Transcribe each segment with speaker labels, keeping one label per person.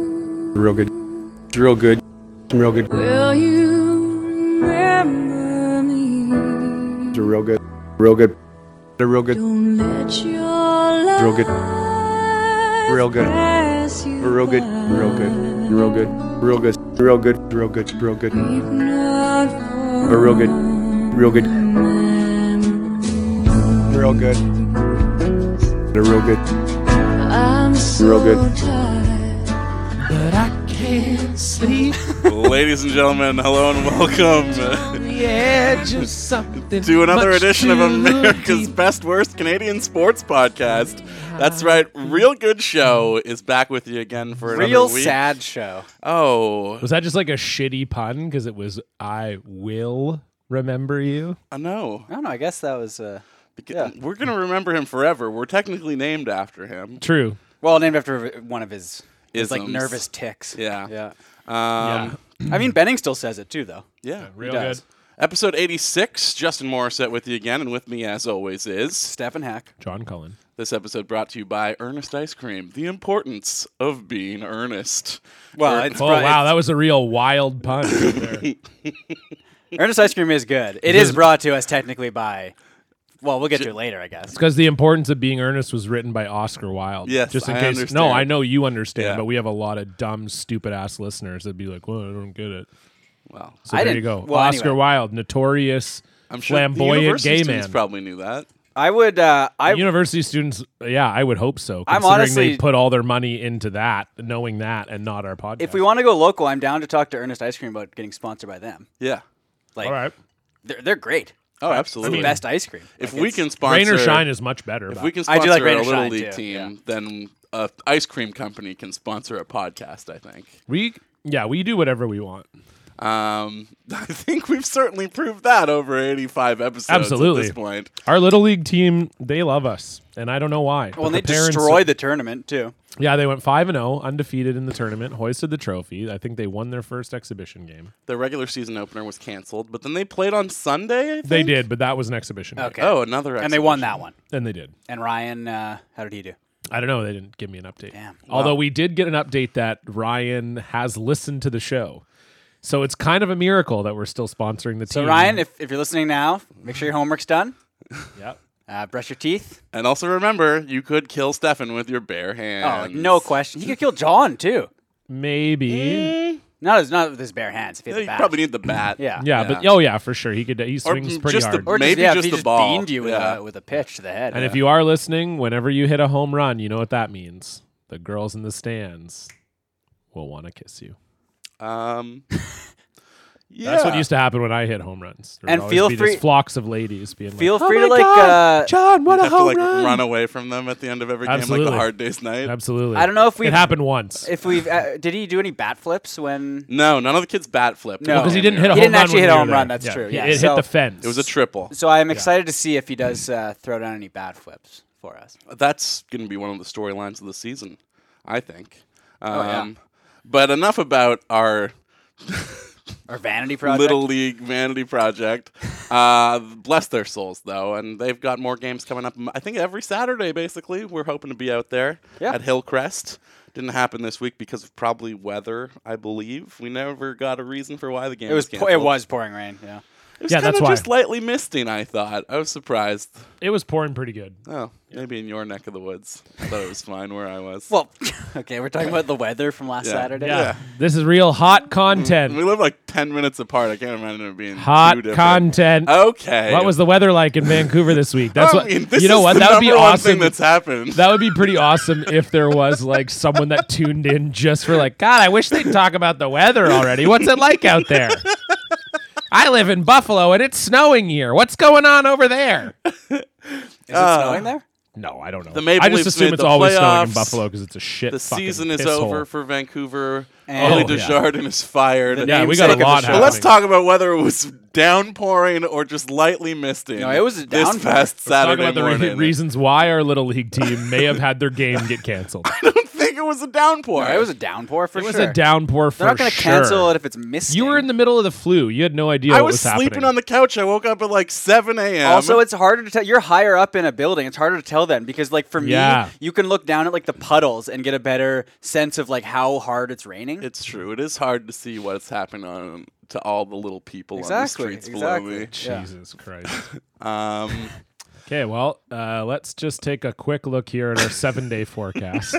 Speaker 1: real good, real good, real good,
Speaker 2: Will you remember me?
Speaker 1: real good, real good, real good,
Speaker 2: Don't let your life
Speaker 1: Real good. Real good.
Speaker 2: pass you
Speaker 1: real good, real good,
Speaker 2: by.
Speaker 1: real good, real good, real good, real good, real good,
Speaker 2: If not for
Speaker 1: real good, real good,
Speaker 2: memories,
Speaker 1: real good, real good.
Speaker 2: I'm so
Speaker 1: Real good.
Speaker 2: tired.
Speaker 3: But I can't sleep
Speaker 4: Ladies and gentlemen, hello and welcome
Speaker 3: the edge of something.
Speaker 4: to another
Speaker 3: much
Speaker 4: edition of
Speaker 3: too
Speaker 4: America's
Speaker 3: deep.
Speaker 4: Best Worst Canadian Sports Podcast. That's right, Real Good Show is back with you again for another
Speaker 5: Real
Speaker 4: week.
Speaker 5: sad show.
Speaker 4: Oh,
Speaker 6: Was that just like a shitty pun? Because it was I will remember you.
Speaker 4: I know.
Speaker 5: I don't know. I guess that was uh,
Speaker 4: Beca- We're going to remember him forever. We're technically named after him.
Speaker 6: True.
Speaker 5: well named after one of his, his like
Speaker 4: Isms.
Speaker 5: nervous ticks.
Speaker 4: Yeah.
Speaker 5: yeah.
Speaker 4: Um,
Speaker 5: I mean, Benning still says it too, though.
Speaker 4: yeah.
Speaker 6: Real
Speaker 5: does.
Speaker 6: good.
Speaker 4: Episode 86, Justin Morissette with you again, and with me as always is
Speaker 5: Step and hack.
Speaker 6: John Cullen.
Speaker 4: this episode brought to you by Earnest Ice Cream, the importance of being earnest.
Speaker 5: Well,
Speaker 4: Er-
Speaker 5: it's
Speaker 6: Oh
Speaker 5: brought-
Speaker 6: wow, that was a real wild pun. right there.
Speaker 5: Ernest ice cream is good. It is brought to us technically by. Well, we'll get to it later, I guess.
Speaker 6: Because the importance of being earnest was written by Oscar Wilde.
Speaker 4: Yes,
Speaker 6: just in
Speaker 4: I
Speaker 6: case. No,
Speaker 4: understand.
Speaker 6: I know you understand,
Speaker 4: Yeah.
Speaker 6: but we have a lot of dumb, stupid ass listeners that'd be like, "Well, I don't get it."
Speaker 4: Wow.
Speaker 6: So
Speaker 5: I
Speaker 6: there you
Speaker 5: didn't-
Speaker 6: go.
Speaker 5: well,
Speaker 6: Oscar
Speaker 5: anyway.
Speaker 6: Wilde, notorious,
Speaker 4: I'm sure the
Speaker 6: flamboyant
Speaker 4: university
Speaker 6: gay
Speaker 4: students
Speaker 6: man.
Speaker 4: probably knew that.
Speaker 5: I would. Uh, I
Speaker 6: University students, yeah, I would hope so.
Speaker 5: I'm
Speaker 6: Considering
Speaker 5: honestly-
Speaker 6: they put all their money into that, knowing that, and not our podcast.
Speaker 5: if we want to go local, I'm down to talk to Ernest Ice Cream about getting sponsored by them.
Speaker 4: Yeah.
Speaker 5: Like
Speaker 6: all right,
Speaker 5: they're they're great.
Speaker 4: Oh, absolutely.
Speaker 5: The best ice cream.
Speaker 4: if
Speaker 5: Like,
Speaker 4: we
Speaker 5: it's-
Speaker 4: can sponsor,
Speaker 6: rain or shine is much better.
Speaker 4: if
Speaker 6: but-
Speaker 4: we can
Speaker 5: I
Speaker 4: sponsor
Speaker 5: do like
Speaker 4: a
Speaker 5: Rain or
Speaker 4: little
Speaker 5: Shine,
Speaker 4: league
Speaker 5: too,
Speaker 4: team,
Speaker 5: yeah.
Speaker 4: then a ice cream company can sponsor a podcast. I think.
Speaker 6: We yeah, we do whatever we want.
Speaker 4: Um, I think we've certainly proved that over 85 episodes. At
Speaker 6: Absolutely.
Speaker 4: this point,
Speaker 6: Our little league team, they love us, and I don't know why.
Speaker 5: Well, and
Speaker 6: But
Speaker 5: they
Speaker 6: the parents-
Speaker 5: destroyed the tournament too.
Speaker 6: Yeah, they went five and zero, undefeated in the tournament, hoisted the trophy. I think they won their first exhibition game.
Speaker 4: the regular season opener was canceled, but then they played on Sunday. I think?
Speaker 6: They did, but that was an exhibition.
Speaker 5: Okay.
Speaker 4: Oh, another.
Speaker 5: and they won that one.
Speaker 6: game. and they did.
Speaker 5: And Ryan, uh, how did he do?
Speaker 6: I don't know. They didn't give me an update.
Speaker 5: Damn.
Speaker 6: Although we did get an update that Ryan has listened to the show, so it's kind of a miracle that we're still sponsoring the
Speaker 5: So
Speaker 6: team.
Speaker 5: Ryan, if, if you're listening now, make sure your homework's done.
Speaker 6: Yep.
Speaker 5: Uh, brush your teeth.
Speaker 4: And also remember, you could kill Stefan with your bare hands.
Speaker 5: Oh, like, no question. He could kill John too.
Speaker 6: maybe.
Speaker 4: Eh.
Speaker 5: Not as not with his bare hands. If he
Speaker 4: Yeah,
Speaker 5: had the
Speaker 4: You
Speaker 5: bat.
Speaker 4: probably need the bat.
Speaker 5: Yeah.
Speaker 6: Yeah, but oh yeah, for sure he could. He
Speaker 4: Or
Speaker 6: swings
Speaker 4: mm,
Speaker 6: pretty
Speaker 4: just
Speaker 6: hard.
Speaker 4: the
Speaker 5: Or
Speaker 4: maybe
Speaker 5: just, yeah, if
Speaker 4: just
Speaker 5: he
Speaker 4: the
Speaker 5: just
Speaker 4: ball.
Speaker 5: beamed you with,
Speaker 4: Yeah.
Speaker 5: a, with a pitch to the head.
Speaker 6: And
Speaker 5: yeah.
Speaker 6: if you are listening, whenever you hit a home run, you know what that means. The girls in the stands will want to kiss you.
Speaker 4: Um. yeah.
Speaker 6: That's what used to happen when I hit home runs. There would
Speaker 5: And
Speaker 6: always
Speaker 5: feel
Speaker 6: be
Speaker 5: free-
Speaker 6: just flocks of ladies being
Speaker 5: feel
Speaker 6: like,
Speaker 5: free
Speaker 6: "Oh
Speaker 5: to
Speaker 6: my
Speaker 5: like.
Speaker 6: God,
Speaker 5: Uh,
Speaker 6: John, what a
Speaker 4: have to
Speaker 6: home
Speaker 4: like
Speaker 6: run!
Speaker 4: run away from them at the end of every game, like
Speaker 6: Absolutely.
Speaker 4: the hard day's night.
Speaker 6: Absolutely.
Speaker 5: I don't know if we
Speaker 6: it happened once.
Speaker 5: if we uh, did he do any bat flips
Speaker 6: Mm.
Speaker 5: when
Speaker 4: No, none of the kids bat flipped.
Speaker 5: No.
Speaker 6: because he didn't hit a
Speaker 5: He
Speaker 6: home
Speaker 5: didn't
Speaker 6: run
Speaker 5: actually
Speaker 6: when
Speaker 5: hit a
Speaker 6: we were
Speaker 5: home run,
Speaker 6: there.
Speaker 5: that's true.
Speaker 6: he-
Speaker 5: Yeah,
Speaker 6: it
Speaker 5: so-
Speaker 6: hit the fence.
Speaker 4: Oh, It was a triple.
Speaker 5: so I'm excited to see if he does uh, throw down any bat flips for us.
Speaker 4: That's going to be one of the storylines of the season, I think. Um,
Speaker 5: Oh, yeah.
Speaker 4: But enough about our
Speaker 5: Or vanity project.
Speaker 4: little league vanity project. Uh, bless their souls, though, and they've got more games coming up. I think every Saturday, basically, we're hoping to be out there
Speaker 5: Yeah.
Speaker 4: at Hillcrest. Didn't happen this week because of probably weather, I believe. We never got a reason for why the game
Speaker 5: it was po-
Speaker 4: canceled.
Speaker 5: it was pouring rain. Yeah.
Speaker 4: It was
Speaker 6: Yeah,
Speaker 4: kind
Speaker 6: that's
Speaker 4: of
Speaker 6: why.
Speaker 4: just lightly misting. I thought I was surprised.
Speaker 6: It was pouring pretty good.
Speaker 4: Oh, maybe in your neck of the woods. I thought it was fine where I was.
Speaker 5: Well, okay, we're talking about the weather from last
Speaker 4: Yeah.
Speaker 5: Saturday.
Speaker 6: Yeah. This is real hot
Speaker 4: we
Speaker 6: content.
Speaker 4: live like ten minutes apart. I can't imagine it being too
Speaker 6: Hot
Speaker 4: different.
Speaker 6: content.
Speaker 4: Okay.
Speaker 6: What was the weather like in Vancouver this week? That's
Speaker 4: I
Speaker 6: what
Speaker 4: mean, this
Speaker 6: you know.
Speaker 4: is
Speaker 6: What
Speaker 4: the
Speaker 6: that would be
Speaker 4: number one
Speaker 6: awesome.
Speaker 4: Thing that's happened.
Speaker 6: That would be pretty awesome if there was like someone that tuned in just for like, God, I wish they'd talk about the weather already. What's it like out there? I live in Buffalo and it's snowing here. What's going on over there?
Speaker 5: Is it
Speaker 4: Uh,
Speaker 5: snowing there?
Speaker 6: No, I don't know.
Speaker 4: The Maple
Speaker 6: I just
Speaker 4: Leafs
Speaker 6: assume
Speaker 4: made
Speaker 6: it's
Speaker 4: the
Speaker 6: always snowing
Speaker 4: playoffs.
Speaker 6: in Buffalo because it's a shit.
Speaker 4: the
Speaker 6: fucking
Speaker 4: season is
Speaker 6: pisshole.
Speaker 4: over for Vancouver.
Speaker 5: And-
Speaker 4: Billy
Speaker 6: Oh, yeah.
Speaker 4: Desjardins is fired.
Speaker 6: Yeah, we got
Speaker 5: Namesake
Speaker 6: a
Speaker 5: of the
Speaker 6: lot.
Speaker 5: show.
Speaker 4: Well, let's
Speaker 6: happening.
Speaker 4: talk about whether it was downpouring or just lightly misting.
Speaker 5: No, it was a
Speaker 4: this
Speaker 5: downpour.
Speaker 4: past
Speaker 6: Let's talk
Speaker 4: Saturday
Speaker 6: about the re-
Speaker 4: morning.
Speaker 6: reasons why our little league team may have had their game get canceled.
Speaker 4: I don't think it was a downpour.
Speaker 5: It was a downpour for
Speaker 6: it
Speaker 5: sure.
Speaker 6: was a downpour for
Speaker 5: They're not going to
Speaker 6: sure.
Speaker 5: cancel it if it's missing.
Speaker 6: You were in the middle of the flu. You had no idea.
Speaker 4: I
Speaker 6: what
Speaker 4: was, sleeping
Speaker 6: happening.
Speaker 4: on the couch. I woke up at like 7 a.m.
Speaker 5: Also, it's harder to tell. You're higher up in a building. It's harder to tell then because, like, for me,
Speaker 6: Yeah.
Speaker 5: you can look down at like the puddles and get a better sense of like how hard it's raining.
Speaker 4: It's true. It is hard to see what's happening on to all the little people
Speaker 5: Exactly,
Speaker 4: on the streets
Speaker 5: exactly. Yeah.
Speaker 6: Jesus Christ.
Speaker 4: below me. Um,
Speaker 6: Okay, well, uh, let's just take a quick look here at our seven-day forecast.
Speaker 5: Do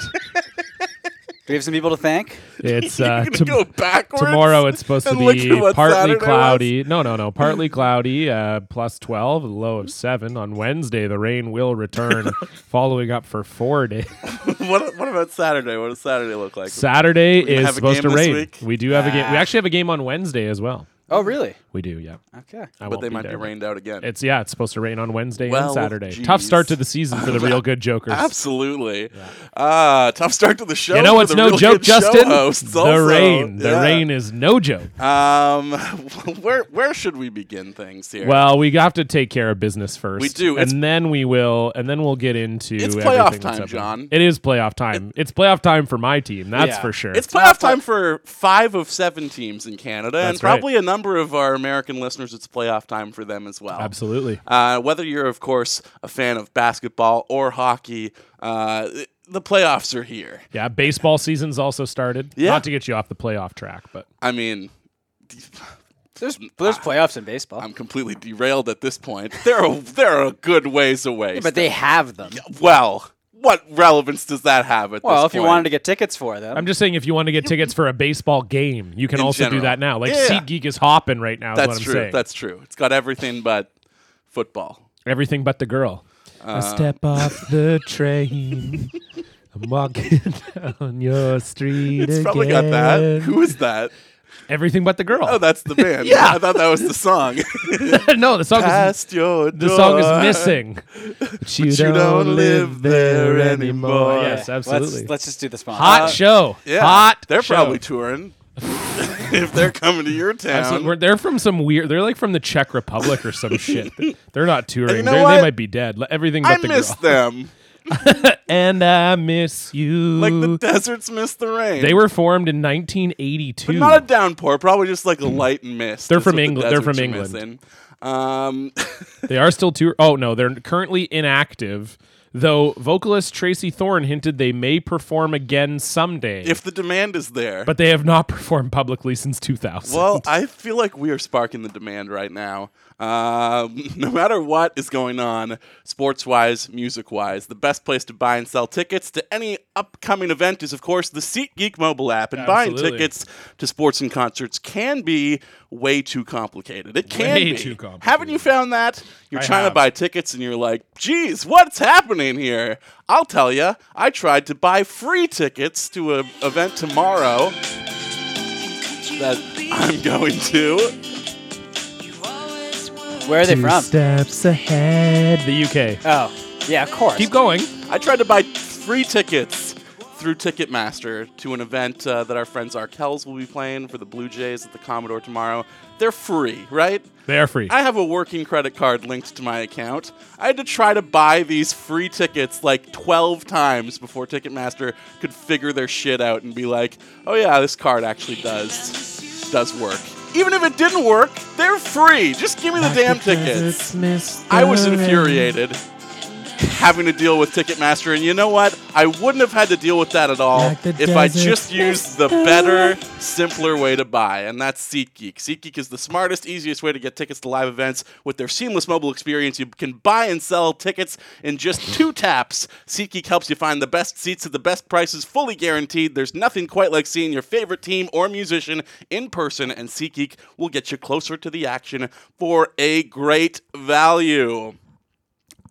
Speaker 5: we have some people to thank?
Speaker 6: It's
Speaker 4: you're
Speaker 6: uh,
Speaker 4: gonna
Speaker 6: to-
Speaker 4: go backwards.
Speaker 6: tomorrow. It's supposed to
Speaker 4: and look at
Speaker 6: be
Speaker 4: what
Speaker 6: partly
Speaker 4: Saturday was?
Speaker 6: cloudy. No, no, no. Partly cloudy. Uh, plus twelve. A low of seven on Wednesday. The rain will return, following up for four days.
Speaker 4: what, what about Saturday? What does Saturday look like?
Speaker 6: Saturday
Speaker 4: We have
Speaker 6: is
Speaker 4: a
Speaker 6: supposed to
Speaker 4: game this
Speaker 6: rain.
Speaker 4: week? Ah.
Speaker 6: We do have a game. We actually have a game on Wednesday as well.
Speaker 5: Oh, really?
Speaker 6: We do, yeah.
Speaker 5: Okay.
Speaker 6: I
Speaker 4: but
Speaker 6: won't
Speaker 4: they might
Speaker 6: there,
Speaker 4: be
Speaker 6: but-
Speaker 4: rained out again.
Speaker 6: It's yeah, it's supposed to rain on Wednesday
Speaker 4: Well,
Speaker 6: and Saturday. Tough
Speaker 4: geez.
Speaker 6: start to the season for the real good jokers.
Speaker 4: Absolutely. Uh, tough start to the show.
Speaker 6: You know
Speaker 4: for
Speaker 6: what's
Speaker 4: the
Speaker 6: no
Speaker 4: Real
Speaker 6: joke,
Speaker 4: Good Show
Speaker 6: Justin?
Speaker 4: hosts
Speaker 6: the
Speaker 4: also.
Speaker 6: rain. The
Speaker 4: Yeah.
Speaker 6: rain is no joke.
Speaker 4: Um, where where should we begin things here?
Speaker 6: Well, we have to take care of business first.
Speaker 4: We do. It's-
Speaker 6: and then we will, and then we'll get into
Speaker 4: It's
Speaker 6: everything
Speaker 4: playoff
Speaker 6: that's
Speaker 4: time,
Speaker 6: happening.
Speaker 4: John.
Speaker 6: It is playoff time. it's playoff time for my team. That's
Speaker 5: Yeah.
Speaker 6: for sure.
Speaker 4: It's playoff time for five of seven teams in Canada, and
Speaker 6: That's right.
Speaker 4: probably a number of our American listeners. It's playoff time for them as well.
Speaker 6: absolutely.
Speaker 4: Uh, whether you're, of course, a fan of basketball or hockey, uh, the playoffs are here.
Speaker 6: Yeah, baseball season's also started.
Speaker 4: Yeah.
Speaker 6: Not to get you off the playoff track, but
Speaker 4: I mean,
Speaker 5: There's there's playoffs in baseball,
Speaker 4: I'm completely derailed at this point. There are there are good ways away.
Speaker 5: but they have them.
Speaker 4: well, what relevance does that have at
Speaker 5: Well,
Speaker 4: this
Speaker 5: if you
Speaker 4: point?
Speaker 5: wanted to get tickets for them,
Speaker 6: I'm just saying if you want to get tickets for a baseball game, you can
Speaker 4: In
Speaker 6: also
Speaker 4: general.
Speaker 6: do that now. Like
Speaker 4: Yeah.
Speaker 6: SeatGeek is hopping right now. is
Speaker 4: that's
Speaker 6: what I'm
Speaker 4: true.
Speaker 6: saying.
Speaker 4: That's true. It's got everything but football.
Speaker 6: Everything but the girl.
Speaker 4: Uh.
Speaker 6: I step off the train. I'm walking down your street.
Speaker 4: It's probably got that. Who is that?
Speaker 6: Everything but the girl.
Speaker 4: Oh, that's the band. yeah, I thought that was the song.
Speaker 6: no, the song is
Speaker 4: Past your
Speaker 6: the song
Speaker 4: door.
Speaker 6: is missing. But you,
Speaker 4: don't live there anymore.
Speaker 5: Yeah,
Speaker 6: Yes,
Speaker 5: let's-
Speaker 6: absolutely.
Speaker 5: Let's, just do this one.
Speaker 6: Hot
Speaker 5: Uh,
Speaker 6: show.
Speaker 4: Yeah,
Speaker 6: Hot.
Speaker 4: They're
Speaker 6: show.
Speaker 4: probably touring. if they're coming to your town,
Speaker 6: Absolutely. We're- They're from some weird. They're like from the Czech Republic or some shit. They're not touring.
Speaker 4: you know
Speaker 6: They're-
Speaker 4: what?
Speaker 6: they might be dead. Like, Everything but
Speaker 4: I
Speaker 6: the
Speaker 4: miss
Speaker 6: girl.
Speaker 4: them.
Speaker 6: And I miss you.
Speaker 4: Like the deserts miss the rain.
Speaker 6: they were formed in 1982.
Speaker 4: But not a downpour. Probably just like a light mist.
Speaker 6: They're
Speaker 4: is
Speaker 6: from
Speaker 4: what the
Speaker 6: Engla- they're
Speaker 4: deserts
Speaker 6: from
Speaker 4: are
Speaker 6: England.
Speaker 4: missing. Um,
Speaker 6: They are still tour. Oh no, they're currently inactive. Though vocalist Tracy Thorn hinted they may perform again someday,
Speaker 4: if the demand is there.
Speaker 6: but they have not performed publicly since 2000.
Speaker 4: well, I feel like we are sparking the demand right now. Um, no matter what is going on, sports wise, music wise, the best place to buy and sell tickets to any upcoming event is, of course, the SeatGeek mobile app. And buying
Speaker 6: Absolutely.
Speaker 4: tickets to sports and concerts can be way too complicated. It can
Speaker 6: Way
Speaker 4: be.
Speaker 6: too
Speaker 4: Haven't you found that? You're
Speaker 6: I
Speaker 4: trying to
Speaker 6: have.
Speaker 4: buy tickets and you're like, geez, what's happening here? I'll tell you, I tried to buy free tickets to an event tomorrow that I'm going to.
Speaker 5: where are they from?
Speaker 6: steps ahead. The UK.
Speaker 5: Oh, yeah, of course.
Speaker 6: Keep going.
Speaker 4: I tried to buy free tickets through Ticketmaster to an event uh, that our friends Arkells will be playing for the Blue Jays at the Commodore tomorrow. They're free, right?
Speaker 6: They are free.
Speaker 4: I have a working credit card linked to my account. I had to try to buy these free tickets like 12 times before Ticketmaster could figure their shit out and be like, "Oh yeah, this card actually does does work." Even if it didn't work, they're free. Just give me the damn tickets. I was infuriated having to deal with Ticketmaster, and you know what? I wouldn't have had to deal with that at all if I just used the better, simpler way to buy, and that's SeatGeek. SeatGeek is the smartest, easiest way to get tickets to live events. With their seamless mobile experience, you can buy and sell tickets in just two taps. SeatGeek helps you find the best seats at the best prices, fully guaranteed. There's nothing quite like seeing your favorite team or musician in person, and SeatGeek will get you closer to the action for a great value.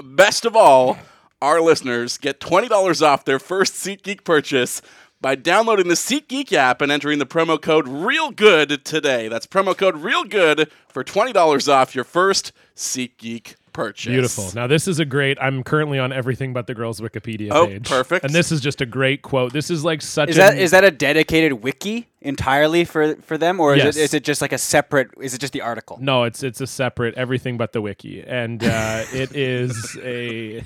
Speaker 4: Best of all, our listeners get $20 off their first SeatGeek purchase by downloading the SeatGeek app and entering the promo code REALGOOD today. That's promo code REALGOOD for $20 off your first SeatGeek purchase.
Speaker 6: Beautiful. Now this is a great. I'm currently on everything but the girls Wikipedia
Speaker 4: Oh,
Speaker 6: page.
Speaker 4: perfect.
Speaker 6: And this is just a great quote. This is like such
Speaker 5: Is
Speaker 6: a
Speaker 5: that is that a dedicated wiki entirely for for them, or is,
Speaker 6: Yes.
Speaker 5: it, is it just like a separate? Is it just the article?
Speaker 6: No, it's it's a separate everything but the wiki, and uh, it is a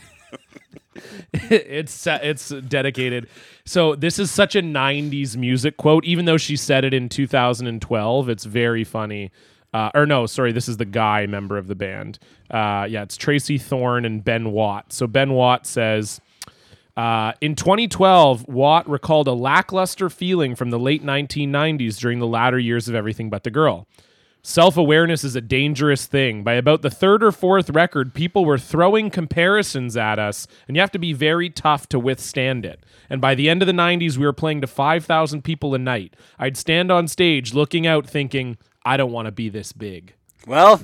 Speaker 6: it's uh, it's dedicated. So this is such a '90s music quote, even though she said it in 2012. It's very funny. Uh, or no, sorry, this is the guy member of the band. Uh, yeah, it's Tracy Thorn and Ben Watt. So Ben Watt says. Uh, in 2012, Watt recalled a lackluster feeling from the late 1990s during the latter years of Everything But the Girl. Self awareness is a dangerous thing. By about the third or fourth record, people were throwing comparisons at us, and you have to be very tough to withstand it. And by the end of the 90s, we were playing to 5,000 people a night. I'd stand on stage looking out, thinking, I don't want to be this big.
Speaker 5: Well,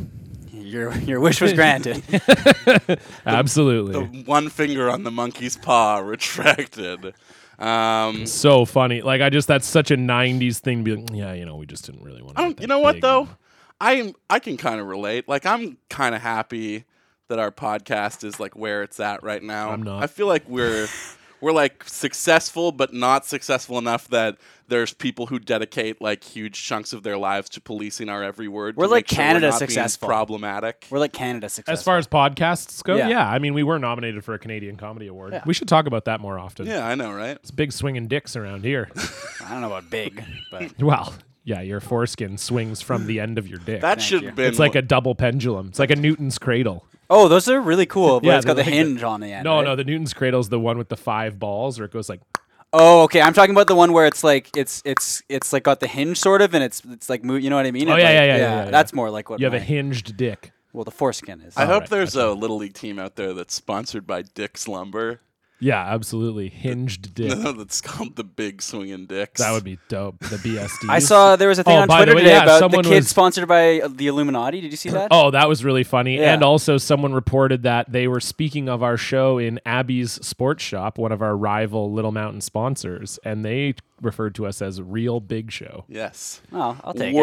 Speaker 5: your your wish was granted.
Speaker 6: Absolutely.
Speaker 4: The one finger on the monkey's paw retracted. Um,
Speaker 6: so funny. Like, I just, that's such a 90s thing to be like, yeah, you know, we just didn't really want to.
Speaker 4: I don't, Um, you know what though? I am I can kind of relate. Like I'm kind of happy that our podcast is like where it's at right now.
Speaker 6: I'm not.
Speaker 4: I feel like we're we're like successful but not successful enough that there's people who dedicate like huge chunks of their lives to policing our every word. to
Speaker 5: We're like
Speaker 4: make sure
Speaker 5: Canada
Speaker 4: we're not being
Speaker 5: successful.
Speaker 4: problematic.
Speaker 5: We're like Canada successful.
Speaker 6: As far as podcasts go, yeah.
Speaker 5: Yeah.
Speaker 6: I mean, we were nominated for a Canadian Comedy Award. We should talk about that more often.
Speaker 4: yeah, I know, right?
Speaker 6: It's big swinging dicks around here.
Speaker 5: I don't know about big, but
Speaker 6: well, yeah, your foreskin swings from the end of your dick.
Speaker 4: That should
Speaker 5: you.
Speaker 4: have been
Speaker 6: it's like a double pendulum. It's like a Newton's cradle.
Speaker 5: oh, those are really cool. But
Speaker 6: Yeah,
Speaker 5: it's got
Speaker 6: they're
Speaker 5: the
Speaker 6: like
Speaker 5: hinge on the end.
Speaker 6: No,
Speaker 5: right?
Speaker 6: no, the Newton's cradle is the one with the five balls, where it goes like.
Speaker 5: Oh, okay. I'm talking about the one where it's like it's it's it's like got the hinge sort of, and it's it's like mo- you know what I mean?
Speaker 6: Oh,
Speaker 5: It's
Speaker 6: yeah,
Speaker 5: like-
Speaker 6: yeah, yeah, yeah, yeah, yeah.
Speaker 5: That's more like what
Speaker 6: You have a
Speaker 5: my-
Speaker 6: hinged dick.
Speaker 5: Well, the foreskin is.
Speaker 4: I hope
Speaker 6: right,
Speaker 4: there's a little league team out there that's sponsored by Dick's Lumber.
Speaker 6: Yeah, absolutely, hinged dick.
Speaker 4: that's called the Big Swinging Dicks.
Speaker 6: that would be dope. The BSD.
Speaker 5: I saw there was a thing
Speaker 6: Oh,
Speaker 5: on
Speaker 6: by the
Speaker 5: Twitter
Speaker 6: way,
Speaker 5: today
Speaker 6: yeah,
Speaker 5: about the
Speaker 6: someone
Speaker 5: kid
Speaker 6: was-
Speaker 5: sponsored by uh, the Illuminati. Did you see that?
Speaker 6: Oh, that was really funny.
Speaker 5: Yeah.
Speaker 6: And also, someone reported that they were speaking of our show in Abby's Sports Shop, one of our rival Little Mountain sponsors, and they referred to us as Real Big Show.
Speaker 4: yes.
Speaker 5: Oh, I'll take it.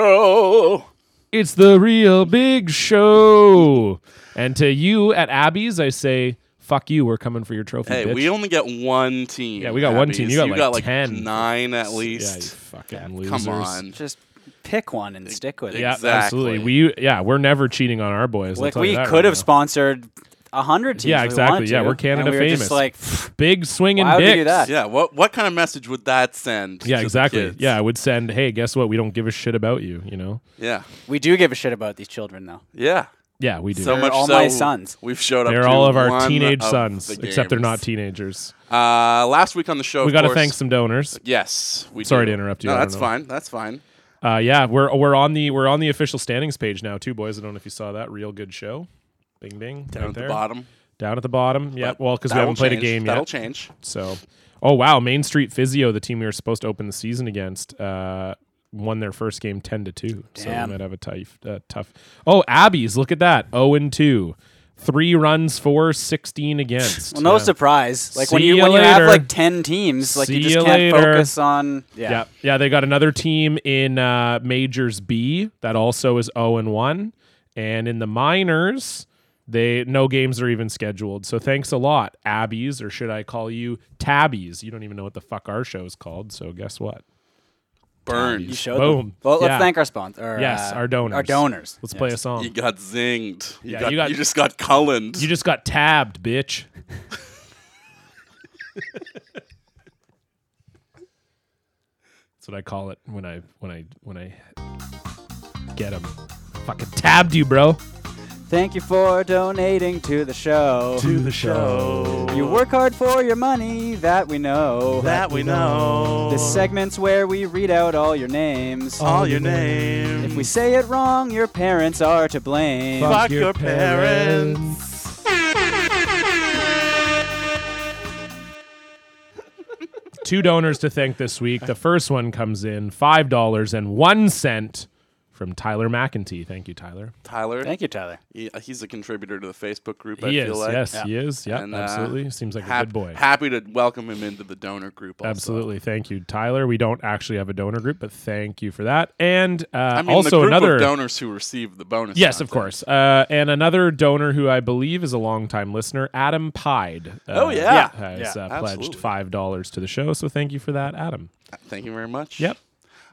Speaker 4: Well,
Speaker 6: It's the Real Big Show. And to you at Abby's, I say, fuck you. We're coming for your trophy.
Speaker 4: hey,
Speaker 6: bitch.
Speaker 4: we only get one team.
Speaker 6: Yeah, we got one team. You got
Speaker 4: Abby's.
Speaker 6: like 10.
Speaker 4: nine at
Speaker 6: Yeah, you
Speaker 4: least.
Speaker 6: fucking losers.
Speaker 4: Come on.
Speaker 5: Just pick one and stick with it.
Speaker 6: Yeah,
Speaker 4: Exactly.
Speaker 6: absolutely. We yeah, we're never cheating on our boys. I'll
Speaker 5: like
Speaker 6: tell you
Speaker 5: we
Speaker 6: that
Speaker 5: could
Speaker 6: right
Speaker 5: have
Speaker 6: now.
Speaker 5: sponsored a hundred teams.
Speaker 6: Yeah,
Speaker 5: if we
Speaker 6: exactly.
Speaker 5: wanted
Speaker 6: Yeah,
Speaker 5: to,
Speaker 6: we're Canada
Speaker 5: and we were
Speaker 6: famous.
Speaker 5: Just like pff,
Speaker 6: big swinging
Speaker 5: why would
Speaker 6: dicks.
Speaker 5: we do that?
Speaker 4: Yeah, what what kind of message would that send? to
Speaker 6: Yeah,
Speaker 4: the
Speaker 6: exactly.
Speaker 4: kids?
Speaker 6: Yeah, I would send, hey, guess what? We don't give a shit about you. You know.
Speaker 4: yeah,
Speaker 5: we do give a shit about these children though.
Speaker 4: yeah.
Speaker 6: Yeah, we do.
Speaker 4: So
Speaker 5: They're
Speaker 4: much
Speaker 5: all
Speaker 4: so,
Speaker 5: my sons.
Speaker 4: We've showed up.
Speaker 6: They're
Speaker 4: to
Speaker 6: all of our
Speaker 4: one
Speaker 6: teenage
Speaker 4: of
Speaker 6: sons,
Speaker 4: the
Speaker 6: except they're not
Speaker 4: games.
Speaker 6: teenagers.
Speaker 4: Uh, last week on the show,
Speaker 6: we
Speaker 4: got
Speaker 6: got to thank some donors.
Speaker 4: Yes, we.
Speaker 6: Sorry
Speaker 4: do.
Speaker 6: to interrupt you,
Speaker 4: No,
Speaker 6: I don't
Speaker 4: that's
Speaker 6: know.
Speaker 4: fine. That's fine.
Speaker 6: Uh, yeah, we're we're on the we're on the official standings page now too, boys. I don't know if you saw that. Real good show. Bing, bing.
Speaker 4: Down
Speaker 6: right
Speaker 4: at
Speaker 6: there.
Speaker 4: the bottom.
Speaker 6: Down at the bottom. Yeah. Well, because we
Speaker 4: That'll
Speaker 6: haven't played a
Speaker 4: change.
Speaker 6: game
Speaker 4: That'll
Speaker 6: yet.
Speaker 4: change.
Speaker 6: So, oh wow, Main Street Physio, the team we were supposed to open the season against, uh, won their first game ten to two. So we
Speaker 5: Damn.
Speaker 6: might have a tough, uh, tough. Oh, Abby's, look at that, zero and two, three runs for, sixteen against.
Speaker 5: Well, no
Speaker 6: Yeah.
Speaker 5: surprise. Like when
Speaker 6: See
Speaker 5: you,
Speaker 6: you
Speaker 5: when you have
Speaker 6: later.
Speaker 5: like ten teams, like
Speaker 6: See
Speaker 5: you just
Speaker 6: you
Speaker 5: can't
Speaker 6: later.
Speaker 5: focus on.
Speaker 6: Yeah.
Speaker 5: Yeah.
Speaker 6: yeah, They got another team in uh, majors B that also is zero and one, and in the minors. They no games are even scheduled, so thanks a lot, Abbies, or should I call you Tabbies? You don't even know what the fuck our show is called, so guess what?
Speaker 5: You
Speaker 4: Burn.
Speaker 5: showed
Speaker 6: Boom.
Speaker 5: them. Well,
Speaker 6: Yeah.
Speaker 5: let's thank our sponsor.
Speaker 6: Yes, our donors.
Speaker 5: Our donors.
Speaker 6: Let's play a song.
Speaker 4: You got zinged. You,
Speaker 6: Yeah,
Speaker 4: got,
Speaker 6: you
Speaker 4: you,
Speaker 6: got-
Speaker 4: just got Cullen.
Speaker 6: You just got tabbed, bitch. That's what I call it when I when I when I get them. Fucking tabbed you, bro.
Speaker 5: Thank you for donating to the show.
Speaker 6: To the show.
Speaker 5: You work hard for your money, that we know.
Speaker 4: that we know.
Speaker 5: This segment's where we read out all your names.
Speaker 4: all your name.
Speaker 5: If we say it wrong, your parents are to blame.
Speaker 4: Fuck your parents.
Speaker 6: Two donors to thank this week. The first one comes in five dollars and one cent from Tyler McEntee. Thank you, Tyler.
Speaker 4: Tyler,
Speaker 5: Thank you, Tyler.
Speaker 4: he- uh, he's a contributor to the Facebook group. I
Speaker 6: He
Speaker 4: feel
Speaker 6: is,
Speaker 4: like.
Speaker 6: yes, he is. Yep,
Speaker 4: And, uh,
Speaker 6: absolutely. Seems like a
Speaker 4: Hap-
Speaker 6: good boy.
Speaker 4: Happy to welcome him into the donor group. Also.
Speaker 6: Absolutely. Thank you, Tyler. We don't actually have a donor group, but thank you for that. And uh,
Speaker 4: I mean,
Speaker 6: also
Speaker 4: the group
Speaker 6: another
Speaker 4: of donors who received the bonus.
Speaker 6: Yes, of
Speaker 4: content.
Speaker 6: course. Uh, and another donor who I believe is a longtime listener, Adam Pied. Uh,
Speaker 4: Oh, yeah.
Speaker 6: Has
Speaker 5: Yeah,
Speaker 6: uh, pledged
Speaker 4: absolutely.
Speaker 6: $5 to the show. So thank you for that, Adam.
Speaker 4: Thank you very much.
Speaker 6: Yep.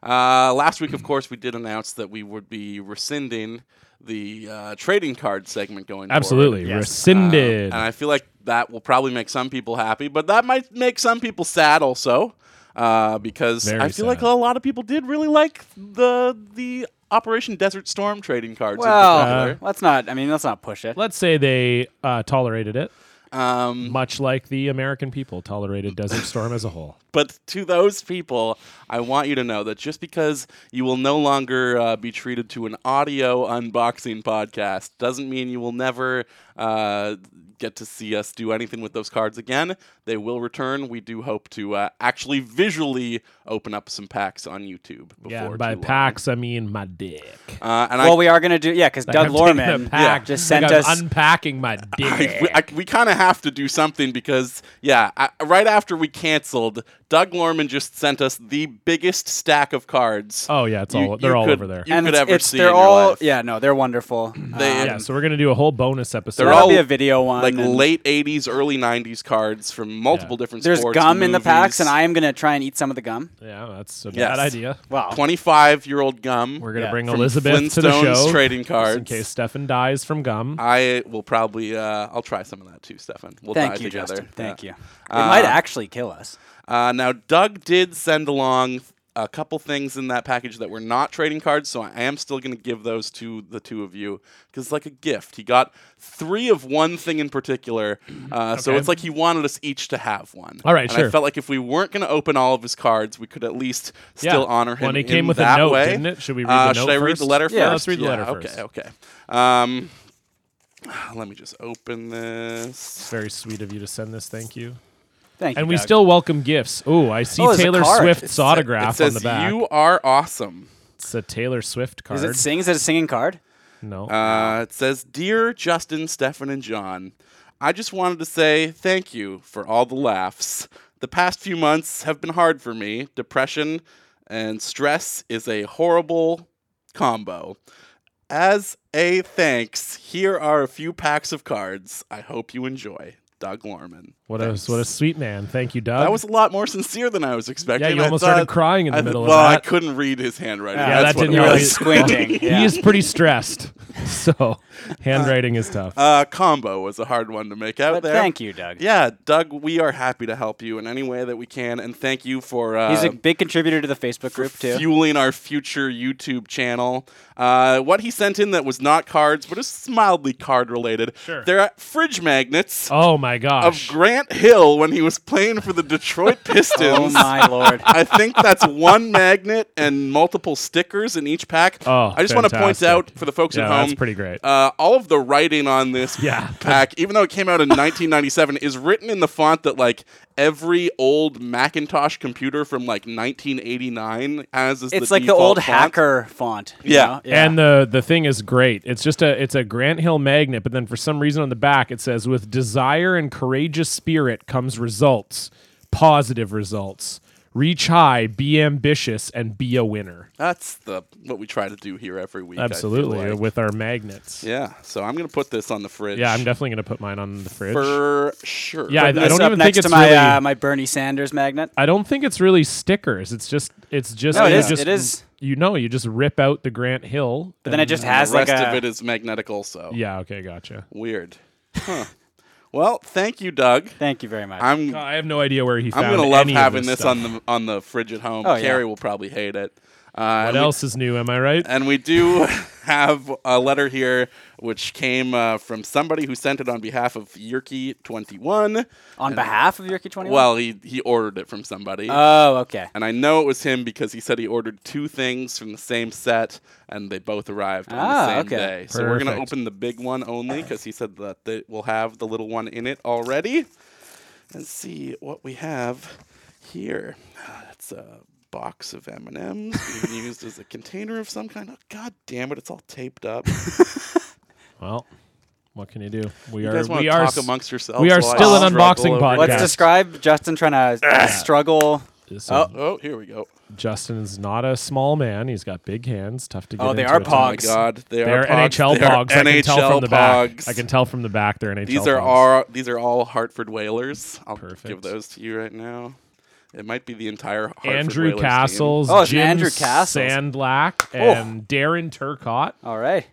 Speaker 4: Uh, last week, of course, we did announce that we would be rescinding the uh, trading card segment going. forward.
Speaker 6: Absolutely.
Speaker 5: Yes.
Speaker 6: Rescinded.
Speaker 4: Uh, And I feel like that will probably make some people happy, but that might make some people sad also, uh, because
Speaker 6: Very
Speaker 4: I feel like a
Speaker 6: sad.
Speaker 4: lot of people did really like the the Operation Desert Storm trading cards. in
Speaker 5: Well, let's not. I mean, let's not push it.
Speaker 6: Uh, Let's say they uh, tolerated it,
Speaker 4: particular. um,
Speaker 6: much like the American people tolerated Desert Storm as a whole.
Speaker 4: but to those people, I want you to know that just because you will no longer uh, be treated to an audio unboxing podcast doesn't mean you will never. Uh, Get to see us do anything with those cards again. They will return. We do hope to uh, actually visually open up some packs on YouTube. Before
Speaker 6: Yeah, and by
Speaker 4: too long.
Speaker 6: packs, I mean my dick.
Speaker 4: Uh, and
Speaker 5: well,
Speaker 4: I,
Speaker 5: we are gonna do yeah, because Doug
Speaker 6: I'm taking a
Speaker 5: Lorman
Speaker 6: pack.
Speaker 5: just
Speaker 6: Like
Speaker 5: sent
Speaker 6: I'm
Speaker 5: us.
Speaker 6: unpacking my
Speaker 4: I-
Speaker 6: dick.
Speaker 4: we, I- we kind of have to do something because, yeah, I, right after we canceled, Doug Lorman just sent us the biggest stack of cards.
Speaker 6: oh yeah, it's
Speaker 4: You-
Speaker 6: all they're
Speaker 4: you
Speaker 6: all
Speaker 4: could-
Speaker 6: over there.
Speaker 4: you could ever see
Speaker 5: they're
Speaker 4: in your
Speaker 5: all
Speaker 4: life.
Speaker 5: yeah no they're wonderful.
Speaker 4: They-
Speaker 5: Um,
Speaker 6: yeah, so we're gonna do a whole bonus episode.
Speaker 4: they're
Speaker 5: that'll
Speaker 4: all
Speaker 5: be a video one.
Speaker 4: like
Speaker 5: and
Speaker 4: late 80s, early 90s cards from multiple different
Speaker 5: There's
Speaker 4: sports.
Speaker 5: gum in the
Speaker 4: movies.
Speaker 5: packs, and I am gonna try and eat some of the gum.
Speaker 6: yeah, that's a
Speaker 4: Yes.
Speaker 6: bad idea.
Speaker 5: Wow.
Speaker 4: 25 year old gum.
Speaker 6: We're gonna
Speaker 5: Yeah,
Speaker 6: bring
Speaker 4: from
Speaker 6: Elizabeth to the
Speaker 4: Flintstones
Speaker 6: show
Speaker 4: trading cards.
Speaker 6: just in case Stefan dies from gum.
Speaker 4: I will probably, uh, I'll try some of that too, Stefan. We'll
Speaker 5: Thank
Speaker 4: die
Speaker 5: you,
Speaker 4: together.
Speaker 5: Justin. Thank
Speaker 4: Yeah.
Speaker 5: you. It might actually kill us.
Speaker 4: Uh, now, Doug did send along a couple things in that package that were not trading cards, so I am still going to give those to the two of you because, like a gift, he got three of one thing in particular. Uh, So
Speaker 6: Okay.
Speaker 4: it's like he wanted us each to have one.
Speaker 6: All right,
Speaker 4: and I
Speaker 6: sure.
Speaker 4: felt like if we weren't going to open all of his cards, we could at least still
Speaker 6: Yeah.
Speaker 4: honor him.
Speaker 6: Well, and he
Speaker 4: in
Speaker 6: came with a
Speaker 4: that
Speaker 6: note,
Speaker 4: way.
Speaker 6: didn't it? Should we read the
Speaker 4: Uh,
Speaker 6: note
Speaker 4: Should I read the
Speaker 6: first?
Speaker 4: letter first?
Speaker 5: Yeah, let's
Speaker 6: read the letter
Speaker 4: okay,
Speaker 6: first.
Speaker 4: Okay. Um, let me just open this.
Speaker 6: Very sweet of you to send this. Thank you.
Speaker 5: Thank you.
Speaker 6: And we
Speaker 5: Doug.
Speaker 6: still welcome gifts. Ooh, I see
Speaker 5: Oh, there's a
Speaker 6: Taylor
Speaker 5: card.
Speaker 6: Swift's
Speaker 5: It's-
Speaker 6: autograph
Speaker 4: it says
Speaker 6: on the back.
Speaker 4: you are awesome.
Speaker 6: It's a Taylor Swift card.
Speaker 5: is it sing? Is it a singing card?
Speaker 6: no.
Speaker 4: Uh, it says, Dear Justin, Stefan, and John, I just wanted to say thank you for all the laughs. The past few months have been hard for me. Depression and stress is a horrible combo. As a thanks, here are a few packs of cards. I hope you enjoy. Doug Lorman.
Speaker 6: what a
Speaker 4: Thanks.
Speaker 6: what a sweet man. Thank you, Doug.
Speaker 4: That was a lot more sincere than I was expecting.
Speaker 6: yeah, you
Speaker 4: I
Speaker 6: almost started
Speaker 4: thought-
Speaker 6: crying in the
Speaker 4: I th-
Speaker 6: middle
Speaker 4: well,
Speaker 6: of
Speaker 4: I
Speaker 6: that.
Speaker 4: couldn't read his handwriting.
Speaker 5: Yeah,
Speaker 6: yeah,
Speaker 4: That's
Speaker 6: that didn't
Speaker 4: what it
Speaker 5: really-
Speaker 4: was.
Speaker 5: squinting, yeah.
Speaker 6: He is pretty stressed, so handwriting is tough.
Speaker 4: Uh, combo was a hard one to make out
Speaker 5: But
Speaker 4: there.
Speaker 5: thank you, Doug.
Speaker 4: Yeah, Doug, we are happy to help you in any way that we can, and thank you for uh,
Speaker 5: He's a big contributor to the Facebook group too.
Speaker 4: fueling our future YouTube channel. Uh, what he sent in that was not cards, but is mildly card related. Sure. There are fridge magnets
Speaker 6: oh my gosh!
Speaker 4: of Grant Hill when he was playing for the Detroit
Speaker 5: oh
Speaker 4: Pistons.
Speaker 5: my lord.
Speaker 4: I think that's one magnet and multiple stickers in each pack.
Speaker 6: Oh,
Speaker 4: I just want to point
Speaker 6: fantastic.
Speaker 4: out for the folks
Speaker 6: Yeah,
Speaker 4: at home,
Speaker 6: that's pretty great.
Speaker 4: Uh, all of the writing on this
Speaker 6: Yeah.
Speaker 4: pack, even though it came out in 1997, is written in the font that like every old Macintosh computer from like 1989 has. As
Speaker 5: It's
Speaker 4: the
Speaker 5: like the
Speaker 4: default
Speaker 5: old
Speaker 4: font.
Speaker 5: hacker font. you
Speaker 4: Yeah.
Speaker 5: know?
Speaker 6: And the the thing is great. It's just a it's a Grant Hill magnet, but then for some reason on the back it says with desire and courageous spirit comes results, positive results. Reach high, be ambitious, and be a winner.
Speaker 4: That's the what we try to do here every week. I feel
Speaker 6: Absolutely,
Speaker 4: like.
Speaker 6: with our magnets. Yeah,
Speaker 4: Yeah. So I'm gonna put this on the fridge.
Speaker 6: I'm definitely gonna put mine on the fridge.
Speaker 4: for sure.
Speaker 6: yeah, I, I
Speaker 5: This
Speaker 6: don't
Speaker 5: up
Speaker 6: even
Speaker 5: next
Speaker 6: think
Speaker 5: to
Speaker 6: it's
Speaker 5: my
Speaker 6: really.
Speaker 5: uh, my Bernie Sanders magnet.
Speaker 6: I don't think it's really stickers. It's just it's just
Speaker 5: No, it
Speaker 6: you
Speaker 5: is.
Speaker 6: just
Speaker 5: It is.
Speaker 6: you know you just rip out the Grant Hill.
Speaker 5: But then it just has
Speaker 4: the rest
Speaker 5: like a.
Speaker 4: of it is magnetic also.
Speaker 6: yeah. Okay, gotcha.
Speaker 4: Weird. Huh. well, thank you, Doug.
Speaker 5: Thank you very much.
Speaker 4: I'm
Speaker 6: No, I have no idea where he.
Speaker 4: I'm
Speaker 6: Found
Speaker 4: gonna love
Speaker 6: any of
Speaker 4: having this,
Speaker 6: stuff.
Speaker 4: on the on the fridge at home.
Speaker 5: Oh, yeah.
Speaker 4: Carrie will probably hate it. Uh,
Speaker 6: What
Speaker 4: and we- Uh,
Speaker 6: else is new? Am I right?
Speaker 4: and we do have a letter here, which came uh, from somebody who sent it on behalf of Yerky Twenty One.
Speaker 5: on behalf of Yerky Twenty One.
Speaker 4: Well, he he ordered it from somebody.
Speaker 5: Oh, okay.
Speaker 4: and I know it was him because he said he ordered two things from the same set, and they both arrived on the
Speaker 5: Ah,
Speaker 4: same
Speaker 5: okay.
Speaker 4: day. So we're gonna
Speaker 6: Perfect.
Speaker 4: open the big one only because he said that they will have the little one in it already, and see what we have here. It's a box of M and M's being used as a container of some kind. Oh, God damn it! It's all taped up. You
Speaker 6: Well, what can you do? We are.
Speaker 4: guys want
Speaker 6: we
Speaker 4: to
Speaker 6: are.
Speaker 4: talk
Speaker 6: s-
Speaker 4: amongst yourselves?
Speaker 6: we are
Speaker 4: while I
Speaker 6: still an
Speaker 4: struggle
Speaker 6: unboxing
Speaker 4: over
Speaker 6: podcast.
Speaker 5: Let's
Speaker 4: this?
Speaker 5: describe Justin trying to
Speaker 4: Ah.
Speaker 5: struggle.
Speaker 6: this
Speaker 5: Oh.
Speaker 6: is-
Speaker 4: Oh, here we go.
Speaker 6: Justin is not a small man. He's got big hands. Tough to get.
Speaker 5: Oh, they
Speaker 6: into
Speaker 5: are
Speaker 6: a
Speaker 4: Oh my
Speaker 6: time.
Speaker 5: pogs.
Speaker 4: God, they,
Speaker 6: They
Speaker 4: are
Speaker 6: are
Speaker 4: pogs.
Speaker 6: NHL
Speaker 4: They are
Speaker 6: pogs. I can tell from the back.
Speaker 4: pogs.
Speaker 6: I can tell from the back. They're NHL.
Speaker 4: These are
Speaker 6: pogs.
Speaker 4: all these are all Hartford Whalers. I'll give
Speaker 6: Perfect.
Speaker 4: those to you right now. It might be the entire Hartford Whalers
Speaker 6: Andrew
Speaker 4: team.
Speaker 6: Castles,
Speaker 5: Oh, it's
Speaker 6: Jim
Speaker 5: Andrew Castles.
Speaker 6: Sandlack, and Darren Turcott.
Speaker 5: All right.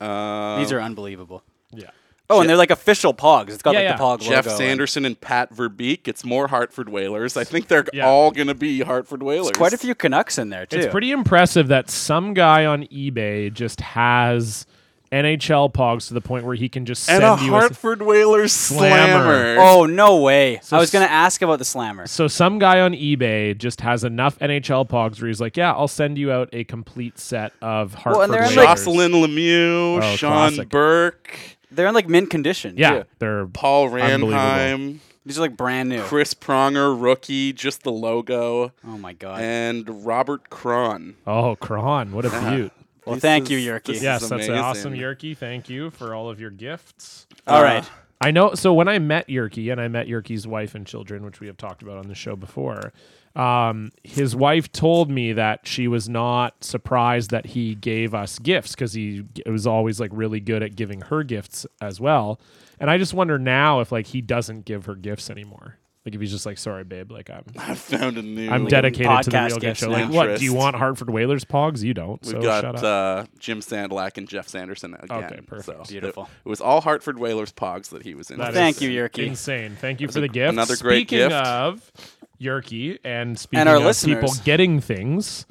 Speaker 4: Uh,
Speaker 5: These are unbelievable.
Speaker 6: Yeah.
Speaker 5: Oh, and they're like official Pogs. It's got
Speaker 6: Yeah,
Speaker 5: like
Speaker 6: yeah.
Speaker 5: the Pog
Speaker 4: Jeff
Speaker 5: logo.
Speaker 4: Sanderson and Pat Verbeek. It's more Hartford Whalers. I think they're
Speaker 6: Yeah.
Speaker 4: all going to be Hartford Whalers.
Speaker 5: There's quite a few Canucks in there too.
Speaker 6: It's pretty impressive that some guy on eBay just has NHL pogs to the point where he can just
Speaker 4: And
Speaker 6: send
Speaker 4: a
Speaker 6: you. a s-
Speaker 4: Hartford Whalers slammer.
Speaker 6: Slammer.
Speaker 5: Oh no way! I was
Speaker 6: s-
Speaker 5: gonna ask about the Slammer.
Speaker 6: so some guy on eBay just has enough NHL pogs where he's like, "Yeah, I'll send you out a complete set of Hartford
Speaker 5: Well, and they're in, like-
Speaker 6: Whalers."
Speaker 4: Jocelyn Lemieux,
Speaker 6: Oh,
Speaker 4: Sean
Speaker 6: classic.
Speaker 4: Burke,
Speaker 5: They're in like mint condition.
Speaker 6: yeah,
Speaker 5: too.
Speaker 6: they're
Speaker 4: Paul
Speaker 6: Unbelievable.
Speaker 4: Ranheim,
Speaker 5: these are like brand new.
Speaker 4: Chris Pronger, rookie, just the logo,
Speaker 5: Oh my god!
Speaker 4: and Robert Cron.
Speaker 6: oh, Kron, what a beaut!
Speaker 5: well,
Speaker 4: This
Speaker 5: thank
Speaker 4: is-
Speaker 5: you, Yerky.
Speaker 4: this
Speaker 6: Yes,
Speaker 4: is
Speaker 6: that's an awesome
Speaker 4: amazing.
Speaker 6: Yerky. Thank you for all of your gifts.
Speaker 5: All
Speaker 4: uh,
Speaker 5: right.
Speaker 6: I know. So when I met Yerky, and I met Yerky's wife and children, which we have talked about on the show before, um, his wife told me that she was not surprised that he gave us gifts because he g- was always like really good at giving her gifts as well. And I just wonder now if like he doesn't give her gifts anymore. Like if he's just like, sorry, babe, like I'm
Speaker 4: I found a new.
Speaker 6: I'm dedicated to the
Speaker 5: podcast
Speaker 6: real good
Speaker 5: gifts
Speaker 6: show.
Speaker 5: now.
Speaker 6: Like, what do you
Speaker 4: Interest.
Speaker 6: want, Hartford Whalers pogs? You don't.
Speaker 4: We've
Speaker 6: so shut
Speaker 4: got
Speaker 6: up.
Speaker 4: uh, Jim Sandlack and Jeff Sanderson again.
Speaker 6: Okay, perfect.
Speaker 4: So th-
Speaker 5: Beautiful.
Speaker 4: It, was all Hartford Whalers Pogs that he was in.
Speaker 6: That
Speaker 5: Thank
Speaker 6: is
Speaker 5: you, Yerky.
Speaker 6: Insane. Thank you
Speaker 4: That's
Speaker 6: for
Speaker 4: a-
Speaker 6: the gift.
Speaker 4: another great
Speaker 6: speaking
Speaker 4: gift.
Speaker 6: of Yerky and speaking
Speaker 5: our
Speaker 6: of people
Speaker 5: listeners.
Speaker 6: getting things,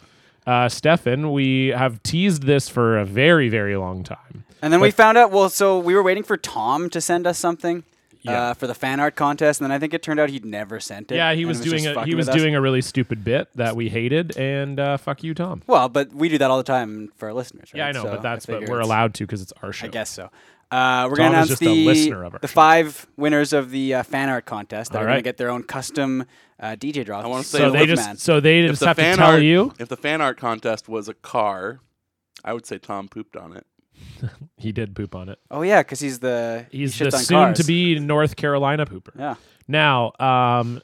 Speaker 6: uh, Stefan, we have teased this for a very, very long time.
Speaker 5: And then we found out. Well, so we were waiting for Tom to send us something.
Speaker 6: Yeah.
Speaker 5: Uh, for the fan art contest, and then I think it turned out he'd never sent it.
Speaker 6: Yeah, he
Speaker 5: and
Speaker 6: was,
Speaker 5: just
Speaker 6: doing a,
Speaker 5: fucking
Speaker 6: he was
Speaker 5: with us.
Speaker 6: doing a really stupid bit that we hated, and uh, fuck you, Tom.
Speaker 5: Well, but we do that all the time for our listeners. Right?
Speaker 6: Yeah, I know,
Speaker 5: So
Speaker 6: but that's
Speaker 5: I
Speaker 6: but
Speaker 5: figure
Speaker 6: we're
Speaker 5: it's-
Speaker 6: allowed to because it's our show.
Speaker 5: I guess so. Uh, we're
Speaker 6: Tom is
Speaker 5: gonna announce
Speaker 6: just a listener of
Speaker 5: the,
Speaker 6: our
Speaker 5: the
Speaker 6: show.
Speaker 5: five winners of the uh, fan art contest that
Speaker 6: All
Speaker 5: are
Speaker 6: right.
Speaker 5: gonna get their own custom uh, DJ drops.
Speaker 4: I wanna say Hey,
Speaker 6: So they
Speaker 4: look,
Speaker 6: just
Speaker 5: man.
Speaker 6: so they just have to
Speaker 4: fan
Speaker 6: tell
Speaker 4: art,
Speaker 6: you
Speaker 4: if the fan art contest was a car, I would say Tom pooped on it.
Speaker 6: he did poop on it.
Speaker 5: Oh yeah, because he's the he
Speaker 6: He's
Speaker 5: shits
Speaker 6: the
Speaker 5: on
Speaker 6: soon to
Speaker 5: cars.
Speaker 6: be North Carolina pooper.
Speaker 5: Yeah.
Speaker 6: Now, um,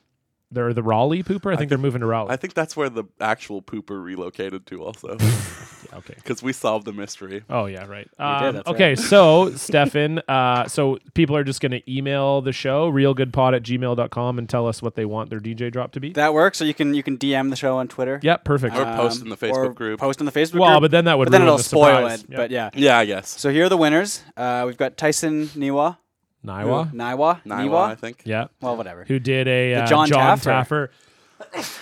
Speaker 6: they're the Raleigh pooper. I think they're moving to Raleigh.
Speaker 4: I think that's where the actual pooper relocated to, also,
Speaker 6: okay.
Speaker 4: because we solved the mystery.
Speaker 6: Oh yeah, right.
Speaker 5: did,
Speaker 6: Um,
Speaker 5: that's
Speaker 6: okay, so Stefan, uh, so people are just going to email the show realgoodpod at gmail.com and tell us what they want their DJ drop to be.
Speaker 5: That works. So you can you can DM the show on Twitter. Um,
Speaker 6: yep, perfect.
Speaker 4: Or post in the Facebook
Speaker 5: or
Speaker 4: group.
Speaker 5: Post in the Facebook
Speaker 6: Well,
Speaker 5: group.
Speaker 6: but then that would
Speaker 5: But then
Speaker 6: ruin
Speaker 5: it'll
Speaker 6: the
Speaker 5: spoil
Speaker 6: surprise.
Speaker 5: it.
Speaker 6: Yeah.
Speaker 5: But yeah.
Speaker 4: Yeah, I guess.
Speaker 5: So here are the winners. Uh, we've got Tyson Niwa.
Speaker 6: Niwa,
Speaker 5: Niwa.
Speaker 4: Niwa, I think.
Speaker 6: yeah,
Speaker 5: Well, whatever.
Speaker 6: who did a uh,
Speaker 5: John
Speaker 6: Taffer.
Speaker 5: Taffer.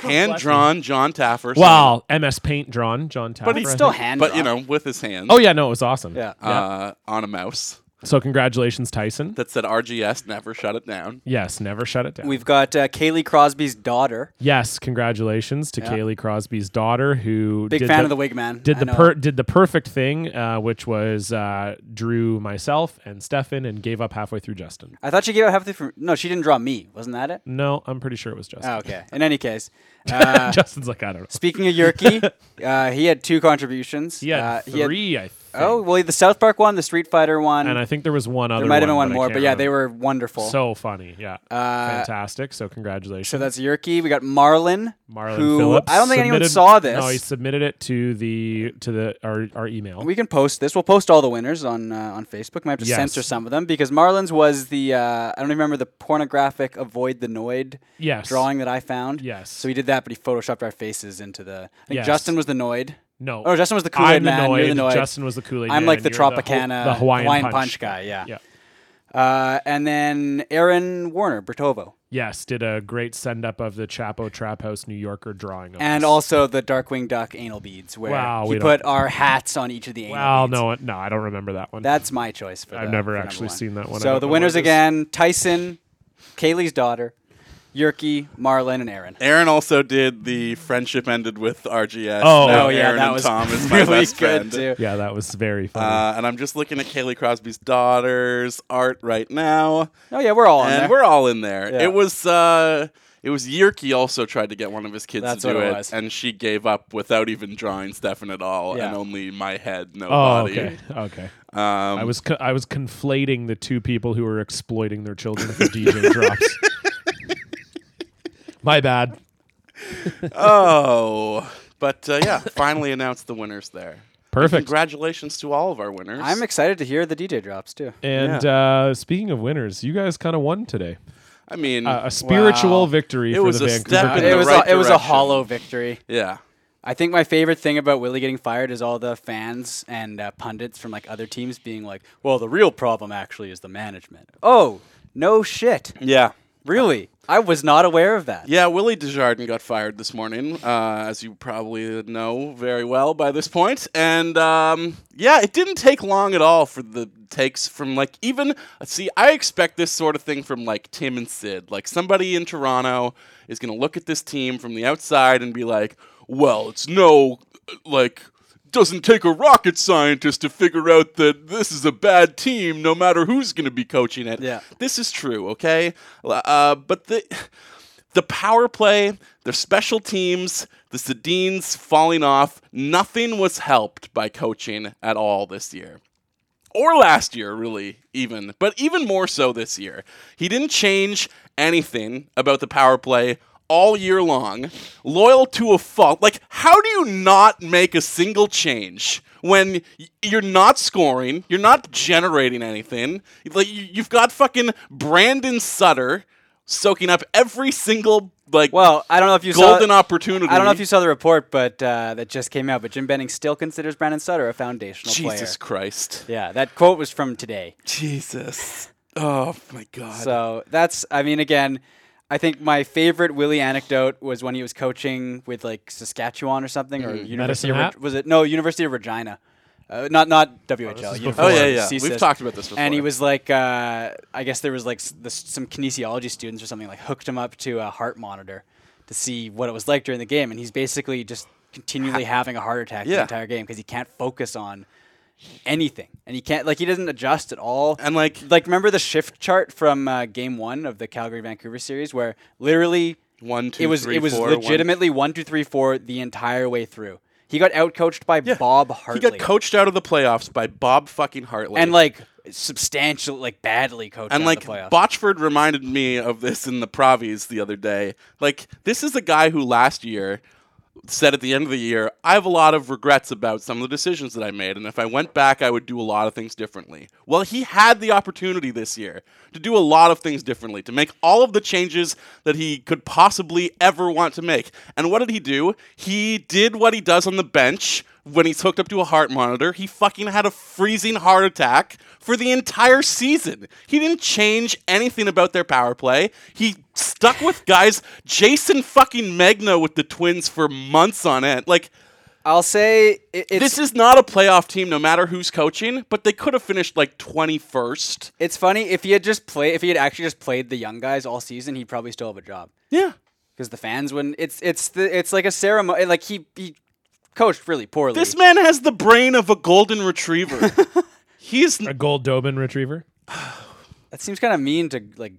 Speaker 4: Hand drawn John Taffer. so-
Speaker 6: Well, MS Paint drawn John Taffer.
Speaker 4: But he's
Speaker 6: I
Speaker 5: Still
Speaker 6: think.
Speaker 5: hand.
Speaker 4: But, you
Speaker 5: drawn.
Speaker 4: know, with his hands.
Speaker 6: Oh yeah, no, it was awesome.
Speaker 5: Yeah.
Speaker 4: Uh, on a mouse
Speaker 6: So congratulations, Tyson.
Speaker 4: that said RGS never shut it down.
Speaker 6: Yes, never shut it down.
Speaker 5: We've got uh, Kaylee Crosby's daughter.
Speaker 6: yes, congratulations to Kaylee Crosby's daughter who
Speaker 5: Big
Speaker 6: did
Speaker 5: fan
Speaker 6: the,
Speaker 5: of the wig man.
Speaker 6: did
Speaker 5: I
Speaker 6: the
Speaker 5: know.
Speaker 6: per- did the perfect thing, uh, which was uh, drew myself and Stefan and gave up halfway through Justin.
Speaker 5: I thought she gave out half the. Fr- no, she didn't draw me. Wasn't that it?
Speaker 6: No, I'm pretty sure it was Justin.
Speaker 5: Oh, okay. In any case, uh,
Speaker 6: Justin's like I don't know.
Speaker 5: speaking of Yerky, uh, he had two contributions.
Speaker 6: He had
Speaker 5: uh,
Speaker 6: three, I think.
Speaker 5: oh well, the South Park one, the Street Fighter one.
Speaker 6: and I think there was one other.
Speaker 5: there might have been one
Speaker 6: one but I
Speaker 5: more,
Speaker 6: can't
Speaker 5: but yeah, they
Speaker 6: remember.
Speaker 5: were wonderful.
Speaker 6: so funny. Yeah, fantastic. So congratulations.
Speaker 5: So that's Yerky. We got Marlon.
Speaker 6: Marlon
Speaker 5: who
Speaker 6: Phillips.
Speaker 5: I don't think anyone
Speaker 6: submitted-
Speaker 5: saw this.
Speaker 6: No, he submitted it to the to the our, our email.
Speaker 5: we can post this. We'll post all the winners on uh, on Facebook. Might have to
Speaker 6: Yes.
Speaker 5: censor some of them because Marlon's was the uh, I don't even remember the pornographic avoid the noid
Speaker 6: yes,
Speaker 5: drawing that I found.
Speaker 6: Yes.
Speaker 5: So he did that, but he photoshopped our faces into the. I think
Speaker 6: Yes.
Speaker 5: Justin was the noid.
Speaker 6: No.
Speaker 5: Oh, Justin was the Kool
Speaker 6: I'm
Speaker 5: Aid
Speaker 6: the
Speaker 5: man. You're the
Speaker 6: Noid,
Speaker 5: noid.
Speaker 6: Justin was the Kool Aid.
Speaker 5: I'm like the
Speaker 6: the,
Speaker 5: Tropicana,
Speaker 6: Ho- the Hawaiian,
Speaker 5: punch. guy. Yeah.
Speaker 6: Yeah.
Speaker 5: Uh, and then Aaron Warner Bertovo,
Speaker 6: Yes, did a great send up of the Chapo Trap House New Yorker drawing. Of
Speaker 5: and
Speaker 6: us.
Speaker 5: also the Darkwing Duck anal beads, where
Speaker 6: Wow, we
Speaker 5: he
Speaker 6: don't-
Speaker 5: put our hats on each of the anal
Speaker 6: well,
Speaker 5: beads.
Speaker 6: no, no, I don't remember that one.
Speaker 5: That's my choice. For
Speaker 6: I've
Speaker 5: the-
Speaker 6: never
Speaker 5: for number
Speaker 6: actually
Speaker 5: one.
Speaker 6: seen that one. I
Speaker 5: So
Speaker 6: don't
Speaker 5: the
Speaker 6: know what
Speaker 5: winners
Speaker 6: it is.
Speaker 5: again: Tyson, Kaylee's daughter, Yerky, Marlon, and Aaron.
Speaker 4: Aaron also did the friendship ended with RGS.
Speaker 6: Oh.
Speaker 4: Now
Speaker 6: Oh,
Speaker 5: yeah,
Speaker 4: Aaron
Speaker 5: that
Speaker 4: and
Speaker 5: was
Speaker 4: Tom is my
Speaker 5: really
Speaker 4: best
Speaker 5: good
Speaker 4: friend.
Speaker 5: too.
Speaker 6: yeah, that was very funny.
Speaker 4: Uh, and I'm just looking at Kaylee Crosby's daughter's art right now,
Speaker 5: Oh yeah, we're all on
Speaker 4: and
Speaker 5: there.
Speaker 4: we're all in there.
Speaker 5: Yeah.
Speaker 4: It was uh, it was Yerky also tried to get one of his kids
Speaker 5: That's
Speaker 4: to do
Speaker 5: what it
Speaker 4: it,
Speaker 5: was.
Speaker 4: and she gave up without even drawing Stefan at all,
Speaker 5: Yeah.
Speaker 4: and only my head, no
Speaker 6: oh,
Speaker 4: body.
Speaker 6: okay, okay.
Speaker 4: Um,
Speaker 6: I was co- I was conflating the two people who were exploiting their children for DJ drops. My bad.
Speaker 4: oh, but uh, yeah, finally announced the winners there.
Speaker 6: Perfect.
Speaker 4: Congratulations to all of our winners.
Speaker 5: I'm excited to hear the DJ drops too.
Speaker 6: And uh, speaking of winners, you guys kind of won today.
Speaker 4: I mean,
Speaker 6: Uh, a spiritual
Speaker 5: Wow.
Speaker 6: victory
Speaker 4: It
Speaker 6: for
Speaker 4: was
Speaker 6: the
Speaker 4: a
Speaker 6: Vancouver
Speaker 4: step in
Speaker 6: Canucks.
Speaker 5: Uh, it
Speaker 4: the
Speaker 5: was
Speaker 4: right
Speaker 5: a, it was a
Speaker 4: direction.
Speaker 5: hollow victory.
Speaker 4: yeah.
Speaker 5: I think my favorite thing about Willie getting fired is all the fans and uh, pundits from like other teams being like, "Well, the real problem actually is the management." Oh, no shit.
Speaker 4: Yeah.
Speaker 5: Really? I was not aware of that.
Speaker 4: Yeah, Willie Desjardins got fired this morning, uh, as you probably know very well by this point. And um, yeah, it didn't take long at all for the takes from like even see. I expect this sort of thing from like Tim and Sid. Like somebody in Toronto is going to look at this team from the outside and be like, "Well, it's no like." Doesn't take a rocket scientist to figure out that this is a bad team, no matter who's going to be coaching it.
Speaker 5: Yeah.
Speaker 4: this is true, okay? Uh, but the the power play, their special teams, the Sedines falling off, nothing was helped by coaching at all this year. Or last year, really, even, but even more so this year. He didn't change anything about the power play all year long, loyal to a fault. Like, how do you not make a single change when y- you're not scoring, you're not generating anything? Like, you- you've got fucking Brandon Sutter soaking up every single like
Speaker 5: Well, I don't know if you
Speaker 4: golden
Speaker 5: saw.
Speaker 4: opportunity.
Speaker 5: I don't know if you saw the report, but uh, that just came out. But Jim Benning still considers Brandon Sutter a foundational player.
Speaker 4: Jesus Christ,
Speaker 5: Yeah, that quote was from today.
Speaker 4: Jesus. Oh my God.
Speaker 5: So that's, I mean, again, I think my favorite Willie anecdote was when he was coaching with like Saskatchewan or something, or
Speaker 4: Mm-hmm.
Speaker 5: University
Speaker 6: Medicine
Speaker 5: of,
Speaker 6: Hat?
Speaker 5: Reg- was it no University of Regina, uh, not not WHL.
Speaker 4: oh yeah, yeah.
Speaker 5: University of
Speaker 4: We've
Speaker 5: CSIS.
Speaker 4: talked about this before.
Speaker 5: And he was like, uh, I guess there was like s- this, some kinesiology students or something like hooked him up to a heart monitor to see what it was like during the game, and he's basically just continually having a heart attack the
Speaker 4: Yeah.
Speaker 5: entire game because he can't focus on anything, and he can't like he doesn't adjust at all.
Speaker 4: And, like-
Speaker 5: like remember the shift chart from uh, game one of the Calgary Vancouver series where literally
Speaker 4: One, two,
Speaker 5: it was
Speaker 4: three,
Speaker 5: it was
Speaker 4: four, one-
Speaker 5: legitimately one two three four the entire way through. He got outcoached by Bob Hartley.
Speaker 4: He got coached out of the playoffs by Bob fucking Hartley.
Speaker 5: and like substantial, like badly coached. out
Speaker 4: and
Speaker 5: of
Speaker 4: like
Speaker 5: the playoffs.
Speaker 4: Botchford reminded me of this in the Pravies the other day. Like this is a guy who last year said at the end of the year, I have a lot of regrets about some of the decisions that I made, and if I went back, I would do a lot of things differently. Well, he had the opportunity this year to do a lot of things differently, to make all of the changes that he could possibly ever want to make. And what did he do? He did what he does on the bench when he's hooked up to a heart monitor. He fucking had a freezing heart attack for the entire season. He didn't change anything about their power play. He stuck with guys Jason fucking Megna with the Twins for months on end. Like
Speaker 5: I'll say it, it's
Speaker 4: this is not a playoff team, no matter who's coaching. But they could have finished like twenty first.
Speaker 5: it's funny if he had just played if he had actually just played the young guys all season, he'd probably still have a job
Speaker 4: Yeah,
Speaker 5: because the fans wouldn't. It's it's the it's like a ceremony. Like he he coached really poorly.
Speaker 4: this man has the brain of a golden retriever. He's
Speaker 6: A gold Doberman retriever.
Speaker 5: that seems kind of mean to like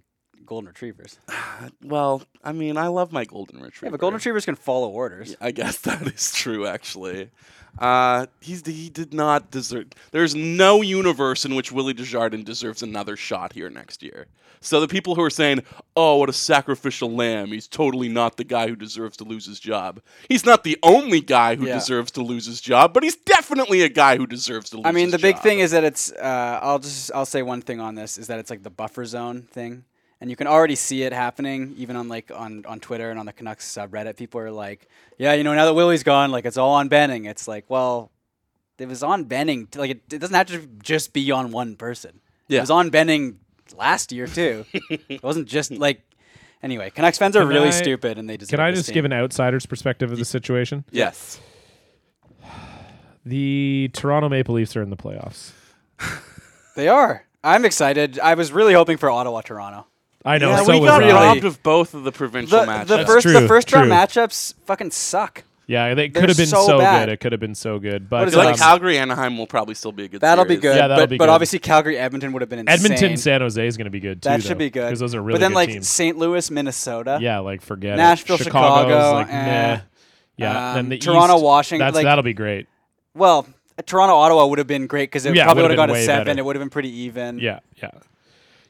Speaker 5: golden retrievers. Yeah,
Speaker 4: well. I mean, I love my golden retriever.
Speaker 5: but golden retrievers can follow orders.
Speaker 4: I guess that is true, actually. Uh, he's, he did not deserve. There's no universe in which Willie Desjardins deserves another shot here next year. So the people who are saying, "Oh, what a sacrificial lamb! He's totally not the guy who deserves to lose his job. He's not the only guy who
Speaker 5: Yeah.
Speaker 4: deserves to lose his job, but he's definitely a guy who deserves to lose."
Speaker 5: I mean,
Speaker 4: his
Speaker 5: the big
Speaker 4: job."
Speaker 5: thing is that it's. Uh, I'll just I'll say one thing on this is that it's like the buffer zone thing, and you can already see it happening even on like on on Twitter and on the Canucks subreddit. People are like, yeah, you know, now that Willie's gone, like it's all on Benning. It's like, well, it was on Benning. Like it, it doesn't have to just be on one person. It
Speaker 4: Yeah.
Speaker 5: was on Benning last year too. it wasn't just like. Anyway, Canucks fans are really
Speaker 6: I-
Speaker 5: stupid, and they deserve.
Speaker 6: Can I
Speaker 5: this
Speaker 6: just
Speaker 5: team.
Speaker 6: give an outsider's perspective of the situation?
Speaker 4: yes,
Speaker 6: The Toronto Maple Leafs are in the playoffs.
Speaker 5: They are. I'm excited. I was really hoping for Ottawa, Toronto.
Speaker 6: I know.
Speaker 4: yeah,
Speaker 6: so
Speaker 4: we
Speaker 6: was
Speaker 4: got
Speaker 6: I.
Speaker 4: robbed of both of the provincial
Speaker 5: The,
Speaker 4: matches.
Speaker 5: the first the
Speaker 6: true,
Speaker 5: first round
Speaker 6: true.
Speaker 5: matchups fucking suck.
Speaker 6: Yeah, they
Speaker 5: They're
Speaker 6: could have been
Speaker 5: so
Speaker 6: so,
Speaker 5: bad.
Speaker 6: good. It could have been so good. But
Speaker 5: is it
Speaker 4: like
Speaker 5: um,
Speaker 4: Calgary, Anaheim will probably still be a good.
Speaker 5: That'll be
Speaker 4: series.
Speaker 5: good.
Speaker 6: Yeah, that'll
Speaker 5: but,
Speaker 6: be
Speaker 5: but
Speaker 6: good.
Speaker 5: obviously Calgary Edmonton would have been insane.
Speaker 6: Edmonton, San Jose is going to be good too.
Speaker 5: that should
Speaker 6: though,
Speaker 5: be good.
Speaker 6: because those are really
Speaker 5: But then
Speaker 6: good
Speaker 5: like
Speaker 6: teams.
Speaker 5: St. Louis, Minnesota.
Speaker 6: yeah, like forget it.
Speaker 5: Nashville,
Speaker 6: Chicago's
Speaker 5: Chicago,
Speaker 6: like
Speaker 5: eh.
Speaker 6: nah. Yeah,
Speaker 5: Um,
Speaker 6: then the
Speaker 5: Toronto,
Speaker 6: East,
Speaker 5: Washington,
Speaker 6: That's,
Speaker 5: like-
Speaker 6: that'll be great.
Speaker 5: Well, uh, Toronto, Ottawa would have been great because it
Speaker 6: Yeah,
Speaker 5: probably would
Speaker 6: would
Speaker 5: have
Speaker 6: have
Speaker 5: gone
Speaker 6: been
Speaker 5: to
Speaker 6: way
Speaker 5: seven.
Speaker 6: better.
Speaker 5: It would have been pretty even.
Speaker 6: Yeah, yeah,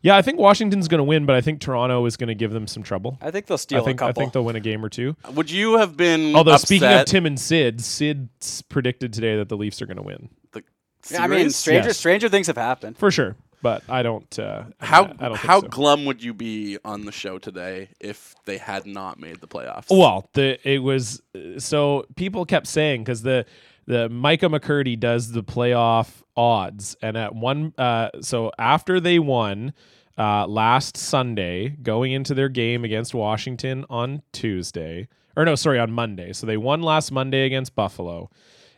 Speaker 6: yeah. I think Washington's going to win, but I think Toronto is going to give them some trouble.
Speaker 5: I think they'll steal
Speaker 6: I think
Speaker 5: a
Speaker 6: I
Speaker 5: couple.
Speaker 6: think they'll win a game or two.
Speaker 4: Would you have been?
Speaker 6: Although
Speaker 4: upset
Speaker 6: speaking of Tim and Sid, Sid s- predicted today that the Leafs are going to win
Speaker 4: the
Speaker 5: Yeah, I mean,
Speaker 4: series?
Speaker 5: stranger
Speaker 6: Yes.
Speaker 5: stranger things have happened.
Speaker 6: for sure. but I don't. Uh,
Speaker 4: How
Speaker 6: I don't
Speaker 4: how
Speaker 6: think so.
Speaker 4: glum would you be on the show today if they had not made the playoffs?
Speaker 6: Well, the it was so people kept saying because the the Micah McCurdy does the playoff odds, and at one uh, so after they won uh, last Sunday, going into their game against Washington on Tuesday, or no, sorry, on Monday. So they won last Monday against Buffalo.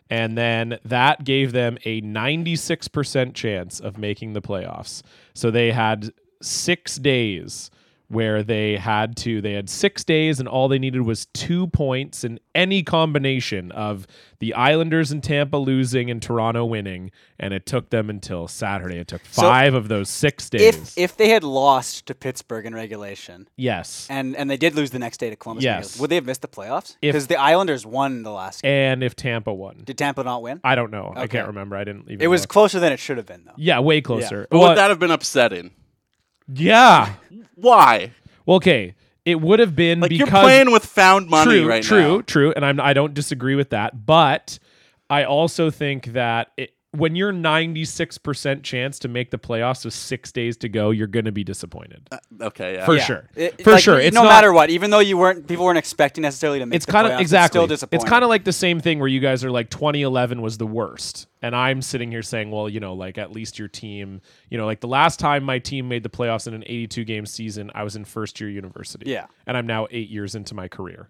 Speaker 6: And then that gave them a 96% chance of making the playoffs. So they had six days where they had to, they had six days and all they needed was two points in any combination of the Islanders and Tampa losing and Toronto winning. And it took them until Saturday. It took five of those six days.
Speaker 5: If if they had lost to Pittsburgh in regulation,
Speaker 6: yes.
Speaker 5: and and they did lose the next day to Columbus, in
Speaker 6: Yes.
Speaker 5: regulation, would they have missed the playoffs?
Speaker 6: If-
Speaker 5: Because the Islanders won the last. game.
Speaker 6: And if Tampa won.
Speaker 5: Did Tampa not win?
Speaker 6: I don't know. I
Speaker 5: Okay.
Speaker 6: can't remember. I didn't even.
Speaker 5: It was
Speaker 6: look.
Speaker 5: closer than it should have been, though.
Speaker 6: yeah, way closer.
Speaker 4: But
Speaker 6: Well,
Speaker 4: would that have been upsetting?
Speaker 6: yeah.
Speaker 4: Why?
Speaker 6: Well, okay. It would have been
Speaker 4: Like
Speaker 6: because
Speaker 4: you're playing with found money
Speaker 6: true,
Speaker 4: right
Speaker 6: true,
Speaker 4: now.
Speaker 6: true, and I'm I don't disagree with that, but I also think that it, when you're 96% chance to make the playoffs with 6 days to go, you're going to be disappointed.
Speaker 4: Okay, Uh, yeah.
Speaker 6: for
Speaker 5: Yeah.
Speaker 6: sure.
Speaker 5: It-
Speaker 6: for
Speaker 5: like,
Speaker 6: sure. It's
Speaker 5: no
Speaker 6: not-
Speaker 5: matter what, even though you weren't, people weren't expecting necessarily to make.
Speaker 6: it's
Speaker 5: the
Speaker 6: kind
Speaker 5: playoffs,
Speaker 6: of exactly
Speaker 5: It's still disappointing.
Speaker 6: kind of like the same thing where you guys are like 2011 was the worst and i'm sitting here saying well you know like at least your team you know like the last time my team made the playoffs in an 82 game season i was in first year university
Speaker 5: Yeah.
Speaker 6: and i'm now eight years into my career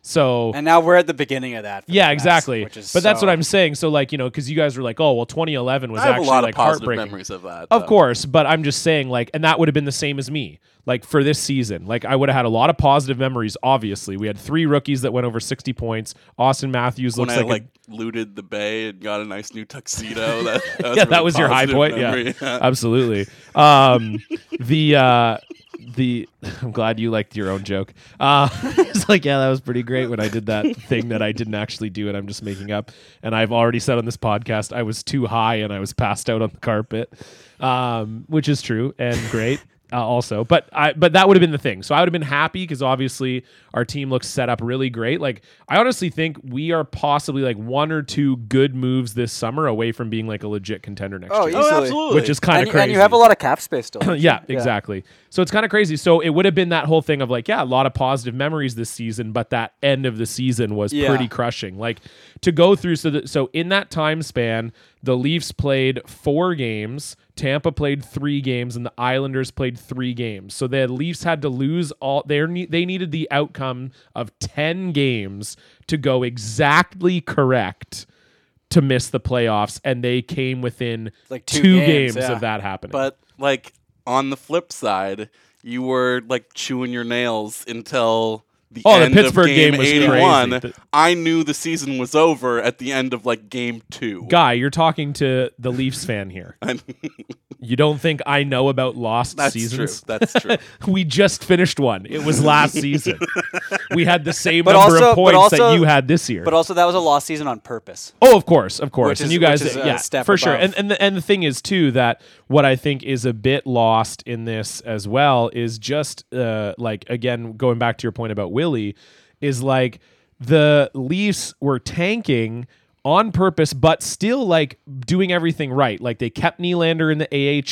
Speaker 6: so
Speaker 5: And now we're at the beginning of that. for the
Speaker 6: yeah
Speaker 5: Canucks,
Speaker 6: exactly
Speaker 5: which is
Speaker 6: but that's
Speaker 5: so- Oh,
Speaker 6: what i'm saying so like you know because you guys were like oh well 2011 was
Speaker 4: I have a
Speaker 6: actually
Speaker 4: lot
Speaker 6: like
Speaker 4: of positive
Speaker 6: heartbreaking
Speaker 4: memories of that.
Speaker 6: of
Speaker 4: though.
Speaker 6: course, but I'm just saying, like, and that would have been the same as me, like, for this season. Like, I would have had a lot of positive memories, obviously. We had three rookies that went over 60 points. Austin Matthews
Speaker 4: When
Speaker 6: looks
Speaker 4: I
Speaker 6: like, a-
Speaker 4: like looted the bay and got a nice new tuxedo. That, that was
Speaker 6: yeah,
Speaker 4: really
Speaker 6: that was your high
Speaker 4: positive
Speaker 6: point.
Speaker 4: memory.
Speaker 6: Yeah, absolutely. Um, the, uh, the I'm glad you liked your own joke. Uh, it's like, yeah, that was pretty great when I did that thing that I didn't actually do and I'm just making up. And I've already said on this podcast I was too high and I was passed out on the carpet, um, which is true and great. Uh, also, but I but that would have been the thing. So I would have been happy because obviously our team looks set up really great. Like I honestly think we are possibly like one or two good moves this summer away from being like a legit contender next
Speaker 5: Oh,
Speaker 6: year,
Speaker 5: yeah.
Speaker 4: Oh,
Speaker 5: Easily.
Speaker 4: absolutely.
Speaker 6: which is kind
Speaker 5: and,
Speaker 6: of
Speaker 5: and
Speaker 6: crazy.
Speaker 5: you have a lot of cap space still.
Speaker 6: yeah, exactly. So it's kind of crazy. So it would have been that whole thing of like, yeah, a lot of positive memories this season, but that end of the season was
Speaker 5: Yeah.
Speaker 6: pretty crushing. Like to go through so that so in that time span, the Leafs played four games, Tampa played three games, and the Islanders played three games. So the Leafs had to lose all their ne- they needed the outcome of ten games to go exactly correct. To miss the playoffs, and they came within
Speaker 5: Like two
Speaker 6: games,
Speaker 5: games, yeah.
Speaker 6: of that happening.
Speaker 4: But like on the flip side, you were like chewing your nails until the
Speaker 6: Oh, the
Speaker 4: end
Speaker 6: Pittsburgh
Speaker 4: of game,
Speaker 6: game was
Speaker 4: 81.
Speaker 6: crazy. The-
Speaker 4: I knew the season was over at the end of like game 2.
Speaker 6: Guy, you're talking to the Leafs fan here. you don't think I know about lost
Speaker 4: That's
Speaker 6: seasons?
Speaker 4: true. That's true.
Speaker 6: We just finished one. It was last season. We had the same
Speaker 5: But
Speaker 6: number
Speaker 5: also-
Speaker 6: of
Speaker 5: but
Speaker 6: points that
Speaker 5: also-
Speaker 6: you had this year.
Speaker 5: But also, that was a lost season on purpose.
Speaker 6: Oh, of course, of course,
Speaker 5: Which
Speaker 6: and
Speaker 5: is-
Speaker 6: you guys,
Speaker 5: which is a
Speaker 6: yeah,
Speaker 5: step
Speaker 6: for sure.
Speaker 5: above.
Speaker 6: And and the, and the thing is too that what I think is a bit lost in this as well is just uh, like again going back to your point about Willie, is like the Leafs were tanking on purpose, but still like doing everything right. Like they kept Nylander in the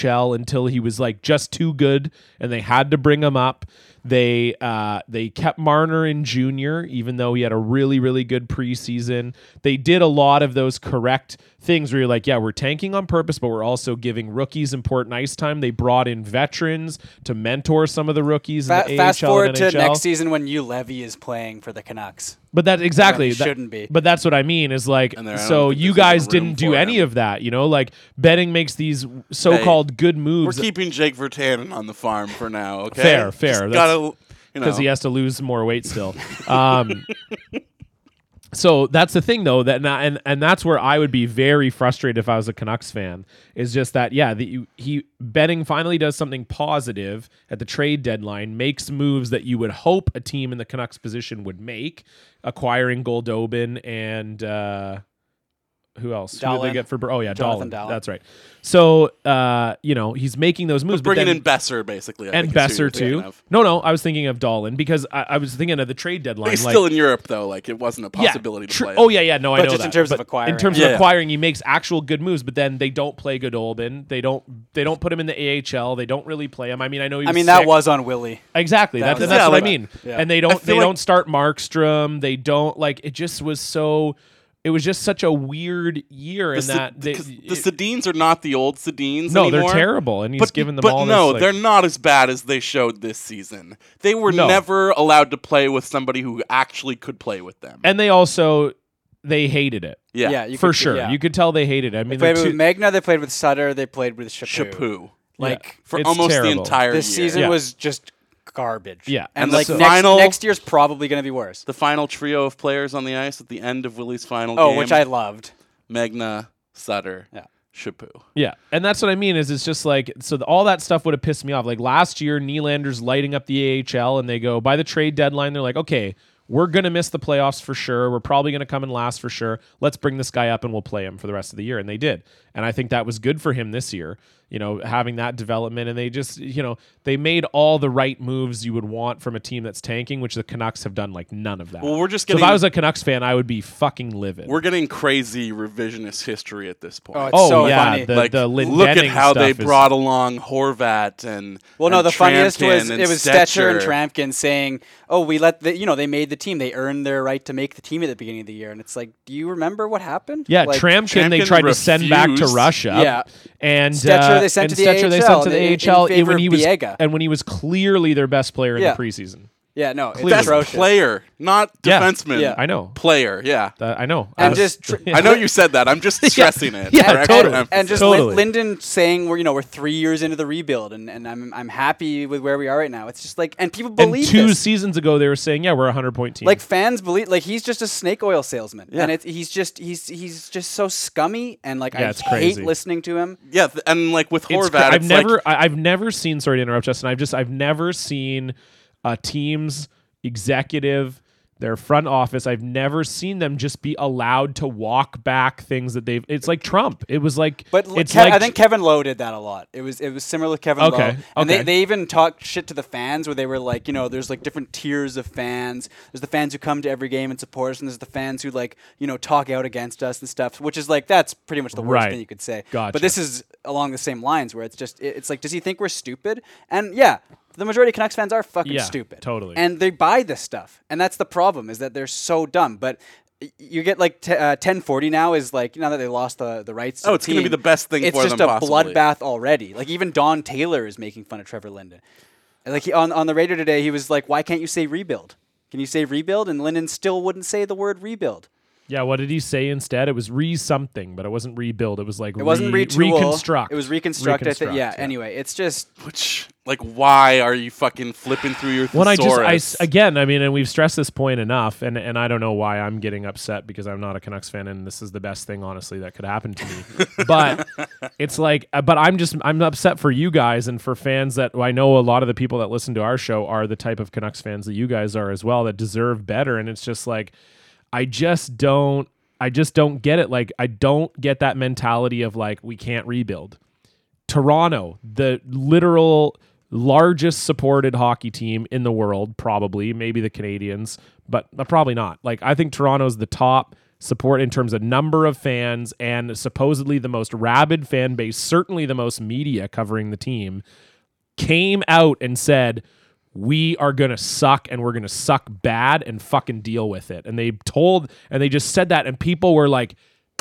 Speaker 6: AHL until he was like just too good, and they had to bring him up. They uh, they kept Marner in junior, even though he had a really really good preseason. They did a lot of those correct things where you're like, yeah, we're tanking on purpose, but we're also giving rookies important ice time. They brought in veterans to mentor some of the rookies.
Speaker 5: Fa-
Speaker 6: in the
Speaker 5: fast
Speaker 6: AHL
Speaker 5: forward
Speaker 6: and
Speaker 5: to
Speaker 6: NHL.
Speaker 5: next season when you Levy is playing for the Canucks.
Speaker 6: But that exactly
Speaker 5: he
Speaker 6: that-
Speaker 5: shouldn't be.
Speaker 6: But that's what I mean is like
Speaker 4: And there- I don't
Speaker 6: so
Speaker 4: think
Speaker 6: you
Speaker 4: there's
Speaker 6: guys
Speaker 4: even room
Speaker 6: didn't do
Speaker 4: for
Speaker 6: any
Speaker 4: him.
Speaker 6: of that, you know? Like betting makes these so-called good
Speaker 4: We're
Speaker 6: moves
Speaker 4: keeping Jake Vertanen on the farm for now, okay?
Speaker 6: Fair, fair.
Speaker 4: Just
Speaker 6: That's-
Speaker 4: gotta, you know.
Speaker 6: because he has to lose more weight still. Um, so that's the thing, though. That and, I- and and that's where I would be very frustrated if I was a Canucks fan. Is just that, yeah, that you he betting finally does something positive at the trade deadline, makes moves that you would hope a team in the Canucks position would make, acquiring Goldobin and. Uh, who else? Who did they
Speaker 5: Dahlan.
Speaker 6: get for? Bur- Oh yeah,
Speaker 5: Jonathan
Speaker 6: Dolan.
Speaker 5: Dahlan.
Speaker 6: That's right. So uh, you know he's making those moves, but
Speaker 4: Bringing
Speaker 6: then-
Speaker 4: in Besser basically, I think
Speaker 6: and
Speaker 4: is who
Speaker 6: Besser
Speaker 4: you're thinking
Speaker 6: too.
Speaker 4: of.
Speaker 6: No, no, I was thinking of Dolan because I, I was thinking of the trade deadline.
Speaker 4: He's
Speaker 6: like,
Speaker 4: still in Europe though. Like it wasn't a possibility to
Speaker 6: tr-
Speaker 4: play.
Speaker 6: Oh yeah, yeah. No, I
Speaker 5: But
Speaker 6: know
Speaker 5: just in
Speaker 6: that.
Speaker 5: terms of
Speaker 6: But
Speaker 5: acquiring.
Speaker 6: in terms of
Speaker 4: Yeah.
Speaker 6: acquiring, he makes actual good moves, but then they don't play Godolbin. They don't. They don't put him in the AHL. They don't really play him. I mean, I know. He
Speaker 5: I
Speaker 6: was
Speaker 5: mean, that
Speaker 6: sick.
Speaker 5: was on Willie.
Speaker 6: exactly.
Speaker 5: that
Speaker 6: That,
Speaker 5: was-
Speaker 6: that's
Speaker 4: Yeah,
Speaker 6: what
Speaker 4: like-
Speaker 6: I mean.
Speaker 5: yeah.
Speaker 6: And they
Speaker 4: I
Speaker 6: don't. They
Speaker 4: feel like-
Speaker 6: don't start Markstrom. They don't like. It just was so. It was just such a weird year in
Speaker 4: The, Sed-
Speaker 6: that they,
Speaker 4: because the
Speaker 6: it-
Speaker 4: Sedines are not the old Sedines
Speaker 6: no,
Speaker 4: anymore.
Speaker 6: they're terrible, and he's
Speaker 4: But,
Speaker 6: given them
Speaker 4: but
Speaker 6: all.
Speaker 4: no,
Speaker 6: this, like,
Speaker 4: they're not as bad as they showed this season. They were
Speaker 6: No.
Speaker 4: never allowed to play with somebody who actually could play with them.
Speaker 6: and they also they hated it
Speaker 4: yeah,
Speaker 5: you
Speaker 6: for
Speaker 5: could-
Speaker 6: sure.
Speaker 5: yeah.
Speaker 6: You could tell they hated it. I mean,
Speaker 5: played
Speaker 6: they're
Speaker 5: with
Speaker 6: two-
Speaker 5: Magna, they played with Sutter, they played with Chapu.
Speaker 4: Chapu
Speaker 5: Like
Speaker 4: for
Speaker 6: It's
Speaker 4: almost the
Speaker 6: terrible.
Speaker 4: entire
Speaker 5: this
Speaker 4: year.
Speaker 5: season
Speaker 6: Yeah.
Speaker 5: was just garbage.
Speaker 6: Yeah.
Speaker 5: and,
Speaker 4: And
Speaker 5: like
Speaker 4: the
Speaker 5: next,
Speaker 4: final-
Speaker 5: next year's probably going to be worse.
Speaker 4: The final trio of players on the ice at the end of Willie's final
Speaker 5: oh,
Speaker 4: game.
Speaker 5: which I loved.
Speaker 4: Megna, Sutter,
Speaker 5: Yeah.
Speaker 4: Chapu.
Speaker 6: Yeah, and that's what I mean. Is it's just like so the, all that stuff would have pissed me off. Like last year, Nylander's lighting up the AHL, and they go by the trade deadline. They're like, okay, we're gonna miss the playoffs for sure. We're probably gonna come in last for sure. Let's bring this guy up, and we'll play him for the rest of the year. And they did, and I think that was good for him this year. You know, having that development, and they just you know they made all the right moves you would want from a team that's tanking, which the Canucks have done like none of that.
Speaker 4: Well, we're just
Speaker 6: so if
Speaker 4: getting-
Speaker 6: I was a Canucks fan, I would be fucking livid.
Speaker 4: We're getting crazy revisionist history at this point.
Speaker 5: Oh, it's-
Speaker 6: oh
Speaker 5: so
Speaker 6: yeah,
Speaker 5: funny.
Speaker 6: the
Speaker 4: like
Speaker 6: the Lind
Speaker 4: look at
Speaker 6: Denning
Speaker 4: how they
Speaker 6: stuff is-
Speaker 4: brought along Horvat and
Speaker 5: Well, no,
Speaker 4: and
Speaker 5: the funniest
Speaker 4: Trampkin
Speaker 5: was
Speaker 4: and
Speaker 5: it was Stetcher and Trampkin saying, "Oh, we let the you know they made the team. They earned their right to make the team at the beginning of the year." And it's like, do you remember what happened?
Speaker 6: Yeah,
Speaker 5: like,
Speaker 6: Tramkin they
Speaker 4: Tramkin
Speaker 6: tried to send back to
Speaker 4: refused.
Speaker 6: Russia.
Speaker 5: Yeah.
Speaker 6: and
Speaker 5: Stetcher
Speaker 6: uh,
Speaker 5: they sent to
Speaker 6: and
Speaker 5: the
Speaker 6: Stetcher they
Speaker 5: AHL
Speaker 6: sent to the
Speaker 5: in- in
Speaker 6: AHL
Speaker 5: favor
Speaker 6: when he
Speaker 5: of
Speaker 6: was
Speaker 5: Biega.
Speaker 6: and when he was clearly their best player in
Speaker 5: Yeah.
Speaker 6: the preseason.
Speaker 5: yeah, no, it's
Speaker 4: Best
Speaker 5: atrocious.
Speaker 4: player, not
Speaker 6: Yeah.
Speaker 4: defenseman.
Speaker 5: Yeah.
Speaker 6: I know.
Speaker 4: Player, yeah.
Speaker 6: That- I know.
Speaker 5: And
Speaker 6: I was-
Speaker 5: just tr-
Speaker 4: I know you said that. I'm just stressing it.
Speaker 6: Yeah,
Speaker 4: for extra
Speaker 6: totally.
Speaker 4: emphasis.
Speaker 5: And just
Speaker 6: Totally.
Speaker 5: Lin- Linden saying we're you know we're three years into the rebuild and, and I'm I'm happy with where we are right now. It's just like and people
Speaker 6: and
Speaker 5: believe
Speaker 6: two
Speaker 5: this.
Speaker 6: seasons ago they were saying, yeah, we're a hundred point team.
Speaker 5: like fans believe like he's just a snake oil salesman
Speaker 4: Yeah.
Speaker 5: and it's, he's just he's he's just so scummy and like
Speaker 6: Yeah,
Speaker 5: I
Speaker 6: it's
Speaker 5: hate
Speaker 6: crazy.
Speaker 5: listening to him.
Speaker 4: yeah, th- and like with
Speaker 6: It's
Speaker 4: Horvat,
Speaker 6: cra- I've
Speaker 4: it's like-
Speaker 6: never, I, I've never seen. Sorry to interrupt, Justin. I've just, I've never seen a team's executive, their front office. I've never seen them just be allowed to walk back things that they've. It's like Trump. It was like,
Speaker 5: But l-
Speaker 6: it's
Speaker 5: Kev-
Speaker 6: like
Speaker 5: I think Kevin Lowe did that a lot. It was it was similar to Kevin Lowe.
Speaker 6: Okay,
Speaker 5: And
Speaker 6: okay.
Speaker 5: they, they even talked shit to the fans where they were like, you know, there's like different tiers of fans. There's the fans who come to every game and support us, and there's the fans who like, you know, talk out against us and stuff, which is like that's pretty much the worst
Speaker 6: Right.
Speaker 5: thing you could say.
Speaker 6: Gotcha.
Speaker 5: But this is along the same lines where it's just it- it's like, does he think we're stupid? And yeah, the majority of Canucks fans are fucking
Speaker 6: Yeah,
Speaker 5: stupid.
Speaker 6: totally.
Speaker 5: And they buy this stuff. And that's the problem is that they're so dumb. But y- you get like t- uh, 1040 now is like now that they lost the, the rights to
Speaker 4: Oh,
Speaker 5: the
Speaker 4: it's gonna be
Speaker 5: team,
Speaker 4: the best thing
Speaker 5: it's
Speaker 4: for
Speaker 5: just
Speaker 4: them
Speaker 5: a
Speaker 4: possibly.
Speaker 5: bloodbath already like even don taylor is making fun of trevor linden And, like he, on, on the radio today he was like why can't you say rebuild can you say rebuild and linden still wouldn't say the word rebuild
Speaker 6: Yeah, what did he say instead? It was re something, but it wasn't rebuild. It was like
Speaker 5: it wasn't
Speaker 6: re-
Speaker 5: retool.
Speaker 6: reconstruct.
Speaker 5: it was reconstruct, I
Speaker 6: Reconstruct,
Speaker 5: think. Yeah, anyway it's just
Speaker 4: Which, like, why are you fucking flipping through your
Speaker 6: When I
Speaker 4: thesaurus?
Speaker 6: just I s- again, I mean, and we've stressed this point enough, and and I don't know why I'm getting upset because I'm not a Canucks fan, and this is the best thing honestly that could happen to me. but it's like, uh, but I'm just I'm upset for you guys and for fans that I know a lot of the people that listen to our show are the type of Canucks fans that you guys are as well that deserve better, and it's just like I just don't. I just don't get it. Like, I don't get that mentality of like, we can't rebuild. Toronto, the literal largest supported hockey team in the world, probably, maybe the Canadians, but uh, probably not. Like, I think Toronto's the top support in terms of number of fans and supposedly the most rabid fan base, certainly the most media covering the team, came out and said, we are going to suck and we're going to suck bad and fucking deal with it. And they told, and they just said that, and people were like,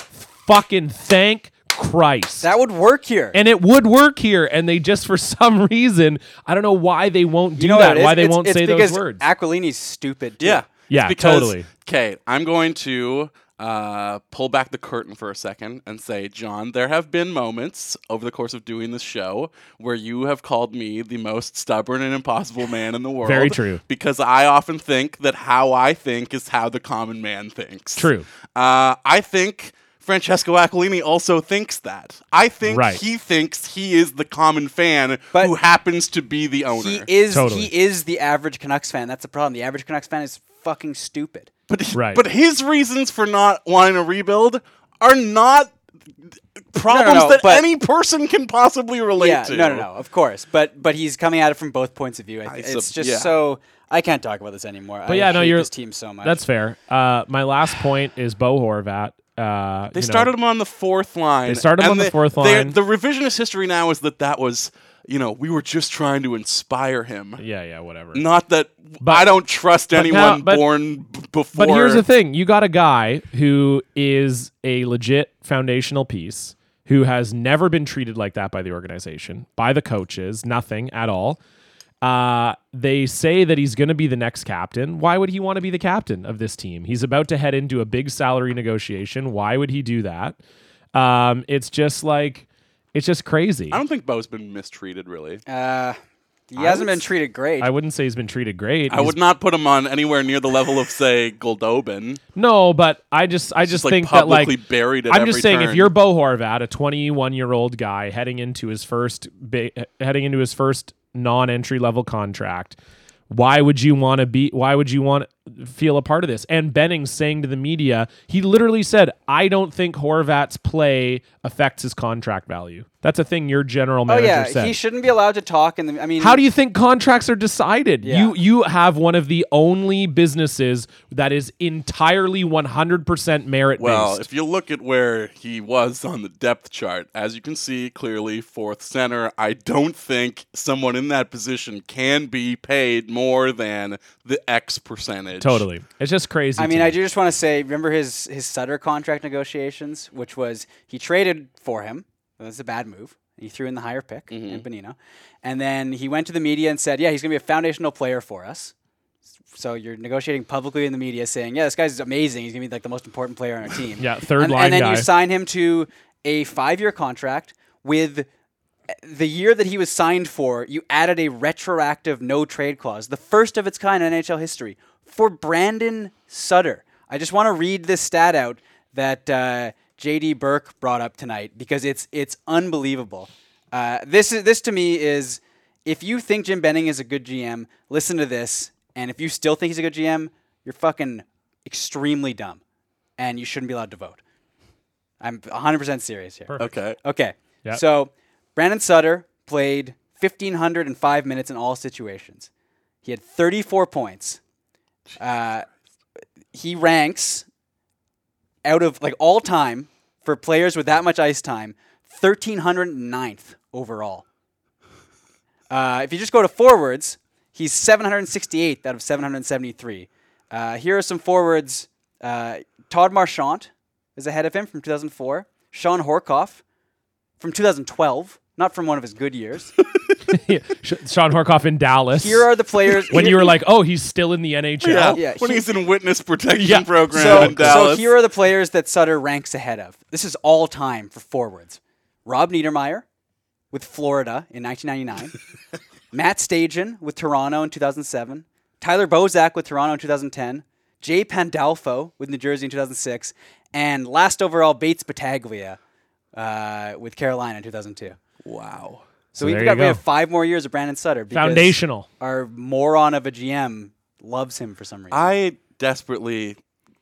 Speaker 6: fucking thank Christ.
Speaker 5: that would work here
Speaker 6: And it would work here, and they just for some reason, I don't know why they won't do
Speaker 5: you know what
Speaker 6: that,
Speaker 5: it
Speaker 6: why
Speaker 5: is?
Speaker 6: they
Speaker 5: It's-
Speaker 6: won't
Speaker 5: it's
Speaker 6: say those
Speaker 5: because
Speaker 6: words.
Speaker 5: aquilini's stupid too.
Speaker 4: yeah,
Speaker 6: Yeah, totally.
Speaker 4: Okay, I'm going to uh, pull back the curtain for a second and say, John, there have been moments over the course of doing this show where you have called me the most stubborn and impossible man in the world.
Speaker 6: Very true.
Speaker 4: Because I often think that how I think is how the common man thinks.
Speaker 6: True.
Speaker 4: Uh, I think Francesco Aquilini also thinks that. I think
Speaker 6: Right.
Speaker 4: he thinks he is the common fan
Speaker 5: But
Speaker 4: who happens to be the owner.
Speaker 5: he is
Speaker 6: Totally.
Speaker 5: he is the average canucks fan that's the problem the average canucks fan is fucking stupid
Speaker 4: But, he-
Speaker 6: Right.
Speaker 4: but his reasons for not wanting to rebuild are not problems
Speaker 5: no,
Speaker 4: that
Speaker 5: but-
Speaker 4: any person can possibly relate
Speaker 5: yeah,
Speaker 4: to.
Speaker 5: no, no, no, of course. But but he's coming at it from both points of view. I,
Speaker 4: sub-
Speaker 5: it's just
Speaker 4: yeah.
Speaker 5: so I can't talk about this anymore.
Speaker 6: But
Speaker 5: I
Speaker 6: yeah, no,
Speaker 5: hate
Speaker 6: you're-
Speaker 5: this team so much.
Speaker 6: That's fair. Uh, my last point is Bo Horvat. Uh,
Speaker 4: They started him on the fourth line.
Speaker 6: They started him
Speaker 4: and
Speaker 6: on the fourth
Speaker 4: they're-
Speaker 6: line.
Speaker 4: The revisionist history now is that that was, you know, we were just trying to inspire him.
Speaker 6: Yeah, yeah, whatever.
Speaker 4: Not that
Speaker 6: But-
Speaker 4: I don't trust anyone
Speaker 6: now- but-
Speaker 4: born b- before.
Speaker 6: But here's the thing: you got a guy who is a legit foundational piece, who has never been treated like that by the organization, by the coaches, nothing at all. Uh, they say that he's going to be the next captain. Why would he want to be the captain of this team? He's about to head into a big salary negotiation. Why would he do that? Um, it's just like, it's just crazy.
Speaker 4: I don't think Bo's been mistreated, really.
Speaker 5: uh, he hasn't been treated great.
Speaker 6: I wouldn't say he's been treated great.
Speaker 4: I
Speaker 6: He's-
Speaker 4: would not put him on anywhere near the level of, say, Goldobin.
Speaker 6: no, but I just, I
Speaker 4: Just
Speaker 6: just
Speaker 4: like
Speaker 6: think that like
Speaker 4: publicly buried at
Speaker 6: I'm
Speaker 4: every
Speaker 6: just saying, if
Speaker 4: turn.
Speaker 6: you're Bo Horvat, a 21 year old guy heading into his first ba- heading into his first non entry level contract, why would you want to be? Why would you want feel a part of this? And Bennings saying to the media, he literally said, "I don't think Horvat's play affects his contract value." That's a thing your general
Speaker 5: oh
Speaker 6: manager
Speaker 5: yeah,
Speaker 6: said.
Speaker 5: he shouldn't be allowed to talk. And I mean,
Speaker 6: How do you think contracts are decided?
Speaker 5: Yeah.
Speaker 6: You you have one of the only businesses that is entirely 100% merit based.
Speaker 4: Well, if you look at where he was on the depth chart, as you can see clearly, fourth center, I don't think someone in that position can be paid more than the X percentage.
Speaker 6: totally. It's just crazy.
Speaker 5: I
Speaker 6: to
Speaker 5: mean,
Speaker 6: me.
Speaker 5: I do just want to say, remember his his Sutter contract negotiations, which was he traded for him. That's a bad move. He threw in the higher pick
Speaker 6: Mm-hmm.
Speaker 5: in Benino, and then he went to the media and said, "Yeah, he's going to be a foundational player for us." So you're negotiating publicly in the media, saying, "Yeah, this guy's amazing. He's going to be like the most important player on our team."
Speaker 6: Yeah, third
Speaker 5: and,
Speaker 6: line
Speaker 5: And then
Speaker 6: guy.
Speaker 5: you sign him to a five-year contract with the year that he was signed for, you added a retroactive no trade clause, the first of its kind in NHL history, for Brandon Sutter. I just want to read this stat out that uh, JD Burke brought up tonight because it's it's unbelievable. Uh, this is this to me is if you think Jim Benning is a good GM, listen to this, and if you still think he's a good GM, you're fucking extremely dumb, and you shouldn't be allowed to vote. I'm 100% serious here.
Speaker 4: Okay.
Speaker 5: Okay.
Speaker 6: Yep.
Speaker 5: So Brandon Sutter played 1,505 minutes in all situations. He had 34 points. Uh, he ranks out of like all time for players with that much ice time, 1,309th overall. Uh, if you just go to forwards, he's 768th out of 773. Uh, here are some forwards. Uh, Todd Marchant is ahead of him from 2004. Sean Horkoff from 2012, not from one of his good years.
Speaker 6: Yeah, Sh- Sean Horkoff in Dallas.
Speaker 5: Here are the players.
Speaker 6: when
Speaker 5: here-
Speaker 6: you were like, oh, he's still in the NHL.
Speaker 4: Yeah.
Speaker 5: Yeah,
Speaker 4: when
Speaker 5: he-
Speaker 4: he's in witness protection
Speaker 6: Yeah.
Speaker 4: program
Speaker 5: so,
Speaker 4: in Dallas.
Speaker 5: so here are the players that Sutter ranks ahead of. This is all time for forwards. Rob Niedermeyer with Florida in 1999. Matt Stajan with Toronto in 2007. Tyler Bozak with Toronto in 2010. Jay Pandolfo with New Jersey in 2006. And last overall, Bates Battaglia uh, with Carolina in 2002.
Speaker 4: wow.
Speaker 5: So we've
Speaker 6: there you
Speaker 5: got we
Speaker 6: go.
Speaker 5: have five more years of Brandon Sutter. because
Speaker 6: Foundational.
Speaker 5: Our moron of a GM loves him for some reason.
Speaker 4: I desperately.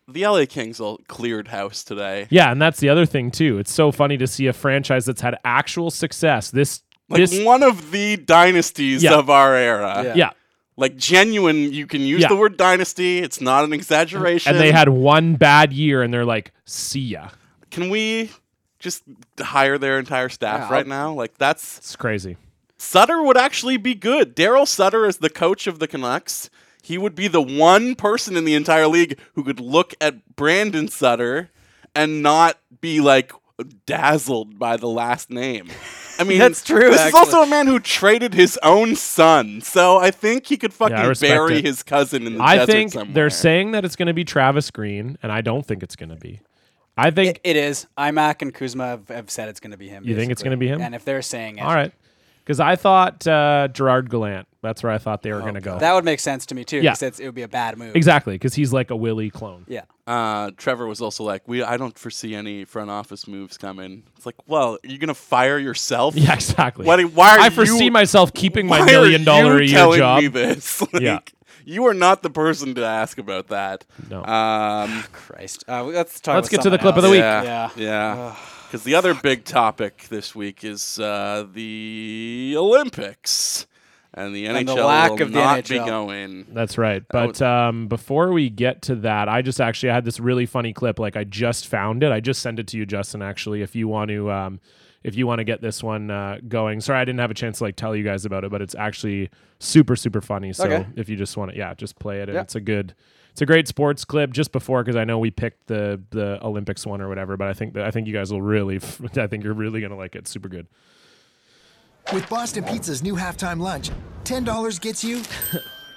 Speaker 4: The LA Kings all cleared house today.
Speaker 6: Yeah, and that's the other thing too. It's so funny to see a franchise that's had actual success. This
Speaker 4: Like
Speaker 6: this
Speaker 4: one of the dynasties
Speaker 6: Yeah.
Speaker 4: of our era.
Speaker 5: Yeah.
Speaker 6: yeah.
Speaker 4: Like genuine, you can use
Speaker 6: Yeah.
Speaker 4: the word dynasty. It's not an exaggeration.
Speaker 6: And they had one bad year and they're like, see ya.
Speaker 4: Can we just hire their entire staff
Speaker 5: Yeah,
Speaker 4: right now? Like that's
Speaker 6: It's crazy.
Speaker 4: Sutter would actually be good. Daryl Sutter is the coach of the Canucks. He would be the one person in the entire league who could look at Brandon Sutter and not be like dazzled by the last name. I mean,
Speaker 5: That's true,
Speaker 4: This
Speaker 5: actually.
Speaker 4: is also a man who traded his own son, so I think he could fucking
Speaker 6: I respect
Speaker 4: bury
Speaker 6: it.
Speaker 4: his cousin in the
Speaker 6: I
Speaker 4: desert
Speaker 6: think
Speaker 4: somewhere.
Speaker 6: they're saying that it's going to be Travis Green, and I don't think it's going to be. I think
Speaker 5: It is. IMAC and Kuzma have, have said it's going to be him.
Speaker 6: You think it's
Speaker 5: basically.
Speaker 6: gonna be him?
Speaker 5: And if they're saying it,
Speaker 6: all right, because I thought uh, Gerard Gallant. That's where I thought they were going to go.
Speaker 5: that would make sense to me too.
Speaker 6: Yeah.
Speaker 5: Yeah. it would be a bad move.
Speaker 6: exactly, because he's like a Willie clone.
Speaker 5: Yeah.
Speaker 4: uh, Trevor was also like, "We, I don't foresee any front office moves coming." It's like, well, you're gonna fire yourself?
Speaker 6: Yeah, exactly.
Speaker 4: Why- why are
Speaker 6: I foresee
Speaker 4: you-
Speaker 6: myself keeping my
Speaker 4: Why are
Speaker 6: million dollar
Speaker 4: you
Speaker 6: a year
Speaker 4: telling
Speaker 6: job.
Speaker 4: Me this? Like,
Speaker 6: Yeah.
Speaker 4: You are not the person to ask about that.
Speaker 6: No.
Speaker 4: Um,
Speaker 5: Christ. Uh, let's talk.
Speaker 6: Let's
Speaker 5: about
Speaker 6: get to the
Speaker 5: something
Speaker 6: clip of the
Speaker 5: else.
Speaker 6: week.
Speaker 4: yeah,
Speaker 5: Yeah.
Speaker 4: yeah. Because the other big topic this week is uh, the Olympics, and the NHL
Speaker 5: And the lack
Speaker 4: will
Speaker 5: of the
Speaker 4: not be
Speaker 5: NHL.
Speaker 4: going.
Speaker 6: That's right. But um, before we get to that, I just actually I had this really funny clip. Like I just found it. I just sent it to you, Justin. Actually, if you want to, um, if you want to get this one uh, going. Sorry, I didn't have a chance to like tell you guys about it, but it's actually super super funny. So
Speaker 5: Okay.
Speaker 6: if you just want to, yeah, just play it. And
Speaker 5: Yeah.
Speaker 6: It's a good. It's a great sports clip just before because I know we picked the the Olympics one or whatever, but I think that I think you guys will really I think you're really gonna like it. Super good.
Speaker 7: With Boston Pizza's new halftime lunch, $10 gets you,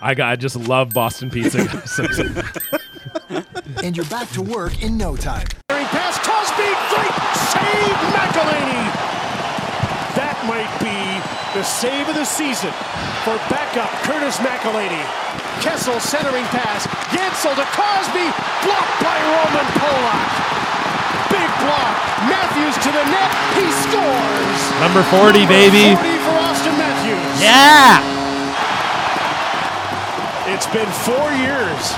Speaker 6: I got I just love Boston pizza. guys.
Speaker 7: and you're back to work in no time.
Speaker 8: Pass Crosby, great save, McElhaney. That might be the save of the season for backup Curtis McElhaney. Kessel centering pass, Gansel to Crosby, blocked by Roman Polak. Big block, Matthews to the net, he scores.
Speaker 6: Number forty, baby.
Speaker 8: 40 for Austin Matthews.
Speaker 6: Yeah.
Speaker 8: It's been four years.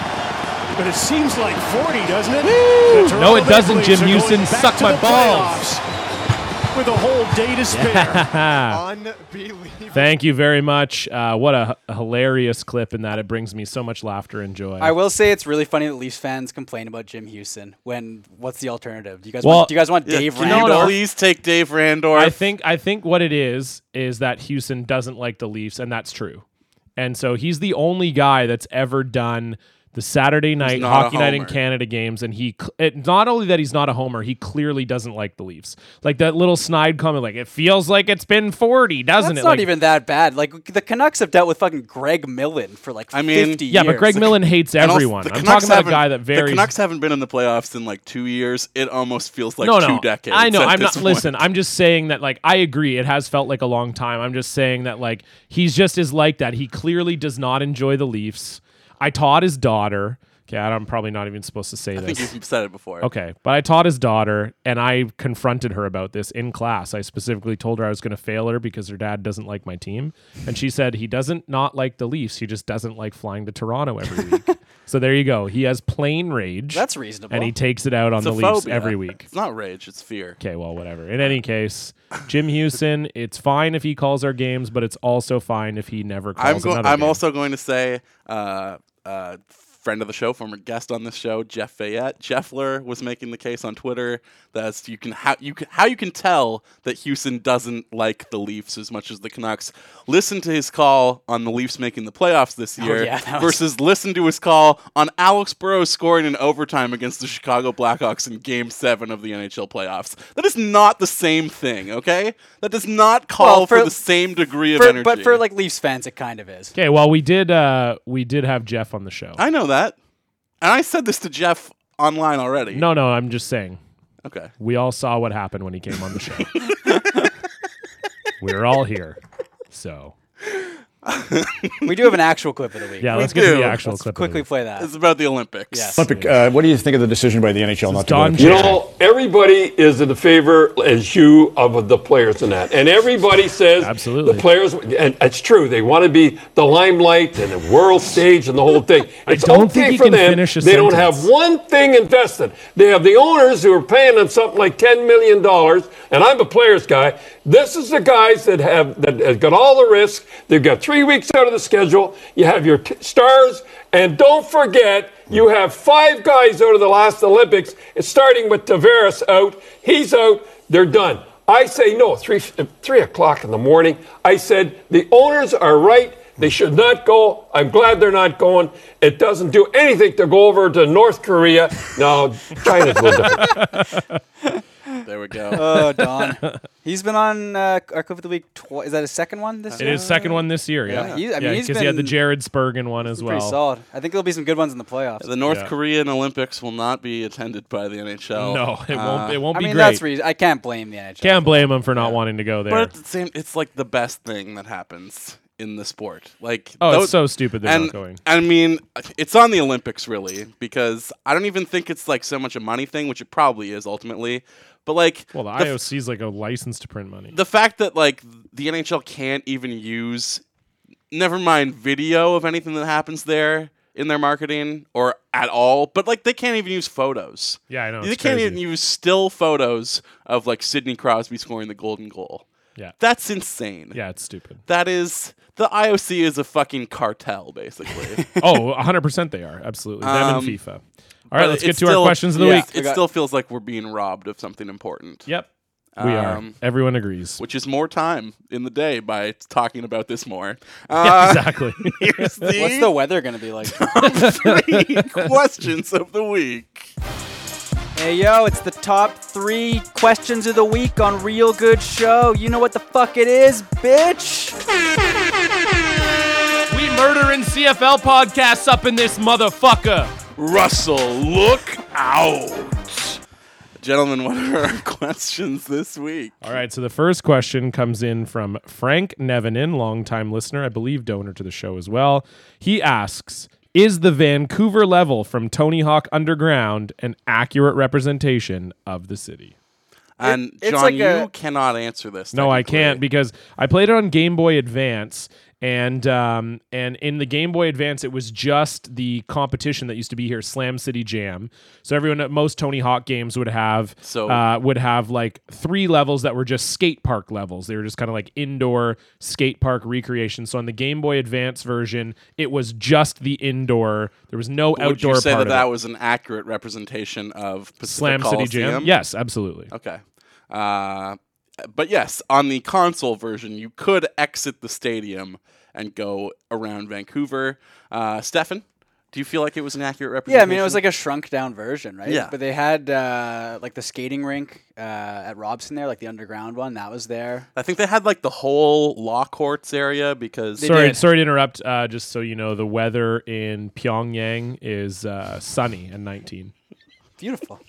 Speaker 8: But it seems like 40, doesn't it? The Toronto
Speaker 6: No, it
Speaker 8: Maple
Speaker 6: doesn't,
Speaker 8: Leafs
Speaker 6: Jim
Speaker 8: are going
Speaker 6: Houston.
Speaker 8: back
Speaker 6: Suck
Speaker 8: to
Speaker 6: my
Speaker 8: the
Speaker 6: balls.
Speaker 8: playoffs With a whole day to spare. Unbelievable.
Speaker 6: Thank you very much. Uh, what a h- hilarious clip in that. It brings me so much laughter and joy.
Speaker 5: I will say it's really funny that Leafs fans complain about Jim Houston. When what's the alternative? Do you guys
Speaker 6: Well-
Speaker 5: want, do you guys want
Speaker 4: Yeah,
Speaker 5: Dave
Speaker 4: can you
Speaker 5: Randolph?
Speaker 4: please take Dave Randorf?
Speaker 6: I think I think what it is is that Houston doesn't like the Leafs, and that's true. And so he's the only guy that's ever done the Saturday night
Speaker 4: not a
Speaker 6: hockey night in
Speaker 4: homer.
Speaker 6: Canada games, and he cl- it, not only that he's not a homer, he clearly doesn't like the Leafs. Like that little snide comment, like it feels like it's been forty, doesn't
Speaker 5: That's
Speaker 6: it?
Speaker 5: not
Speaker 6: Like,
Speaker 5: even that bad. Like the Canucks have dealt with fucking Greg Millen for like
Speaker 4: I mean-
Speaker 5: 50
Speaker 6: yeah,
Speaker 5: years.
Speaker 6: but Greg
Speaker 5: Like,
Speaker 6: Millen hates
Speaker 4: And also,
Speaker 6: everyone.
Speaker 4: the
Speaker 6: I'm
Speaker 4: Canucks
Speaker 6: talking about a
Speaker 4: haven't-
Speaker 6: guy that
Speaker 4: The
Speaker 6: varies.
Speaker 4: Canucks haven't been in the playoffs in like two years. It almost feels like two decades.
Speaker 6: I know.
Speaker 4: at
Speaker 6: I'm
Speaker 4: this
Speaker 6: not.
Speaker 4: point.
Speaker 6: Listen, I'm just saying that. Like, I agree. It has felt like a long time. I'm just saying that. Like, he's just is like that. He clearly does not enjoy the Leafs. I taught his daughter. Okay, I- I'm probably not even supposed to say
Speaker 4: I
Speaker 6: this.
Speaker 4: think you've said it before.
Speaker 6: Okay, but I taught his daughter, and I confronted her about this in class. I specifically told her I was going to fail her because her dad doesn't like my team, and she said he doesn't not like the Leafs. He just doesn't like flying to Toronto every week. so there you go. He has plane rage.
Speaker 5: That's reasonable.
Speaker 6: And he takes it out on
Speaker 4: It's
Speaker 6: the
Speaker 4: a
Speaker 6: Leafs
Speaker 4: phobia.
Speaker 6: every week.
Speaker 4: It's not rage. It's fear.
Speaker 6: Okay, well, whatever. In any case, Jim Houston, it's fine if he calls our games, but it's also fine if he never calls
Speaker 4: I'm going.
Speaker 6: another
Speaker 4: I'm
Speaker 6: game.
Speaker 4: also going to say, uh, uh, friend of the show, former guest on this show, Jeff Fayette. Jeffler was making the case on Twitter that you can how you can, how you can tell that Houston doesn't like the Leafs as much as the Canucks. Listen to his call on the Leafs making the playoffs this year
Speaker 5: Oh, yeah, that was-
Speaker 4: versus listen to his call on Alex Burrows scoring in overtime against the Chicago Blackhawks in Game Seven of the NHL playoffs. That is not the same thing. Okay, that does not call
Speaker 5: Well,
Speaker 4: for,
Speaker 5: for-
Speaker 4: the same degree of
Speaker 5: for,
Speaker 4: energy.
Speaker 5: but for like Leafs fans, it kind of is.
Speaker 6: Okay, well, we did uh we did have Jeff on the show.
Speaker 4: I know that. And I said this to Jeff online already.
Speaker 6: no, no, I'm just saying.
Speaker 4: Okay.
Speaker 6: We all saw what happened when he came on the show. we are all here. So,
Speaker 5: We do have an actual clip of the week.
Speaker 6: yeah, let's
Speaker 4: We
Speaker 6: get to
Speaker 4: do.
Speaker 6: the actual
Speaker 5: Let's
Speaker 6: clip. of the
Speaker 5: quickly
Speaker 6: week.
Speaker 5: play that.
Speaker 4: It's about the Olympics.
Speaker 5: Yes.
Speaker 9: Olympic, uh, what do you think of the decision by the NHL not to
Speaker 6: Don
Speaker 9: go to
Speaker 6: J-
Speaker 10: You know, everybody is in favor, as you, of the players in that. And everybody says
Speaker 6: Absolutely.
Speaker 10: the players, and it's true, they want to be the limelight and the world stage and the whole thing. It's
Speaker 6: don't
Speaker 10: okay
Speaker 6: think he
Speaker 10: for
Speaker 6: can
Speaker 10: them.
Speaker 6: finish a
Speaker 10: they don't
Speaker 6: sentence.
Speaker 10: have one thing invested. They have the owners who are paying them something like $10 million, and I'm a players guy. This is the guys that have, that have got all the risk. They've got three weeks out of the schedule. You have your t- stars, and don't forget, you have five guys out of the last Olympics, starting with Tavares out. He's out. They're done. I say no. Three uh, three o'clock in the morning. I said the owners are right. They should not go. I'm glad they're not going. It doesn't do anything to go over to North Korea. No, China's a little different.
Speaker 4: There we go. Uh,
Speaker 5: Oh, Don. He's been on uh, our clip of the week. Twi- is that his second one this
Speaker 6: It
Speaker 5: year?
Speaker 6: is second one this year, yeah.
Speaker 5: Yeah, he- I mean,
Speaker 6: yeah,
Speaker 5: he's
Speaker 6: he had the
Speaker 5: been-
Speaker 6: Jared Spurgeon one as
Speaker 5: Pretty
Speaker 6: well.
Speaker 5: solid. I think there'll be some good ones in the playoffs.
Speaker 4: the North
Speaker 6: Yeah.
Speaker 4: Korean Olympics will not be attended by the NHL.
Speaker 6: No, it won't. It won't
Speaker 5: Uh, I
Speaker 6: be
Speaker 5: mean,
Speaker 6: great.
Speaker 5: that's reason. I can't blame the NHL.
Speaker 6: Can't blame him for not wanting to go there.
Speaker 4: But it's, the same, it's like the best thing that happens in the sport. Like
Speaker 6: Oh,
Speaker 4: those-
Speaker 6: it's so stupid they're
Speaker 4: and,
Speaker 6: not going.
Speaker 4: I mean, it's on the Olympics really because I don't even think it's like so much a money thing, which it probably is ultimately. But like,
Speaker 6: Well, the,
Speaker 4: the
Speaker 6: IOC's like a license to print money.
Speaker 4: the fact that like the NHL can't even use never mind video of anything that happens there in their marketing or at all, but like they can't even use photos.
Speaker 6: Yeah, I know,
Speaker 4: They
Speaker 6: it's
Speaker 4: can't
Speaker 6: crazy.
Speaker 4: even use still photos of like Sidney Crosby scoring the golden goal.
Speaker 6: Yeah.
Speaker 4: That's insane.
Speaker 6: Yeah, it's stupid.
Speaker 4: That is the IOC is a fucking cartel basically.
Speaker 6: Oh, 100% they are. Absolutely. Them and FIFA. All right,
Speaker 4: But
Speaker 6: let's
Speaker 4: it
Speaker 6: get to
Speaker 4: still-
Speaker 6: our questions of the
Speaker 4: yeah,
Speaker 6: week.
Speaker 4: It still feels like we're being robbed of something important.
Speaker 6: Yep. We are.
Speaker 4: Um,
Speaker 6: Everyone agrees.
Speaker 4: Which is more time in the day by talking about this more.
Speaker 6: yeah,
Speaker 4: Uh,
Speaker 6: exactly.
Speaker 4: here's the,
Speaker 5: What's the weather gonna be like?
Speaker 4: three questions of the week.
Speaker 5: hey yo, it's the top three questions of the week on Real Good Show. You know what the fuck it is, bitch.
Speaker 6: we murdering CFL podcasts up in this motherfucker.
Speaker 4: Russell, look out. Gentlemen, what are our questions this week?
Speaker 6: All right, so the first question comes in from Frank Nevenin, longtime listener, I believe donor to the show as well. He asks, is the Vancouver level from Tony Hawk Underground an accurate representation of the city?
Speaker 4: And
Speaker 5: it's
Speaker 4: John,
Speaker 5: like
Speaker 4: you
Speaker 5: a-
Speaker 4: cannot answer this.
Speaker 6: No, I
Speaker 4: technically.
Speaker 6: can't because I played it on Game Boy Advance, and um, and in the Game Boy Advance, it was just the competition that used to be here, Slam City Jam. So everyone at most Tony Hawk games would have
Speaker 4: So-
Speaker 6: uh, would have like three levels that were just skate park levels. They were just kind of like indoor skate park recreations. So on the Game Boy Advance version, it was just the indoor. There was no
Speaker 4: Would
Speaker 6: outdoor
Speaker 4: you say
Speaker 6: part
Speaker 4: that
Speaker 6: of
Speaker 4: that
Speaker 6: it.
Speaker 4: was an accurate representation of Pacific
Speaker 6: Slam City Jam.
Speaker 4: Coliseum?
Speaker 6: Yes, absolutely.
Speaker 4: Okay. Uh, but yes, on the console version, you could exit the stadium and go around Vancouver. Uh, Stefan, do you feel like it was an accurate
Speaker 5: Yeah, I
Speaker 4: representation?
Speaker 5: mean it was like a shrunk down version, right?
Speaker 4: Yeah.
Speaker 5: But they had uh, like the skating rink uh, at Robson there, like the underground one that was there.
Speaker 4: I think they had like the whole law courts area because
Speaker 6: sorry,
Speaker 5: did.
Speaker 6: sorry to interrupt. Uh, just so you know, the weather in Pyongyang is uh, sunny and 19.
Speaker 5: Beautiful.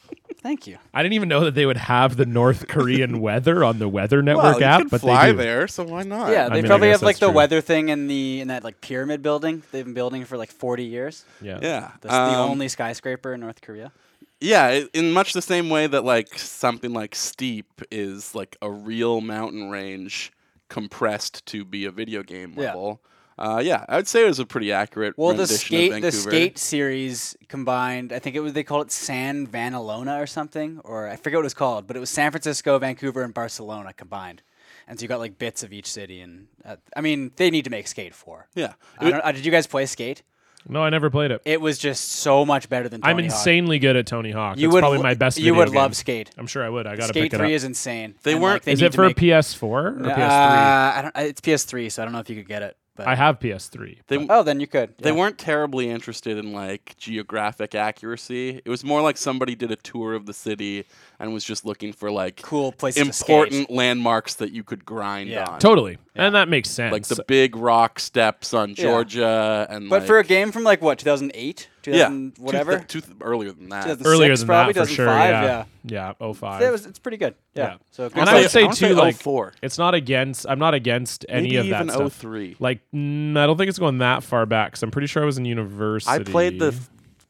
Speaker 5: Thank you.
Speaker 6: I didn't even know that they would have the North Korean weather on the Weather Network
Speaker 4: well,
Speaker 6: app,
Speaker 4: you can
Speaker 6: but
Speaker 4: fly
Speaker 6: they do.
Speaker 4: there, so why not?
Speaker 5: Yeah, they
Speaker 6: mean, I
Speaker 5: probably
Speaker 6: guess
Speaker 5: have like
Speaker 6: that's
Speaker 5: the
Speaker 6: true.
Speaker 5: weather thing in the in that like pyramid building they've been building for like 40 years.
Speaker 6: Yeah.
Speaker 4: yeah.
Speaker 5: That's the
Speaker 4: Um,
Speaker 5: only skyscraper in North Korea.
Speaker 4: Yeah, i- in much the same way that like something like steep is like a real mountain range compressed to be a video game
Speaker 5: Yeah.
Speaker 4: level. Uh, yeah, I would say it was a pretty accurate.
Speaker 5: Well, the
Speaker 4: rendition of
Speaker 5: skate the
Speaker 4: Vancouver.
Speaker 5: skate series combined. I think it was they called it San Vanalona or something, or I forget what it was called, but it was San Francisco, Vancouver, and Barcelona combined. And so you got like bits of each city, and uh, I mean they need to make Skate Four.
Speaker 4: Yeah,
Speaker 5: I don't, uh, did you guys play Skate?
Speaker 6: No, I never played it.
Speaker 5: It was just so much better than. Tony
Speaker 6: I'm
Speaker 5: Hawk.
Speaker 6: insanely good at Tony Hawk.
Speaker 5: You
Speaker 6: it's
Speaker 5: would
Speaker 6: probably
Speaker 5: lo-
Speaker 6: my best.
Speaker 5: You
Speaker 6: video
Speaker 5: would
Speaker 6: game.
Speaker 5: love Skate.
Speaker 6: I'm sure I would. I gotta
Speaker 5: Skate
Speaker 6: pick it
Speaker 5: Three
Speaker 6: up.
Speaker 5: is insane.
Speaker 4: They
Speaker 5: and,
Speaker 4: weren't-
Speaker 5: Like, they
Speaker 6: is
Speaker 5: need
Speaker 6: it
Speaker 5: to
Speaker 6: for
Speaker 5: make,
Speaker 6: PS4 or
Speaker 5: Uh,
Speaker 6: PS3?
Speaker 5: I don't. uh, It's PS3, so I don't know if you could get it. But
Speaker 6: I have PS3.
Speaker 4: They-
Speaker 5: oh, then you could.
Speaker 4: They
Speaker 5: yeah.
Speaker 4: weren't terribly interested in like geographic accuracy. It was more like somebody did a tour of the city and was just looking for like
Speaker 5: cool places. to skate.
Speaker 4: important landmarks that you could grind
Speaker 5: Yeah.
Speaker 4: on.
Speaker 6: Totally, and that makes sense.
Speaker 4: Like the big rock steps on Georgia and
Speaker 5: But
Speaker 4: like,
Speaker 5: for a game from like what 2008,
Speaker 4: yeah,
Speaker 5: 2000
Speaker 4: two-
Speaker 5: whatever,
Speaker 4: two, earlier than that.
Speaker 5: 2006
Speaker 6: earlier than
Speaker 5: probably
Speaker 6: that for sure.
Speaker 5: 2005,
Speaker 6: Yeah, yeah, oh five.
Speaker 5: It was, it's pretty good. Yeah.
Speaker 6: Yeah.
Speaker 5: So good
Speaker 6: and
Speaker 5: stuff.
Speaker 6: I would say
Speaker 4: I wanna
Speaker 6: too,
Speaker 4: say
Speaker 6: like
Speaker 4: 04.
Speaker 6: it's not against. I'm not against any
Speaker 4: Maybe
Speaker 6: of that
Speaker 4: even
Speaker 5: oh
Speaker 6: stuff.
Speaker 4: 03.
Speaker 6: Like mm, I don't think it's going that far back. Cause I'm pretty sure I was in university.
Speaker 4: I played the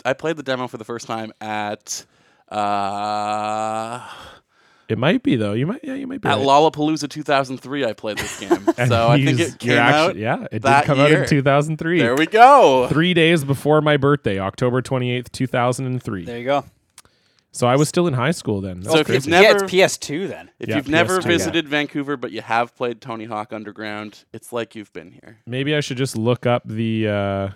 Speaker 4: I played the demo for the first time at uh,
Speaker 6: It might be though. You might. Yeah, you might be.
Speaker 4: at
Speaker 6: right.
Speaker 4: Lollapalooza 2003. I played this game,
Speaker 6: And
Speaker 4: so I
Speaker 6: you
Speaker 4: think
Speaker 6: just-
Speaker 4: it came
Speaker 6: you're
Speaker 4: out.
Speaker 6: actually- Yeah, it
Speaker 4: that
Speaker 6: did come out
Speaker 4: year.
Speaker 6: in 2003.
Speaker 4: There we go.
Speaker 6: Three days before my birthday, October 28th,
Speaker 5: there
Speaker 6: 2003.
Speaker 5: you go.
Speaker 6: So I was still in high school then. That's
Speaker 4: So if
Speaker 6: crazy.
Speaker 4: you've never
Speaker 5: yeah, it's PS2 then.
Speaker 4: If
Speaker 6: Yeah,
Speaker 4: you've never
Speaker 6: PS2.
Speaker 4: visited Vancouver but you have played Tony Hawk Underground, it's like you've been here.
Speaker 6: Maybe I should just look up the. Uh,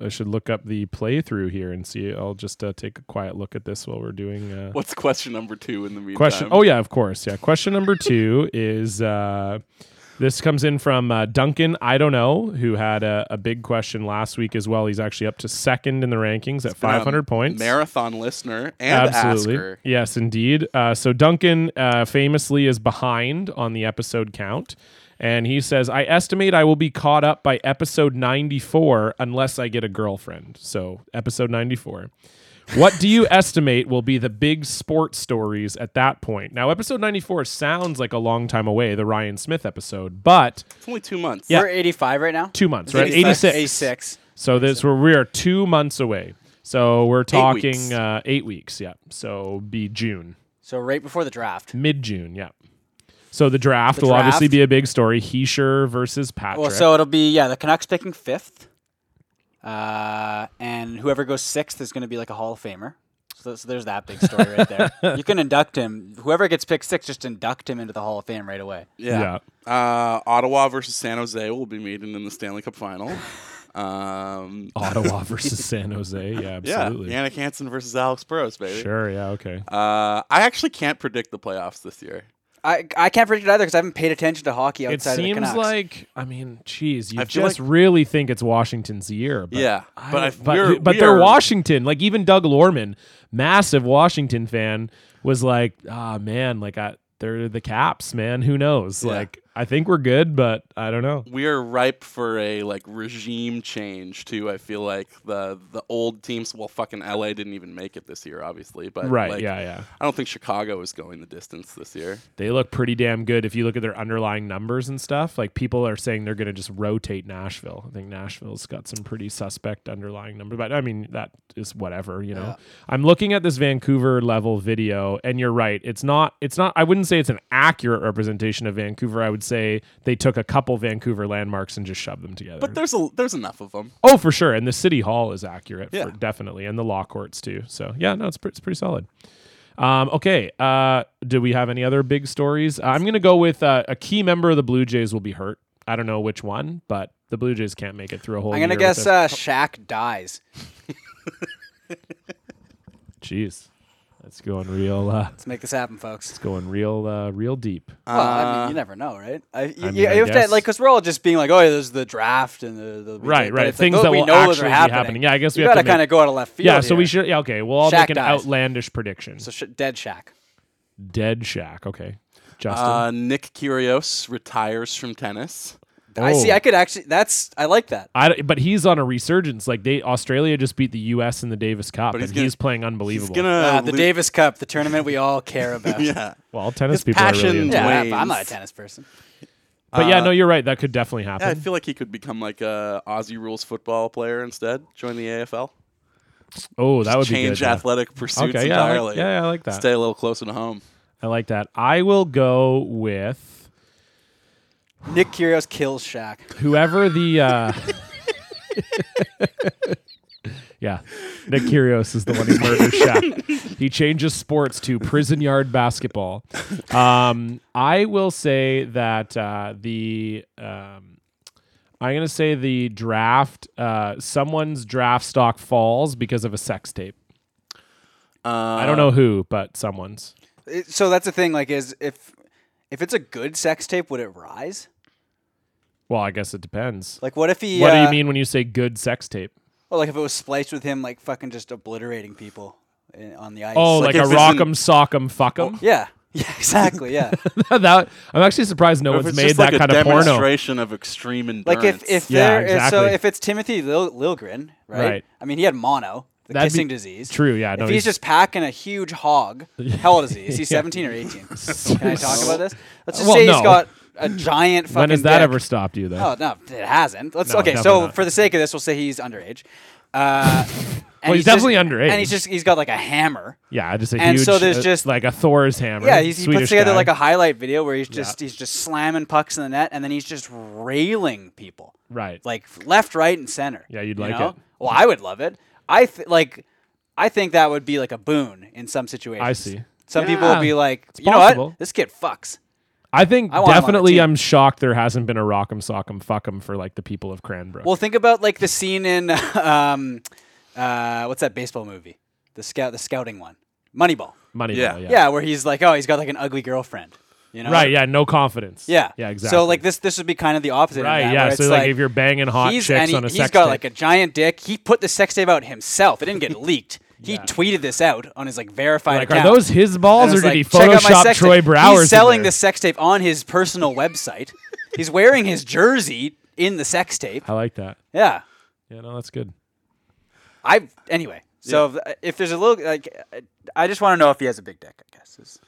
Speaker 6: I should look up the playthrough here and see. I'll just uh, take a quiet look at this while we're doing. Uh,
Speaker 4: What's question number two in the meantime? Um,
Speaker 6: Question. Oh yeah, of course. Yeah. Question number two is uh, this comes in from uh, Duncan. I don't know who had a, a big question last week as well. He's actually up to second in the rankings at
Speaker 4: Been a
Speaker 6: 500 points.
Speaker 4: Marathon listener and
Speaker 6: Absolutely.
Speaker 4: asker.
Speaker 6: Yes, indeed. Uh, so Duncan uh, famously is behind on the episode count. And he says, I estimate I will be caught up by episode 94 unless I get a girlfriend. So, episode 94. What do you estimate will be the big sports stories at that point? Now, episode 94 sounds like a long time away, the Ryan Smith episode, but
Speaker 4: It's only two months.
Speaker 5: We're 85 right now.
Speaker 6: two months,
Speaker 5: Is it
Speaker 6: right? 86.
Speaker 5: 86.
Speaker 6: So this where we are two months away. So we're talking
Speaker 4: weeks.
Speaker 6: Uh, eight weeks. Yeah. So be June,
Speaker 5: So right before the draft.
Speaker 6: mid June. Yeah. So the draft
Speaker 5: The
Speaker 6: will obviously
Speaker 5: draft.
Speaker 6: be a big story. Heisher versus Patrick.
Speaker 5: Well, so it'll be yeah, the Canucks picking fifth, uh, and whoever goes sixth is going to be like a Hall of Famer. So, so there's that big story right there. You can induct him. Whoever gets picked sixth, just induct him into the Hall of Fame right away.
Speaker 4: Yeah. Uh, Ottawa versus San Jose will be meeting in the Stanley Cup final. Um,
Speaker 6: Ottawa versus San Jose. Yeah,
Speaker 4: yeah,
Speaker 6: absolutely.
Speaker 4: Yannick Hansen versus Alex Burrows, baby.
Speaker 6: Sure. Yeah. Okay.
Speaker 4: Uh, I actually can't predict the playoffs this year.
Speaker 5: I, I can't predict it either because I haven't paid attention to hockey
Speaker 6: It
Speaker 5: outside of the
Speaker 6: seems
Speaker 5: Canucks.
Speaker 6: like I mean, geez, you
Speaker 4: I feel
Speaker 6: just
Speaker 4: like-
Speaker 6: really think it's Washington's year. But
Speaker 4: Yeah,
Speaker 6: I-
Speaker 4: but I-
Speaker 6: but,
Speaker 4: we're-
Speaker 6: but
Speaker 4: we
Speaker 6: they're
Speaker 4: are-
Speaker 6: Washington. Like even Doug Lorman, massive Washington fan, was like, ah man, like I, they're the Caps, man. Who knows?
Speaker 4: Yeah.
Speaker 6: Like I think we're good, but I don't know.
Speaker 4: We are ripe for a like regime change too. I feel like the the old teams. Well, fucking LA didn't even make it this year, obviously. But
Speaker 6: Right?
Speaker 4: like,
Speaker 6: yeah. Yeah.
Speaker 4: I don't think Chicago is going the distance this year.
Speaker 6: They look pretty damn good if you look at their underlying numbers and stuff. Like people are saying they're going to just rotate Nashville. I think Nashville's got some pretty suspect underlying numbers, but I mean that is whatever, you know. I'm looking at this Vancouver level video and you're right. It's not it's not I wouldn't say it's an accurate representation of Vancouver. I would say they took a couple Vancouver landmarks and just shoved them together.
Speaker 4: But there's a there's enough of them.
Speaker 6: Oh, for sure. And the city hall is accurate,
Speaker 4: Yeah.
Speaker 6: for, definitely, and the law courts too. So yeah, no, it's, pre- it's pretty solid. Um, okay. Uh, do we have any other big stories? Uh, I'm gonna go with uh, a key member of the Blue Jays will be hurt. I don't know which one, but the Blue Jays can't make it through a whole.
Speaker 5: I'm gonna
Speaker 6: year
Speaker 5: guess
Speaker 6: with a-
Speaker 5: uh, Shaq dies.
Speaker 6: Jeez, that's going real. Uh,
Speaker 5: Let's make this happen, folks.
Speaker 6: it's going real. Uh, real deep.
Speaker 5: Well, I mean, you never know, right? I, you,
Speaker 6: mean,
Speaker 5: you
Speaker 6: Uh, I
Speaker 5: have to,
Speaker 6: guess.
Speaker 5: like, because we're all just being like, oh, yeah, there's the draft and the, the
Speaker 6: Right,
Speaker 5: but
Speaker 6: right.
Speaker 5: it's like,
Speaker 6: Things
Speaker 5: those-
Speaker 6: that
Speaker 5: we
Speaker 6: will
Speaker 5: know those are
Speaker 6: actually be
Speaker 5: happening.
Speaker 6: happening. Yeah, I guess we
Speaker 5: you
Speaker 6: have to
Speaker 5: gotta
Speaker 6: make-
Speaker 5: kind of go out of left field.
Speaker 6: Yeah. So we
Speaker 5: here.
Speaker 6: should. Yeah. Okay. We'll all
Speaker 5: Shaq
Speaker 6: make an
Speaker 5: dies.
Speaker 6: outlandish prediction.
Speaker 5: So sh- dead Shaq.
Speaker 6: Dead Shaq. Okay. Justin.
Speaker 4: Uh, Nick Kyrgios retires from tennis.
Speaker 5: I see.
Speaker 6: Oh.
Speaker 5: I could actually. That's. I like that.
Speaker 6: I don't- but he's on a resurgence. Like they Australia just beat the U.S. in the Davis Cup,
Speaker 4: But
Speaker 6: and
Speaker 4: he's
Speaker 6: he's,
Speaker 4: gonna-
Speaker 6: playing unbelievable.
Speaker 4: He's gonna
Speaker 5: Uh, the
Speaker 4: lo-
Speaker 5: Davis Cup, the tournament we all care about.
Speaker 4: Yeah.
Speaker 6: well, tennis
Speaker 4: his
Speaker 6: people are
Speaker 4: passion-
Speaker 6: really into
Speaker 5: Yeah, I'm-
Speaker 6: it.
Speaker 5: I'm not a
Speaker 4: Waves.
Speaker 5: tennis person.
Speaker 6: But yeah,
Speaker 4: Uh,
Speaker 6: no, you're right. That could definitely
Speaker 4: Yeah, I
Speaker 6: happen.
Speaker 4: feel like he could become like a Aussie rules football player instead. Join the AFL.
Speaker 6: oh, that would be
Speaker 4: Change
Speaker 6: good. yeah.
Speaker 4: athletic pursuits
Speaker 6: Okay, yeah, I like-
Speaker 4: entirely.
Speaker 6: yeah, yeah, I like that.
Speaker 4: Stay a little closer to home.
Speaker 6: I like that. I will go with
Speaker 5: Nick Kyrgios kills Shaq.
Speaker 6: whoever the. Uh, yeah, Nick Kyrgios is the one who murders Shaq. He changes sports to prison yard basketball. Um, I will say that uh, the. Um, I'm gonna say the draft. Uh, someone's draft stock falls because of a sex tape.
Speaker 4: Uh,
Speaker 6: I don't know who, but someone's.
Speaker 5: It- so that's the thing. Like, is if if it's a good sex tape, would it rise?
Speaker 6: Well, I guess it depends.
Speaker 5: Like, what if he?
Speaker 6: What do you
Speaker 5: uh,
Speaker 6: mean when you say good sex tape?
Speaker 5: Well, like if it was spliced with him, like fucking just obliterating people in, on the ice.
Speaker 6: Oh,
Speaker 4: like
Speaker 6: like,
Speaker 4: if
Speaker 6: a
Speaker 4: it's
Speaker 6: rock'em sock'em fuck'em.
Speaker 5: yeah, yeah, exactly, yeah.
Speaker 6: that I'm actually surprised no
Speaker 4: Or if
Speaker 6: one's
Speaker 4: it's
Speaker 6: made
Speaker 4: just
Speaker 6: that
Speaker 4: like
Speaker 6: kind
Speaker 4: a
Speaker 6: of porno.
Speaker 4: demonstration of extreme endurance.
Speaker 5: like if if
Speaker 6: Yeah,
Speaker 5: there is so
Speaker 6: exactly.
Speaker 5: if it's Timothy Lil- Lilgren, right?
Speaker 6: Right.
Speaker 5: I mean, he had mono, the
Speaker 6: That'd be
Speaker 5: kissing disease.
Speaker 6: true, yeah,
Speaker 5: If
Speaker 6: no,
Speaker 5: he's,
Speaker 6: he's-
Speaker 5: just packing a huge hog, how old is he? Is he 17 or 18? Can I talk about this? Let's just
Speaker 6: Well,
Speaker 5: say
Speaker 6: no.
Speaker 5: he's got a giant fucking.
Speaker 6: When has that
Speaker 5: dick.
Speaker 6: ever stopped you
Speaker 5: Oh
Speaker 6: though?
Speaker 5: no, it hasn't. Let's
Speaker 6: No,
Speaker 5: okay. So
Speaker 6: definitely not.
Speaker 5: for the sake of this, we'll say he's underage. Uh, and
Speaker 6: Well, he's definitely
Speaker 5: just-
Speaker 6: underage.
Speaker 5: and he's just he's got like a hammer.
Speaker 6: yeah, just a
Speaker 5: and
Speaker 6: huge.
Speaker 5: so there's
Speaker 6: uh,
Speaker 5: just-
Speaker 6: like a Thor's hammer.
Speaker 5: Yeah, he's, he
Speaker 6: Swedish
Speaker 5: puts together
Speaker 6: guy.
Speaker 5: like a highlight video where he's just he's just slamming pucks in the net, and then he's just railing people
Speaker 6: right.
Speaker 5: like left, right, and center.
Speaker 6: Yeah, you'd
Speaker 5: you
Speaker 6: like
Speaker 5: know?
Speaker 6: it.
Speaker 5: Well, I would love it. I th- like. I think that would be like a boon in some situations.
Speaker 6: I see.
Speaker 5: Some people
Speaker 6: Yeah.
Speaker 5: will be like,
Speaker 6: It's
Speaker 5: you know
Speaker 6: possible.
Speaker 5: what? This kid fucks.
Speaker 6: I think
Speaker 5: I want him on the
Speaker 6: definitely.
Speaker 5: team.
Speaker 6: I'm shocked there hasn't been a rock'em sock'em fuck'em for like the people of Cranbrook.
Speaker 5: Well, think about like the scene in um, uh, what's that baseball movie? The scout, the scouting one, Moneyball.
Speaker 6: Money.
Speaker 4: yeah.
Speaker 6: yeah.
Speaker 5: Yeah. where he's like, oh, he's got like an ugly girlfriend. You know?
Speaker 6: Right. Yeah. No confidence.
Speaker 5: Yeah.
Speaker 6: Yeah. Exactly.
Speaker 5: So like this, this would be kind of the opposite. of
Speaker 6: Right,
Speaker 5: that,
Speaker 6: yeah,
Speaker 5: where
Speaker 6: so,
Speaker 5: it's
Speaker 6: like, if you're banging hot
Speaker 5: he's,
Speaker 6: chicks
Speaker 5: and he,
Speaker 6: on a
Speaker 5: he's
Speaker 6: sex
Speaker 5: got
Speaker 6: tape.
Speaker 5: like a giant dick. He put the sex tape out himself. It didn't get leaked. He tweeted this out on his like verified
Speaker 6: Like, are
Speaker 5: account.
Speaker 6: those his
Speaker 5: And
Speaker 6: balls or
Speaker 5: it was
Speaker 6: did he
Speaker 5: like, "Check out my
Speaker 6: Photoshop
Speaker 5: sex
Speaker 6: Troy
Speaker 5: tape."
Speaker 6: Browers? in
Speaker 5: He's selling
Speaker 6: there?
Speaker 5: this sex tape on his personal website. he's wearing his jersey in the sex tape.
Speaker 6: I like that.
Speaker 5: Yeah.
Speaker 6: Yeah. No, that's good.
Speaker 5: I anyway. So if, if there's a little like, I- I just want to know if he has a big dick. I guess. is-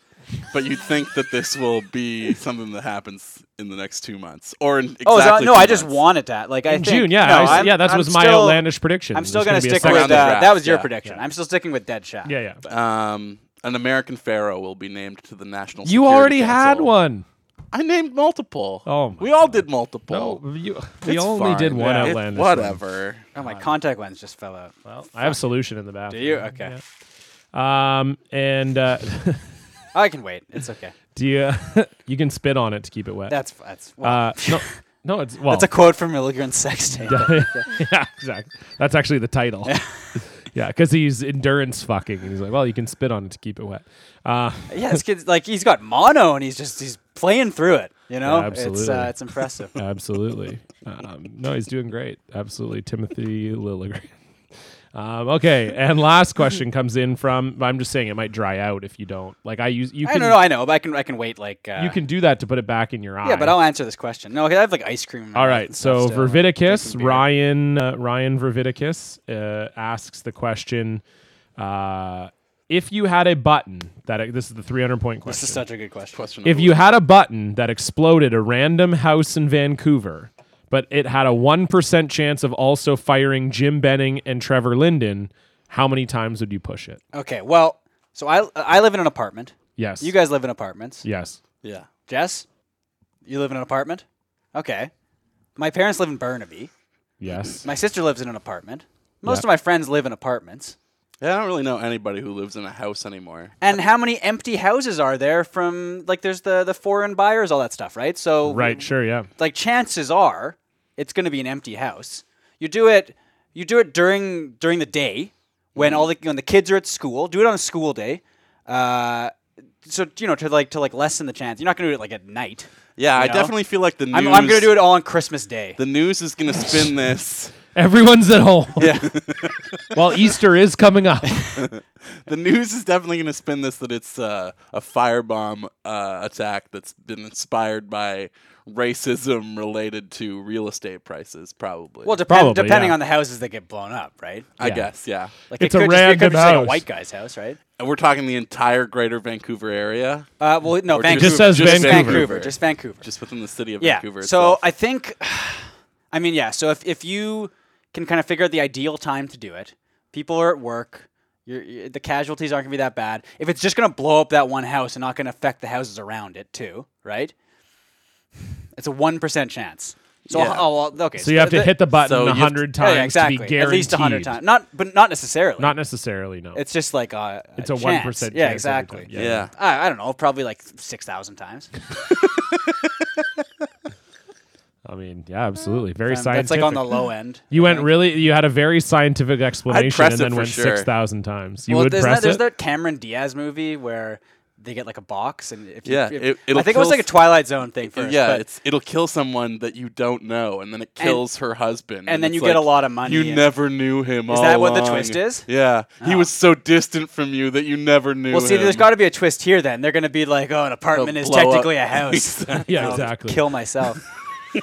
Speaker 4: but you think that this will be something that happens in the next two months, or in exactly
Speaker 5: Oh is that- no!
Speaker 4: two
Speaker 5: I just
Speaker 4: months.
Speaker 5: wanted that. Like I
Speaker 6: In
Speaker 5: think,
Speaker 6: June. Yeah.
Speaker 5: no,
Speaker 6: I s-
Speaker 5: I'm-
Speaker 6: yeah. That
Speaker 5: I'm
Speaker 6: was my
Speaker 5: still-
Speaker 6: outlandish prediction.
Speaker 5: I'm still gonna,
Speaker 6: There's be a
Speaker 5: stick
Speaker 6: sex
Speaker 5: with uh,
Speaker 4: round of
Speaker 6: tape.
Speaker 4: draft.
Speaker 5: that was your
Speaker 4: Yeah.
Speaker 5: prediction. I'm still sticking with dead shot.
Speaker 6: Yeah. Yeah.
Speaker 4: Um, an American pharaoh will be named to the national.
Speaker 6: You
Speaker 4: Security
Speaker 6: already had
Speaker 4: Council.
Speaker 6: one.
Speaker 4: I named multiple.
Speaker 6: Oh my
Speaker 4: we all did multiple.
Speaker 6: No, you, we
Speaker 4: It's
Speaker 6: only did
Speaker 4: fine.
Speaker 6: one
Speaker 4: Yeah. It-
Speaker 6: outlandish. one.
Speaker 4: Whatever.
Speaker 5: Oh, my contact lens just fell out.
Speaker 6: Well, I have solution in the bathroom.
Speaker 5: Do you? Okay.
Speaker 6: Yeah. Um, and uh,
Speaker 5: I can wait. It's okay.
Speaker 6: do you? you can spit on it to keep it wet.
Speaker 5: That's that's well,
Speaker 6: uh, no, no. It's well.
Speaker 5: that's a quote from Milligan sex tape.
Speaker 6: yeah, exactly. That's actually the title. yeah, because he's endurance fucking, and he's like, well, you can spit on it to keep it wet. Uh,
Speaker 5: yeah, this kid's like he's got mono and he's just he's playing through it. You know,
Speaker 6: Yeah,
Speaker 5: it's
Speaker 6: absolutely.
Speaker 5: uh, it's impressive.
Speaker 6: absolutely. Um, no, he's doing great. Absolutely, Timothy Lilligren. Um, okay, and last question comes in from. I'm just saying it might dry out if you don't. Like I use you
Speaker 5: I
Speaker 6: can
Speaker 5: don't know. I know, but I can I can wait like uh,
Speaker 6: you can do that to put it back in your eye.
Speaker 5: Yeah, but I'll answer this question. No, 'cause I have like ice cream. in my
Speaker 6: All
Speaker 5: mouth
Speaker 6: right.
Speaker 5: and stuff
Speaker 6: So
Speaker 5: still. I'm
Speaker 6: Verviticus,
Speaker 5: drinking beer.
Speaker 6: Ryan, uh, Ryan Verviticus uh, asks the question: uh, If you had a button that this is the 300 point question.
Speaker 5: This is such a good question.
Speaker 4: Question
Speaker 6: if
Speaker 4: number
Speaker 6: you had a button that exploded a random house in Vancouver, but it had a one percent chance of also firing Jim Benning and Trevor Linden, how many times would you push it?
Speaker 5: Okay, well, so I I live in an apartment.
Speaker 6: Yes.
Speaker 5: You guys live in apartments.
Speaker 6: Yes.
Speaker 5: Yeah. Jess, you live in an apartment. Okay. My parents live in Burnaby.
Speaker 6: Yes.
Speaker 5: My sister lives in an apartment. Most of my friends live in apartments.
Speaker 4: Yeah, I don't really know anybody who lives in a house anymore.
Speaker 5: And how many empty houses are there from like there's the the foreign buyers, all that stuff, right? So
Speaker 6: Right. Sure. Yeah.
Speaker 5: like chances are it's going to be an empty house. You do it you do it during during the day
Speaker 6: Mm-hmm.
Speaker 5: when all the when the kids are at school. Do it on a school day. Uh, so you know to like to like lessen the chance. You're not going to do it like at night.
Speaker 4: Yeah,
Speaker 5: You
Speaker 4: I
Speaker 5: know?
Speaker 4: definitely feel like the news.
Speaker 5: I'm, I'm going to do it all on Christmas Day.
Speaker 4: The news is going to spin this.
Speaker 6: Everyone's at home. Yeah. well, Easter is coming up.
Speaker 4: The news is definitely going to spin this that it's uh, a firebomb uh, attack that's been inspired by racism related to real estate prices, probably.
Speaker 5: well, depend,
Speaker 6: Probably,
Speaker 5: depending
Speaker 6: yeah.
Speaker 5: on the houses that get blown up, right?
Speaker 4: I
Speaker 6: yeah.
Speaker 4: guess, yeah.
Speaker 5: Like
Speaker 6: It's a
Speaker 5: just be- it
Speaker 6: random
Speaker 5: could just be like
Speaker 6: house.
Speaker 5: a white guy's house, right?
Speaker 4: And we're talking the entire greater Vancouver area,
Speaker 5: Uh, well, no,
Speaker 4: Or do you-
Speaker 5: Vancouver.
Speaker 6: Just says
Speaker 5: just
Speaker 6: Vancouver.
Speaker 5: Vancouver. Just Vancouver.
Speaker 4: just within the city of
Speaker 5: yeah.
Speaker 4: Vancouver.
Speaker 5: So
Speaker 4: itself.
Speaker 5: I think, I mean, yeah. So if, if you can kind of figure out the ideal time to do it, people are at work. You're, you the casualties aren't gonna be that bad. If it's just gonna blow up that one house and not gonna affect the houses around it too, right? It's a one percent chance. So
Speaker 4: Yeah.
Speaker 5: I'll, I'll- okay.
Speaker 6: So you have to hit the button
Speaker 4: so
Speaker 6: a
Speaker 4: you have to-
Speaker 6: 100
Speaker 5: yeah,
Speaker 6: times
Speaker 5: yeah, exactly.
Speaker 6: to be guaranteed.
Speaker 5: At least hundred times. Not, but not necessarily.
Speaker 6: Not necessarily, no.
Speaker 5: It's just like a.
Speaker 6: It's a
Speaker 5: chance.
Speaker 6: 1%
Speaker 5: Yeah,
Speaker 6: chance every
Speaker 5: exactly.
Speaker 6: time.
Speaker 4: yeah.
Speaker 5: I, I don't know. Probably like six thousand times.
Speaker 6: I mean, yeah, absolutely. Very
Speaker 5: That's
Speaker 6: scientific.
Speaker 5: like on the low end.
Speaker 6: you went really. You had a very scientific explanation,
Speaker 4: press
Speaker 6: and
Speaker 4: it
Speaker 6: then
Speaker 4: for
Speaker 6: went
Speaker 4: sure.
Speaker 6: six thousand times. You
Speaker 5: well,
Speaker 6: would
Speaker 5: there's
Speaker 6: press
Speaker 5: that, there's
Speaker 6: it.
Speaker 5: that Cameron Diaz movie where they get like a box and if you,
Speaker 4: Yeah,
Speaker 5: if-
Speaker 4: it- it'll
Speaker 5: I think it was
Speaker 4: kill
Speaker 5: like a
Speaker 4: s-
Speaker 5: Twilight Zone thing first.
Speaker 4: yeah,
Speaker 5: but-
Speaker 4: it's, it'll kill someone that you don't know, and then it kills her husband. And,
Speaker 5: then
Speaker 4: it's
Speaker 5: you get a
Speaker 4: like,
Speaker 5: lot of money
Speaker 4: You
Speaker 5: and-
Speaker 4: never knew him.
Speaker 5: Is that
Speaker 4: all
Speaker 5: what the
Speaker 4: along."
Speaker 5: twist is? Oh.
Speaker 4: Yeah, he was so distant from you that you never knew.
Speaker 5: well, see,
Speaker 4: him.
Speaker 5: there's got to be a twist here. Then they're gonna be like, oh, an apartment is
Speaker 4: blow up.
Speaker 5: technically a house.
Speaker 6: yeah,
Speaker 5: I'll
Speaker 6: exactly.
Speaker 5: Kill myself,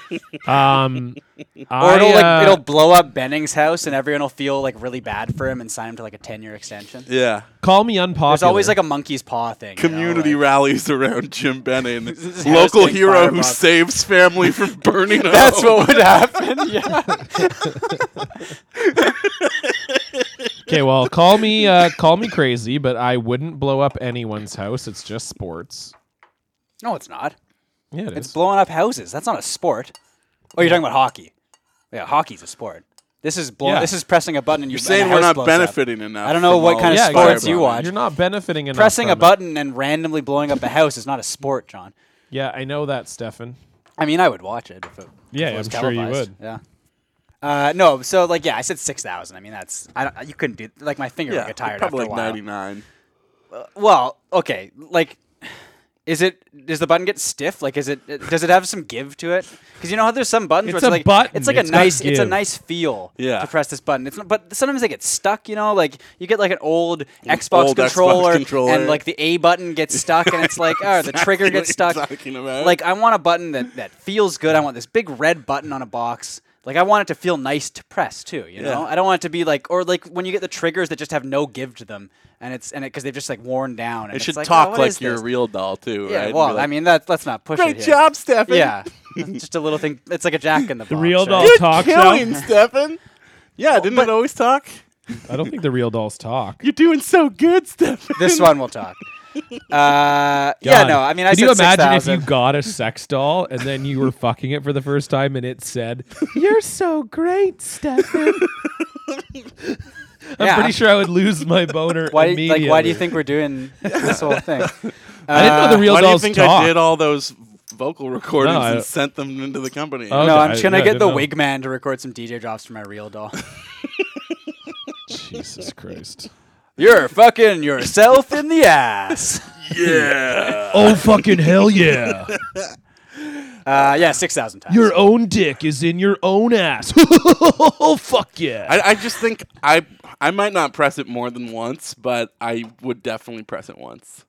Speaker 6: Um,
Speaker 5: or
Speaker 6: I,
Speaker 5: it'll
Speaker 6: uh,
Speaker 5: like it'll blow up Benning's house, and everyone will feel like really bad for him and sign him to like a ten year extension.
Speaker 4: yeah.
Speaker 6: call me unpopular.
Speaker 5: There's always like a monkey's paw thing. you know,
Speaker 4: Community
Speaker 5: like-
Speaker 4: rallies around Jim Benning,
Speaker 5: is how
Speaker 4: local
Speaker 5: it's being
Speaker 4: hero who
Speaker 5: firebombed.
Speaker 4: saves family from burning.
Speaker 5: That's
Speaker 4: home.
Speaker 5: what would happen. yeah.
Speaker 6: okay. Well, call me uh, call me crazy, but I wouldn't blow up anyone's house. It's just sports.
Speaker 5: No, it's not.
Speaker 6: Yeah, it
Speaker 5: It's
Speaker 6: is.
Speaker 5: blowing up houses. That's not a sport. Oh, you're talking about hockey. Yeah, hockey's a sport. This is blowing.
Speaker 6: Yeah.
Speaker 5: This is pressing a button and you're
Speaker 4: You're saying we're not benefiting enough.
Speaker 5: I don't know
Speaker 4: from
Speaker 5: what
Speaker 4: all
Speaker 5: kind of
Speaker 4: this
Speaker 6: yeah,
Speaker 5: sports
Speaker 6: exactly.
Speaker 5: you
Speaker 4: firebombing.
Speaker 5: watch.
Speaker 6: You're not benefiting enough.
Speaker 5: Pressing a
Speaker 6: from it.
Speaker 5: button and randomly blowing up a house is not a sport, John.
Speaker 6: Yeah, I know that, Stefan.
Speaker 5: I mean, I would watch it if it,
Speaker 6: Yeah,
Speaker 5: if it was
Speaker 6: I'm sure you
Speaker 5: televised.
Speaker 6: would.
Speaker 5: Yeah. Uh, no, so like yeah, I said six thousand. I mean that's I don't, you couldn't do like my finger
Speaker 4: Yeah,
Speaker 5: would get tired
Speaker 4: probably
Speaker 5: after
Speaker 4: like
Speaker 5: a while.
Speaker 4: 99.
Speaker 5: Well, okay, like is it does the button get stiff? Like is it does it have some give to it? Because you know how there's some buttons
Speaker 6: It's
Speaker 5: where it's
Speaker 6: a
Speaker 5: like
Speaker 6: button.
Speaker 5: it's like a
Speaker 6: It's got
Speaker 5: nice it's a
Speaker 6: give.
Speaker 5: nice feel
Speaker 4: Yeah.
Speaker 5: to press this button. It's not, but sometimes they get stuck. You know, like you get like an old Xbox,
Speaker 4: old Xbox
Speaker 5: controller,
Speaker 4: controller.
Speaker 5: and like the A button gets stuck, and it's like oh the trigger
Speaker 4: Exactly
Speaker 5: gets
Speaker 4: what
Speaker 5: stuck.
Speaker 4: you're talking about.
Speaker 5: Like I want a button that that feels good. I want this big red button on a box. Like I want it to feel nice to press too, you know.
Speaker 4: Yeah.
Speaker 5: I don't want it to be like, or like when you get the triggers that just have no give to them, and it's and it because they've just like worn down. and
Speaker 4: It
Speaker 5: it's
Speaker 4: should
Speaker 5: like, oh,
Speaker 4: talk
Speaker 5: what
Speaker 4: like
Speaker 5: is
Speaker 4: you're
Speaker 5: this?
Speaker 4: a real doll too,
Speaker 5: Yeah,
Speaker 4: right? And
Speaker 5: well,
Speaker 4: be like,
Speaker 5: I mean that. Let's not push
Speaker 4: great
Speaker 5: it. here.
Speaker 4: job, Stefan.
Speaker 5: Yeah, That's just a little thing. It's like a jack in the. The
Speaker 6: real doll
Speaker 4: Good
Speaker 6: talk
Speaker 4: killing, Stefan. Yeah, didn't it always talk?
Speaker 6: I don't think the real dolls talk.
Speaker 4: You're doing so good, Stefan.
Speaker 5: This one will talk. Uh, yeah,
Speaker 6: God.
Speaker 5: no, I mean, I
Speaker 6: Could
Speaker 5: said
Speaker 6: you imagine if
Speaker 5: 6,000.
Speaker 6: you got a sex doll and then you were fucking it for the first time and it said, "You're so great, Stefan." I'm
Speaker 5: Yeah.
Speaker 6: pretty sure I would lose my boner
Speaker 5: why,
Speaker 6: immediately.
Speaker 5: like, why do you think Uh, we're doing this whole thing?
Speaker 6: I didn't know the real
Speaker 4: Why do you
Speaker 6: dolls
Speaker 4: think
Speaker 6: talk.
Speaker 4: I did all those vocal recordings
Speaker 6: No, I-
Speaker 4: and sent them into the company?
Speaker 6: Oh,
Speaker 5: No,
Speaker 6: Okay,
Speaker 5: I'm
Speaker 6: I-
Speaker 5: just gonna
Speaker 6: yeah, I
Speaker 5: get
Speaker 6: didn't
Speaker 5: the
Speaker 6: know.
Speaker 5: wig man to record some DJ drops for my real doll.
Speaker 6: Jesus Christ.
Speaker 5: You're fucking yourself in the ass.
Speaker 4: yeah.
Speaker 6: Oh fucking hell yeah.
Speaker 5: Uh, yeah, six thousand times.
Speaker 6: Your own dick is in your own ass. Oh, Fuck yeah.
Speaker 4: I, I just think I I might not press it more than once, but I would definitely press it once.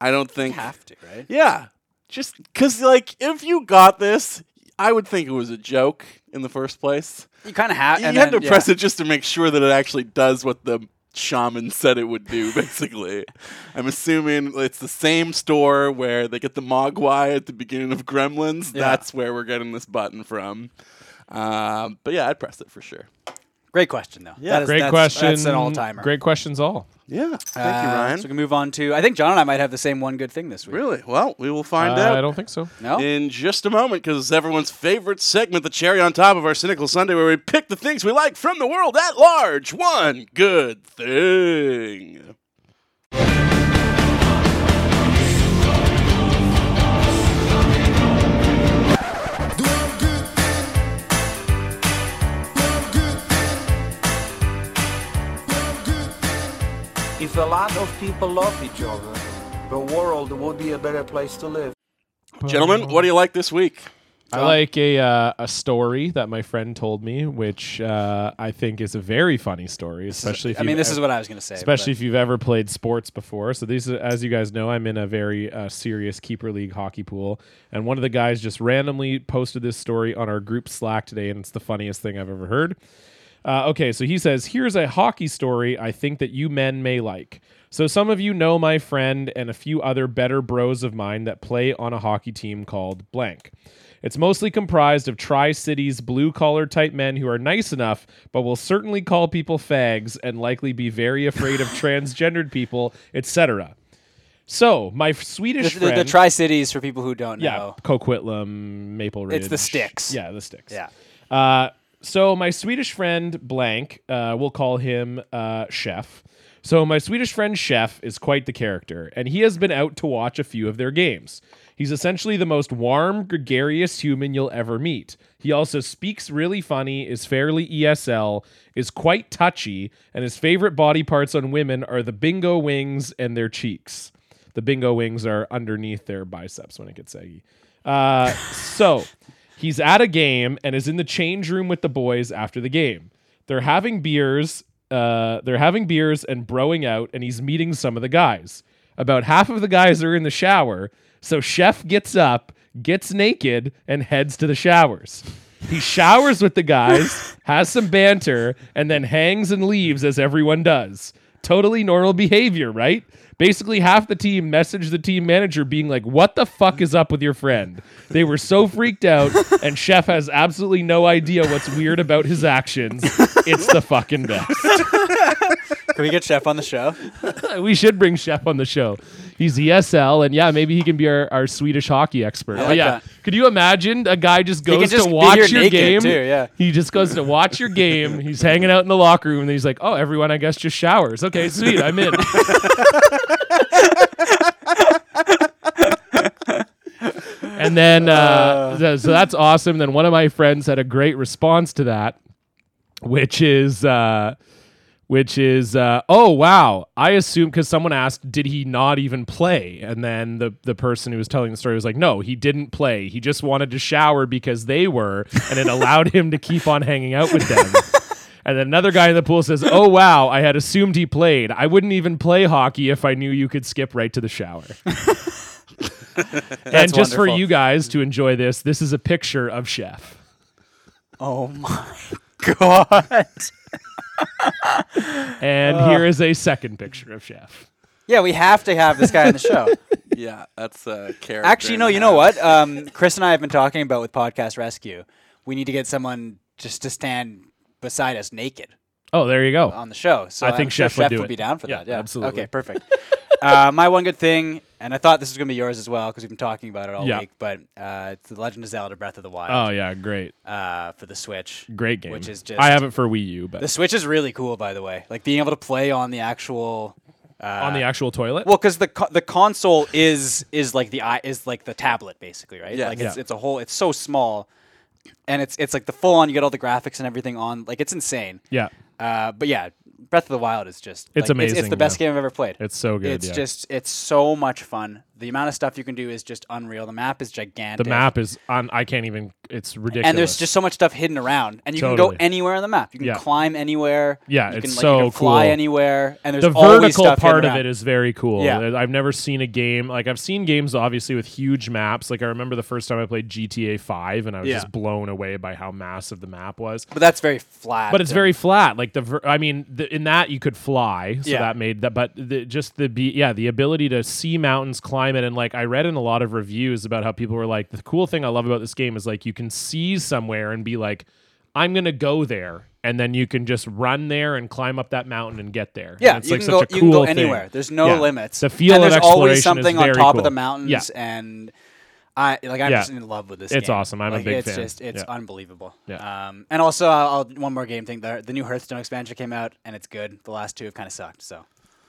Speaker 4: I don't think.
Speaker 5: have to, right?
Speaker 4: Yeah, just because like if you got this, I would think it was a joke in the first place.
Speaker 5: You kind of have.
Speaker 4: you
Speaker 5: and
Speaker 4: had
Speaker 5: then-
Speaker 4: to press
Speaker 5: yeah.
Speaker 4: it just to make sure that it actually does what the shaman said it would do basically i'm assuming it's the same store where they get the mogwai at the beginning of gremlins
Speaker 5: Yeah.
Speaker 4: that's where we're getting this button from um, but yeah i'd press it for sure
Speaker 5: Great question, though. Yeah,
Speaker 6: Great question.
Speaker 5: That's an all timer.
Speaker 6: Great questions all.
Speaker 4: yeah thank
Speaker 5: Uh,
Speaker 4: you ryan
Speaker 5: So we can move on to. I think John and I might have the same one good thing this week.
Speaker 4: Really? Well, we will
Speaker 6: Uh,
Speaker 4: find out
Speaker 6: I don't think so.
Speaker 5: No.
Speaker 4: in just a moment because it's everyone's favorite segment, the cherry on top of our Cynical Sunday, where we pick the things we like from the world at large. One good thing.
Speaker 11: If a lot of people loved each other, the world would be a better place to live.
Speaker 4: Gentlemen, what do you like this week?
Speaker 6: I like a uh, a story that my friend told me, which uh, I think is a very funny story, especially if
Speaker 5: I mean,
Speaker 6: you've
Speaker 5: this
Speaker 6: ev-
Speaker 5: is what I was gonna say.
Speaker 6: especially if you've ever played sports before. So these, are, as you guys know, I'm in a very uh, serious keeper league hockey pool, and one of the guys just randomly posted this story on our group Slack today, and it's the funniest thing I've ever heard. Uh, okay, so he says, Here's a hockey story I think that you men may like. So, some of you know my friend and a few other better bros of mine that play on a hockey team called Blank. It's mostly comprised of Tri Cities blue collar type men who are nice enough, but will certainly call people fags and likely be very afraid of transgendered people, etc. So, my f- Swedish
Speaker 5: the, the,
Speaker 6: friend.
Speaker 5: Tri Cities for people who don't
Speaker 6: yeah,
Speaker 5: know.
Speaker 6: Coquitlam, Maple Ridge.
Speaker 5: It's the sticks.
Speaker 6: Yeah, the sticks.
Speaker 5: Yeah.
Speaker 6: Uh, so my Swedish friend Blank, uh, we'll call him uh, Chef. So my Swedish friend Chef is quite the character, and he has been out to watch a few of their games. He's essentially the most warm, gregarious human you'll ever meet. He also speaks really funny, is fairly ESL, is quite touchy, and his favorite body parts on women are the bingo wings and their cheeks. The bingo wings are underneath their biceps when it gets saggy. Uh, so he's at a game and is in the change room with the boys after the game. They're having beers. Uh, they're having beers and broing out, and he's meeting some of the guys. About half of the guys are in the shower, so Chef gets up, gets naked, and heads to the showers. He showers with the guys, has some banter, and then hangs and leaves as everyone does. Totally normal behavior, right? Basically, half the team messaged the team manager being like, What the fuck is up with your friend? They were so freaked out, and Chef has absolutely no idea what's weird about his actions. It's the fucking best.
Speaker 5: Can we get Chef on the show?
Speaker 6: we should bring Chef on the show. He's ESL, and yeah, maybe he can be our, our Swedish hockey expert. oh,
Speaker 5: like
Speaker 6: yeah.
Speaker 5: that.
Speaker 6: Could you imagine a guy just
Speaker 5: could
Speaker 6: goes
Speaker 5: just
Speaker 6: to
Speaker 5: be
Speaker 6: watch
Speaker 5: here
Speaker 6: your
Speaker 5: naked,
Speaker 6: game?
Speaker 5: too, yeah.
Speaker 6: He just goes to watch your game. He's hanging out in the locker room, and he's like, oh, everyone, I guess, just showers. Okay, sweet, I'm in. and then, uh, th- so that's awesome. Then one of my friends had a great response to that, which is. Uh, which is uh, oh wow i assume because someone asked did he not even play and then the, the person who was telling the story was like no he didn't play he just wanted to shower because they were and it allowed him to keep on hanging out with them and then another guy in the pool says oh wow i had assumed he played i wouldn't even play hockey if i knew you could skip right to the shower and just for
Speaker 5: wonderful.
Speaker 6: you guys to enjoy this this is a picture of chef
Speaker 5: Oh my god.
Speaker 6: and here is a second picture of chef
Speaker 5: yeah, we have to have this guy on the show.
Speaker 4: Yeah, that's a character.
Speaker 5: Actually, no.
Speaker 4: and a
Speaker 5: You know
Speaker 4: half.
Speaker 5: what? Um, Chris and I have been talking about with Podcast Rescue. We need to get someone just to stand beside us naked
Speaker 6: oh there you go
Speaker 5: on the show. So
Speaker 6: I
Speaker 5: I'm
Speaker 6: think
Speaker 5: sure
Speaker 6: Chef would do
Speaker 5: would
Speaker 6: it.
Speaker 5: be down for
Speaker 6: Yeah,
Speaker 5: that. Yeah,
Speaker 6: absolutely.
Speaker 5: Okay, perfect. uh, my one good thing, and I thought this was going to be yours as well because we've been talking about it all
Speaker 6: Yeah.
Speaker 5: week, but uh, it's The Legend of Zelda Breath of the Wild.
Speaker 6: Oh yeah, great,
Speaker 5: Uh, for the Switch.
Speaker 6: great game.
Speaker 5: Which is just.
Speaker 6: I have it for Wii U, but
Speaker 5: The Switch is really cool, by the way. Like being able to play on the actual. Uh,
Speaker 6: on the actual toilet.
Speaker 5: Well, because the co- the console is is like the i- is like the tablet basically, right?
Speaker 4: Yeah.
Speaker 5: Like it's,
Speaker 6: Yeah.
Speaker 5: it's a whole. It's so small, and it's it's like the full on. You get all the graphics and everything on. Like it's insane.
Speaker 6: yeah,
Speaker 5: Uh, but yeah, Breath of the Wild is just
Speaker 6: It's
Speaker 5: like, It's,
Speaker 6: amazing,
Speaker 5: the best
Speaker 6: yeah.
Speaker 5: game I've ever played.
Speaker 6: It's so good,
Speaker 5: It's
Speaker 6: yeah.
Speaker 5: just it's so much fun. The amount of stuff you can do is just unreal. The map is
Speaker 6: the
Speaker 5: gigantic.
Speaker 6: map is on. I can't even. It's ridiculous.
Speaker 5: and there's just so much stuff hidden around, and you
Speaker 6: Totally.
Speaker 5: can go anywhere on the map. You can
Speaker 6: Yeah.
Speaker 5: climb anywhere.
Speaker 6: Yeah,
Speaker 5: you
Speaker 6: it's
Speaker 5: can, like,
Speaker 6: so
Speaker 5: you can fly
Speaker 6: cool.
Speaker 5: anywhere, and there's
Speaker 6: the
Speaker 5: always
Speaker 6: vertical
Speaker 5: stuff
Speaker 6: part
Speaker 5: hidden
Speaker 6: of it
Speaker 5: around.
Speaker 6: is very cool.
Speaker 5: Yeah.
Speaker 6: I've never seen a game like I've seen games obviously with huge maps. Like I remember the first time I played GTA 5 and I was
Speaker 5: Yeah.
Speaker 6: just blown away by how massive the map was.
Speaker 5: but that's very flat.
Speaker 6: But it's
Speaker 5: and-
Speaker 6: very flat. Like the ver- I mean the, in that you could fly, so
Speaker 5: Yeah.
Speaker 6: that made that but the, just the be yeah, the ability to see mountains, climb it and like I read in a lot of reviews about how people were like the cool thing I love about this game is like you can see somewhere and be like I'm going to go there. And then you can just run there and climb up that mountain and get there. And
Speaker 5: Yeah,
Speaker 6: it's
Speaker 5: you
Speaker 6: like
Speaker 5: can
Speaker 6: such
Speaker 5: go.
Speaker 6: a cool
Speaker 5: you can go
Speaker 6: thing.
Speaker 5: anywhere. There's no
Speaker 6: Yeah.
Speaker 5: limits.
Speaker 6: The feel
Speaker 5: and
Speaker 6: of
Speaker 5: there's
Speaker 6: exploration
Speaker 5: always something
Speaker 6: is
Speaker 5: on
Speaker 6: very
Speaker 5: top
Speaker 6: cool.
Speaker 5: of the mountains,
Speaker 6: Yeah.
Speaker 5: and I like I'm
Speaker 6: Yeah.
Speaker 5: just in love with this.
Speaker 6: It's
Speaker 5: game.
Speaker 6: awesome. I'm a
Speaker 5: Like,
Speaker 6: big
Speaker 5: it's
Speaker 6: fan.
Speaker 5: Just, it's
Speaker 6: Yeah.
Speaker 5: unbelievable.
Speaker 6: Yeah.
Speaker 5: Um, and also, I'll, I'll- one more game thing. The, the new Hearthstone expansion came out, and it's good. The last two have kind of sucked. So,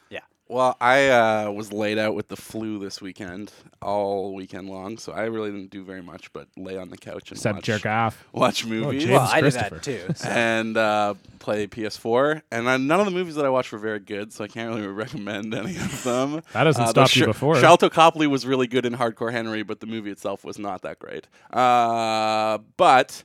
Speaker 5: yeah.
Speaker 4: Well, I uh, was laid out with the flu this weekend, all weekend long, so I really didn't do very much but lay on the couch and
Speaker 6: Except
Speaker 4: watch,
Speaker 6: jerk off.
Speaker 4: watch movies
Speaker 6: James
Speaker 5: well, I did that too.
Speaker 6: Christopher.
Speaker 5: so-
Speaker 4: and uh, play PS4. And I, none of the movies that I watched were very good, so I can't really recommend any of them.
Speaker 6: That hasn't
Speaker 4: uh, though
Speaker 6: stopped you
Speaker 4: Sh-
Speaker 6: before.
Speaker 4: Charlton Copley was really good in Hardcore Henry, but the movie itself was not that great. Uh, but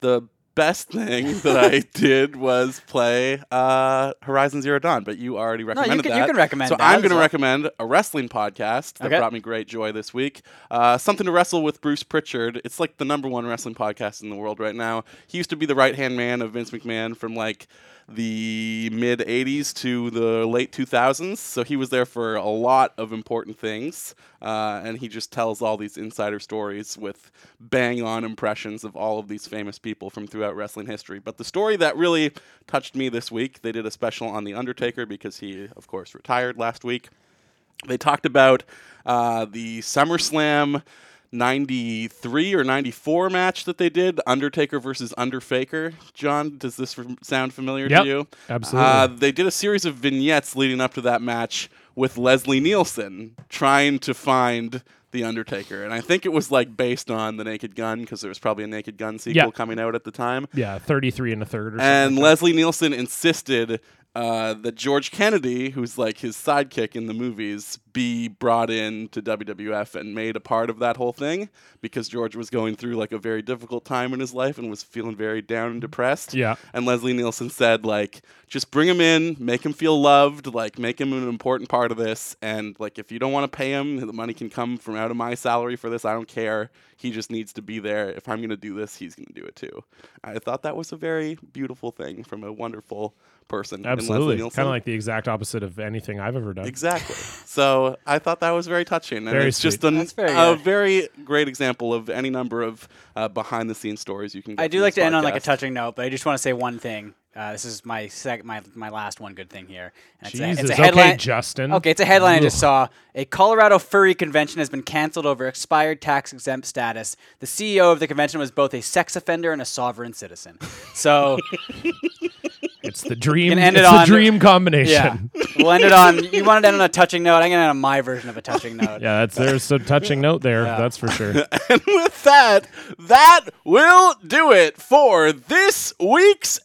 Speaker 4: the best thing that I did was play uh, Horizon Zero Dawn, but you already recommended
Speaker 5: can- you
Speaker 4: that.
Speaker 5: can recommend
Speaker 4: So
Speaker 5: that
Speaker 4: I'm
Speaker 5: as
Speaker 4: going to
Speaker 5: well.
Speaker 4: recommend a wrestling podcast that
Speaker 5: Okay.
Speaker 4: brought me great joy this week. Uh, Something to Wrestle with Bruce Pritchard. It's like the number one wrestling podcast in the world right now. He used to be the right hand man of Vince McMahon from like the mid 80s to the late 2000s. So he was there for a lot of important things. Uh, and he just tells all these insider stories with bang on impressions of all of these famous people from throughout wrestling history. But the story that really touched me this week, they did a special on The Undertaker because he, of course, retired last week they talked about uh, the SummerSlam 93 or 94 match that they did Undertaker versus Underfaker. John, does this rem- sound familiar
Speaker 6: Yep,
Speaker 4: to you?
Speaker 6: absolutely.
Speaker 4: Uh, they did a series of vignettes leading up to that match with Leslie Nielsen trying to find the Undertaker. And I think it was like based on The Naked Gun because there was probably a Naked Gun sequel
Speaker 6: Yeah.
Speaker 4: coming out at the time.
Speaker 6: yeah, 33 and a third or something.
Speaker 4: And Leslie Nielsen insisted uh, that George Kennedy, who's like his sidekick in the movies, be brought in to WWF and made a part of that whole thing because George was going through like a very difficult time in his life and was feeling very down and depressed.
Speaker 6: Yeah.
Speaker 4: And Leslie Nielsen said, like, just bring him in, make him feel loved, like, make him an important part of this. And, like, if you don't want to pay him, the money can come from out of my salary for this. I don't care. He just needs to be there. If I'm going to do this, he's going to do it too. I thought that was a very beautiful thing from a wonderful person. in Leslie
Speaker 6: Absolutely.
Speaker 4: Nielsen.
Speaker 6: Kind of like the exact opposite of anything I've ever done.
Speaker 4: Exactly. So I thought that was very touching, and
Speaker 6: Very
Speaker 4: it's just
Speaker 6: sweet.
Speaker 4: an,
Speaker 5: That's very
Speaker 4: a
Speaker 5: nice.
Speaker 4: very great example of any number of uh, behind-the-scenes stories you can. get
Speaker 5: I do
Speaker 4: from
Speaker 5: like to
Speaker 4: this
Speaker 5: end on like a
Speaker 4: podcast.
Speaker 5: touching note, but I just want to say one thing. Uh, this is my sec- my my last one good thing here. And it's a- it's
Speaker 6: Jesus.
Speaker 5: a
Speaker 6: Okay,
Speaker 5: headline-
Speaker 6: Justin.
Speaker 5: Okay, it's a headline I just saw. A Colorado furry convention has been canceled over expired tax exempt status. The CEO of the convention was both a sex offender and a sovereign citizen. So
Speaker 6: It's the dream.
Speaker 5: can end
Speaker 6: it's
Speaker 5: it
Speaker 6: the
Speaker 5: on-
Speaker 6: dream
Speaker 5: yeah,
Speaker 6: combination.
Speaker 5: we'll end it on. You wanted to end on a touching note. I'm gonna end on my version of a touching note.
Speaker 6: Yeah, that's there's a touching note there. That's for sure.
Speaker 4: And with that, that will do it for this week's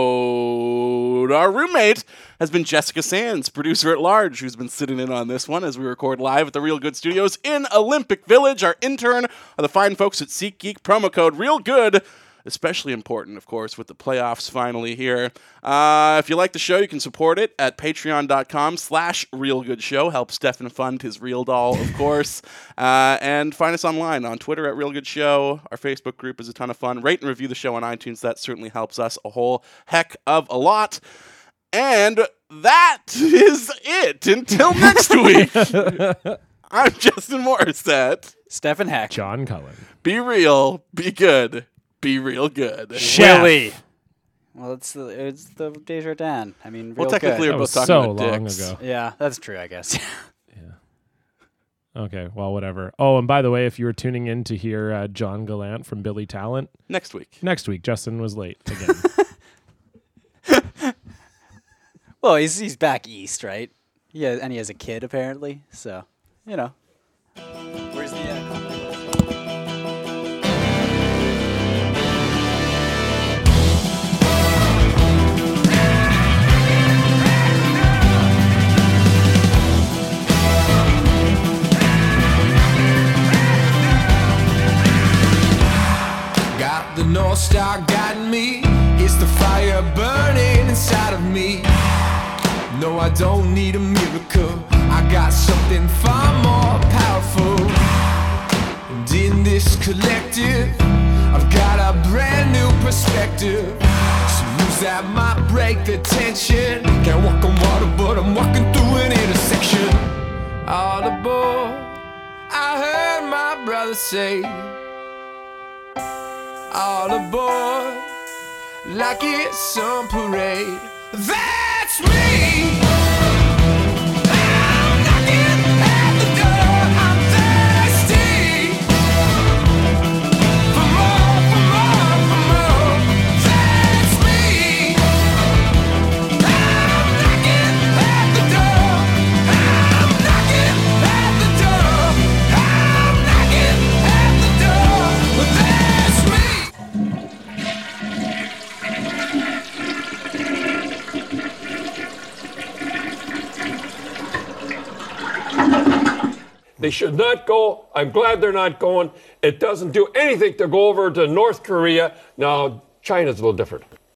Speaker 4: episode. Our roommate has been Jessica Sands, producer at large, who's been sitting in on this one as we record live at the Real Good Studios in Olympic Village. Our intern are the fine folks at SeatGeek. Promo code Real Good. Especially important, of course, with the playoffs finally here. Uh, if you like the show, you can support it at patreon.com slash real good show. Help Stefan fund his real doll, of course. Uh, and find us online on Twitter at Real Good Show. Our Facebook group is a ton of fun. Rate and review the show on iTunes. That certainly helps us a whole heck of a lot. And that is it. Until next week, I'm Justin Morissette.
Speaker 5: Stefan Heck.
Speaker 6: John Cullen.
Speaker 4: Be real, be good, be real good.
Speaker 6: Chef.
Speaker 5: Willie. Well, it's the it's the Desjardins. I mean,
Speaker 4: Well,
Speaker 5: real
Speaker 4: technically, we're That
Speaker 5: good.
Speaker 4: both was talking so about long dicks. ago.
Speaker 5: Yeah, that's true. I guess.
Speaker 6: Okay, well, whatever. Oh, and by the way, if you were tuning in to hear uh, John Gallant from Billy Talent
Speaker 4: Next week.
Speaker 6: next week, Justin was late again.
Speaker 5: well, he's he's back east, right? Yeah, and he has a kid apparently. So, you know. Where's the? uh,
Speaker 12: Got the North Star guiding me. It's the fire burning inside of me. No, I don't need a miracle. I got something far more powerful. And in this collective, I've got a brand new perspective. So lose that might break the tension. Can't walk on water, but I'm walking through an intersection. All aboard, I heard my brother say. All aboard, like it's some parade. That's me. I'm knocking at the door. I'm thirsty for more, for more, for more. That's me. I'm knocking at the door. I'm knocking at the door. I'm knocking at the door. That's me.
Speaker 10: They should not go. I'm glad they're not going. It doesn't do anything to go over to North Korea. Now, China's a little different.